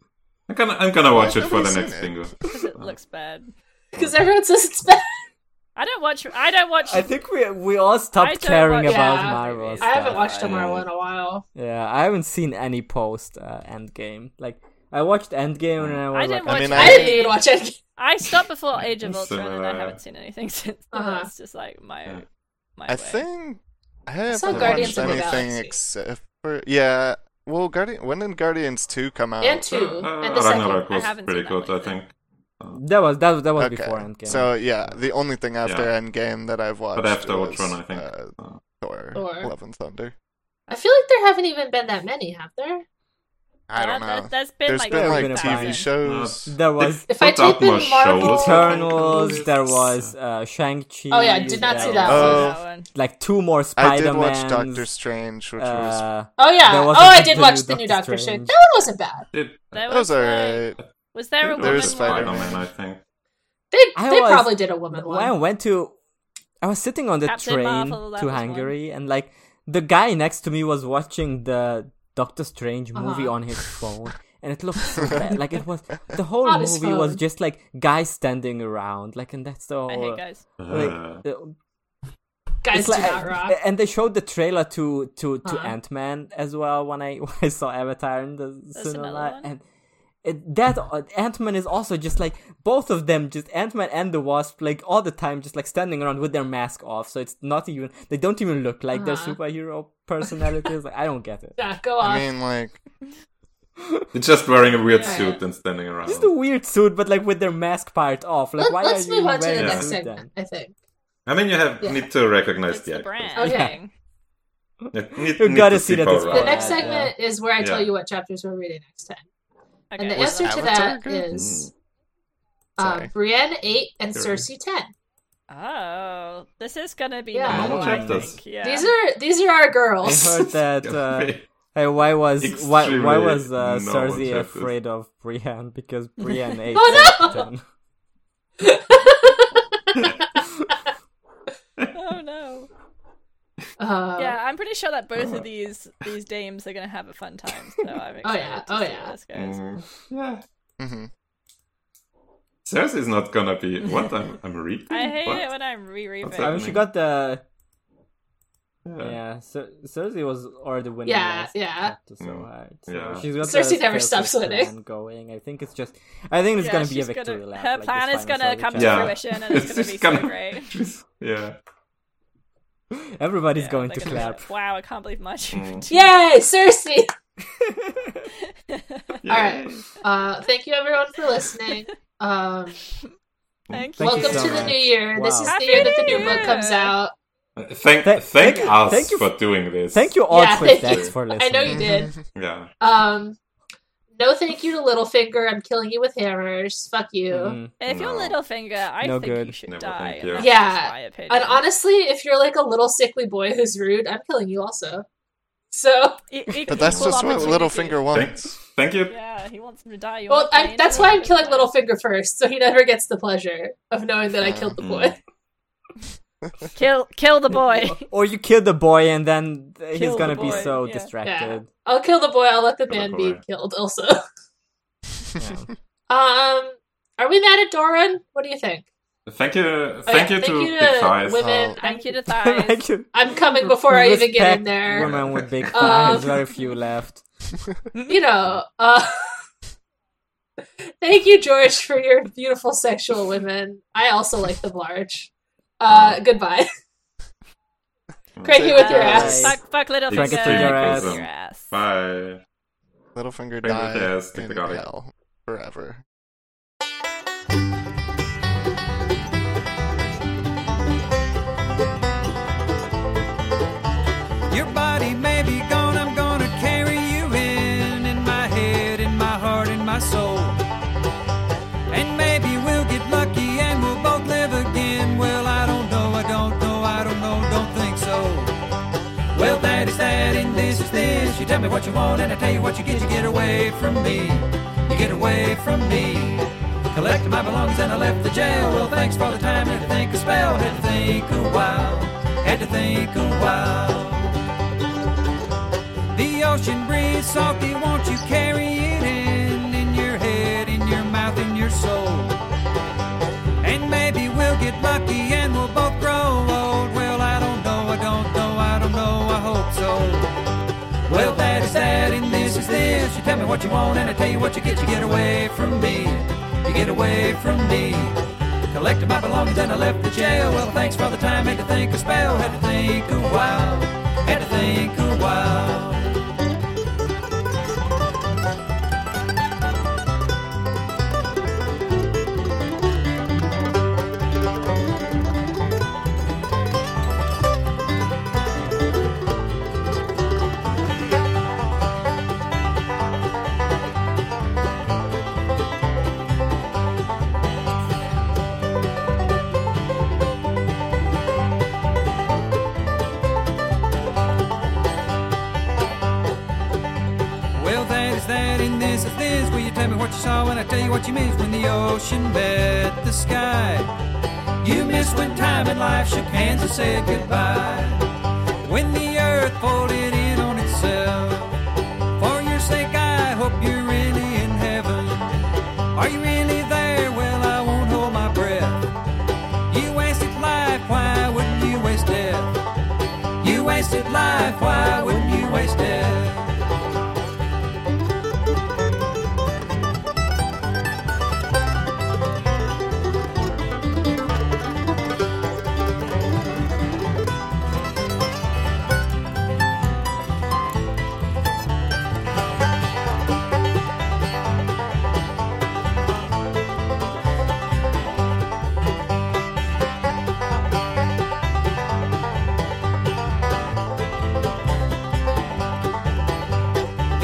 I'm gonna I'm gonna watch it for the
Nobody's
next
seen
bingo.
'Cause it looks bad.
Because everyone says it's bad.
I don't watch. I don't watch.
I think we we all
I
stopped
don't
caring
watch-
about
Yeah.
Marvel.
I
I haven't
stuff.
watched Tomorrow in a while.
Yeah, I haven't seen any post uh, Endgame. Like I watched Endgame and I was
I didn't watch.
like,
I mean,
Mm. I didn't even watch it.
I stopped before Age of Ultron, and I
Similar.
haven't seen anything since.
Uh-huh.
It's just like my
Yeah.
my.
I
way.
think I
saw
haven't
Guardians
watched
of the
anything
Galaxy.
except for yeah. Well, Guardian. When did Guardians two come out?
And two.
Uh,
uh,
and the second.
Ragnarok
I
was
haven't
pretty
seen
good,
that
I
one,
think.
"Oh, that was that was that was before Endgame.
So yeah, the only thing after
Yeah.
Endgame that I've watched.
But after
was,
which one, I think.
Uh,
Uh,
Thor,
Thor.
Love and Thunder.
I feel like there haven't even been that many, have there?
I don't
Yeah,
know.
there- There's been
There's
like,
been
There's
like
been a
TV
bunch.
shows.
there was
They
If I
put out
type in
more
Marvel-
shows.
Eternals. There was uh, Shang Chi.
Oh, yeah, I did not see that
one. Oh.
that one.
Like two more
I
Spider
did
Man.
watch Doctor Strange, which was
Uh,
Oh, yeah.
There
Oh,
was a-
I did
the
watch
new
the new
Doctor
Doctor Strange.
Strange.
That one wasn't bad.
Did-
There
that was
like,
alright.
Was there a
There
woman
is
one?
Spider-Man.
I think.
They,
I
they
was-
probably did a woman
when I
one.
went to, I was sitting on the
Captain
train
Marvel, that
to
was one.
Hungary, and like the guy next to me was watching the Doctor Strange movie
Uh-huh.
on his phone, and it looked so bad. Like it was the whole
On his
movie was
phone.
just like guys standing around, like, and that's the
I
whole.
hate guys.
like,
Uh,
uh,
Guys
it's like-
do not rock.
and they showed the trailer to to to
Huh.
Ant Man as well when I when I saw Avatar in the
another
cinema
one?
and. It, that Ant Man is also just like both of them, just Ant Man and the Wasp, like all the time, just like standing around with their mask off. So it's not even they don't even look like their
Uh-huh.
superhero personalities. like I don't get it.
yeah, go
I
off.
mean, like,
they're just wearing a weird
Yeah.
suit and standing around.
Just a weird suit, but like with their mask part off. Like why
Let, us
are you
move on to the
wearing a
next
suit
segment, I
then?
think.
I mean, you have
Yeah.
need to recognize
It's
the
the
actors.
brand.
Okay.
You need,
You
need
gotta
to
see that
Paul
it's-
The
Yeah,
Rudd.
next
yeah.
segment is where I tell
Oh, Yeah.
you what chapters we're reading next time.
Okay.
And the
well,
Was
answer to
Avatar
that Hmm.
good?
is
Sorry.
um, Brienne 8 and
Sure.
Cersei 10.
Oh, this is gonna be
Yeah.
normal,
Normal
I
chapters.
think. Yeah.
These are these are our
I
girls.
heard that uh, Hey, why was why why
Extremely
was uh,
no
Cersei
objective.
afraid of Brienne? Because Brienne ate
Oh, no!
Septon.
Oh no.
Uh,
Yeah, I'm pretty sure that both of these these dames are gonna have a fun time. So I'm excited
Oh, yeah.
to
Oh,
see
yeah.
where this goes.
Mm, yeah.
mhm.
Cersei's not gonna be. What? I'm, I'm reading?
I hate it
What?
when I'm rereading.
What's
I
happening?
mean, she got the
Yeah.
yeah. Cer- Cersei was already winning.
Yeah,
last
yeah.
chapter So
Mm.
hard. So
Yeah.
she's got
Cersei
the
never
Cersei
stops winning.
plan Going. I think it's just. I think it's
Yeah,
gonna be a
she's
victory
gonna-
lap.
her
like this
plan is
final
gonna
Cersei
come to
chapter.
yeah.
fruition and it's gonna
just
be so great.
she's- yeah.
Everybody's
Yeah,
going
they're
to
gonna be
clap.
like, wow, I can't believe my
Mm.
achievement.
Yay, Cersei!
yeah.
All right. Uh, thank you everyone for listening. Um,
Thank you.
Thank you
welcome
so
to the
much.
new year. This
Wow.
is
Happy
the year that the
New
new book
Year.
comes out.
Thank,
Th-
thank,
thank you-
us
thank you
for doing this.
Thank you all
Yeah,
Twitch
thank you.
dads for
I
listening.
know you did.
Yeah.
Um, no thank you to Littlefinger. I'm killing you with hammers. Fuck you.
Mhm.
If you're
No.
Littlefinger, I
No
think
good.
you should
No,
die.
thank
and
you.
that's
Yeah.
just my opinion.
And honestly, if you're like a little sickly boy who's rude, I'm killing you also. So,
E-
But that's
equal
just what
opportunity.
Littlefinger wants.
Thanks. Thank you.
Yeah, he wants him to die. You
well,
want to
I,
change
that's
it?
why I'm killing
Fine.
Littlefinger first, so he never gets the pleasure of knowing that I killed the
Mm-hmm.
boy.
Kill, kill the boy.
Or you kill the boy, and then
Kill
he's
the
gonna be
boy,
so
yeah.
distracted.
I'll kill the boy. I'll let the
Kill the
man be
boy.
killed. Also,
Yeah.
um, are we mad at Doran? What do you think?
Thank you.
Oh,
Thank
yeah,
you to Big Thighs.
women.
Oh.
I'm,
Thank you to
Thank
thighs.
you.
I'm coming before I even get in
Respect
there.
Women with big
Um,
thighs, very few left.
You know. Uh, thank you, George, for your beautiful sexual women. I also like the large.
Oh.
Uh, goodbye. Cranky with your ass.
Bye.
Uh, Fuck, fuck Littlefinger.
Drag it to your ass.
Fuck your ass.
Bye.
Littlefinger
Bring with the
died
ass, take
in
the guy.
hell forever.
Your body may be gone, I'm gonna carry you in, in my head, in my heart, in my soul. And maybe we'll get lucky and we'll both live again. Well, I don't know, I don't know, I don't know, don't think so. Well, that is that, and this is this. You tell me what you want, and I tell you what you get. You get away from me, you get away from me. Collected my belongings and I left the jail. Well, thanks for the time. Had to think a spell. Had to think a while. Had to think a while. The ocean breeze, salty, won't you carry it in? In your head, in your mouth, in your soul. And maybe we'll get lucky and we'll both grow old. Well, I don't know, I don't know, I don't know, I hope so. Well, that is that, and this is this. You tell me what you want, and I tell you what you get. You get away from me. You get away from me. Collected my belongings and I left the jail. Well, thanks for the time. Had to think a spell. Had to think a while. Had to think a while. what you saw when I tell you what you missed when the ocean met the sky. You missed when time and life shook hands and said goodbye. When the earth folded in on itself. For your sake, I hope you're really in heaven. Are you really there? Well, I won't hold my breath. You wasted life, why wouldn't you waste death? You wasted life, why wouldn't you waste death?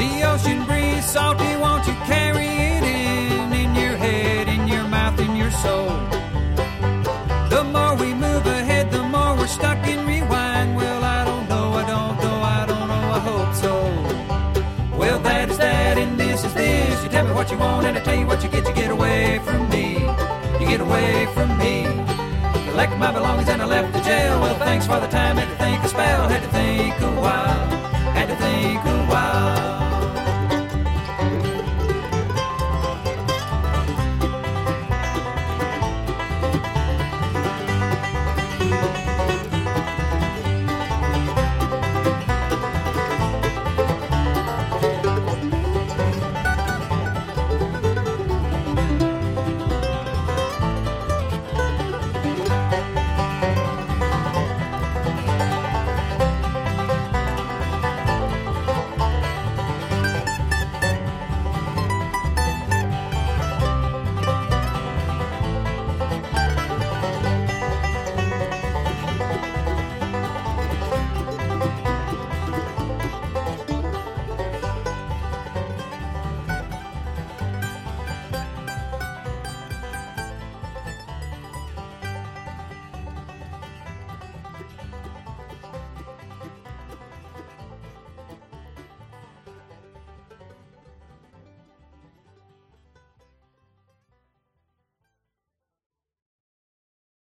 The ocean breeze, salty, won't you carry it in? In your head, in your mouth, in your soul. The more we move ahead, the more we're stuck in rewind. Well, I don't know, I don't know, I don't know, I hope so. Well, that is that, and this is this. You tell me what you want, and I tell you what you get. You get away from me. You get away from me. Collect my belongings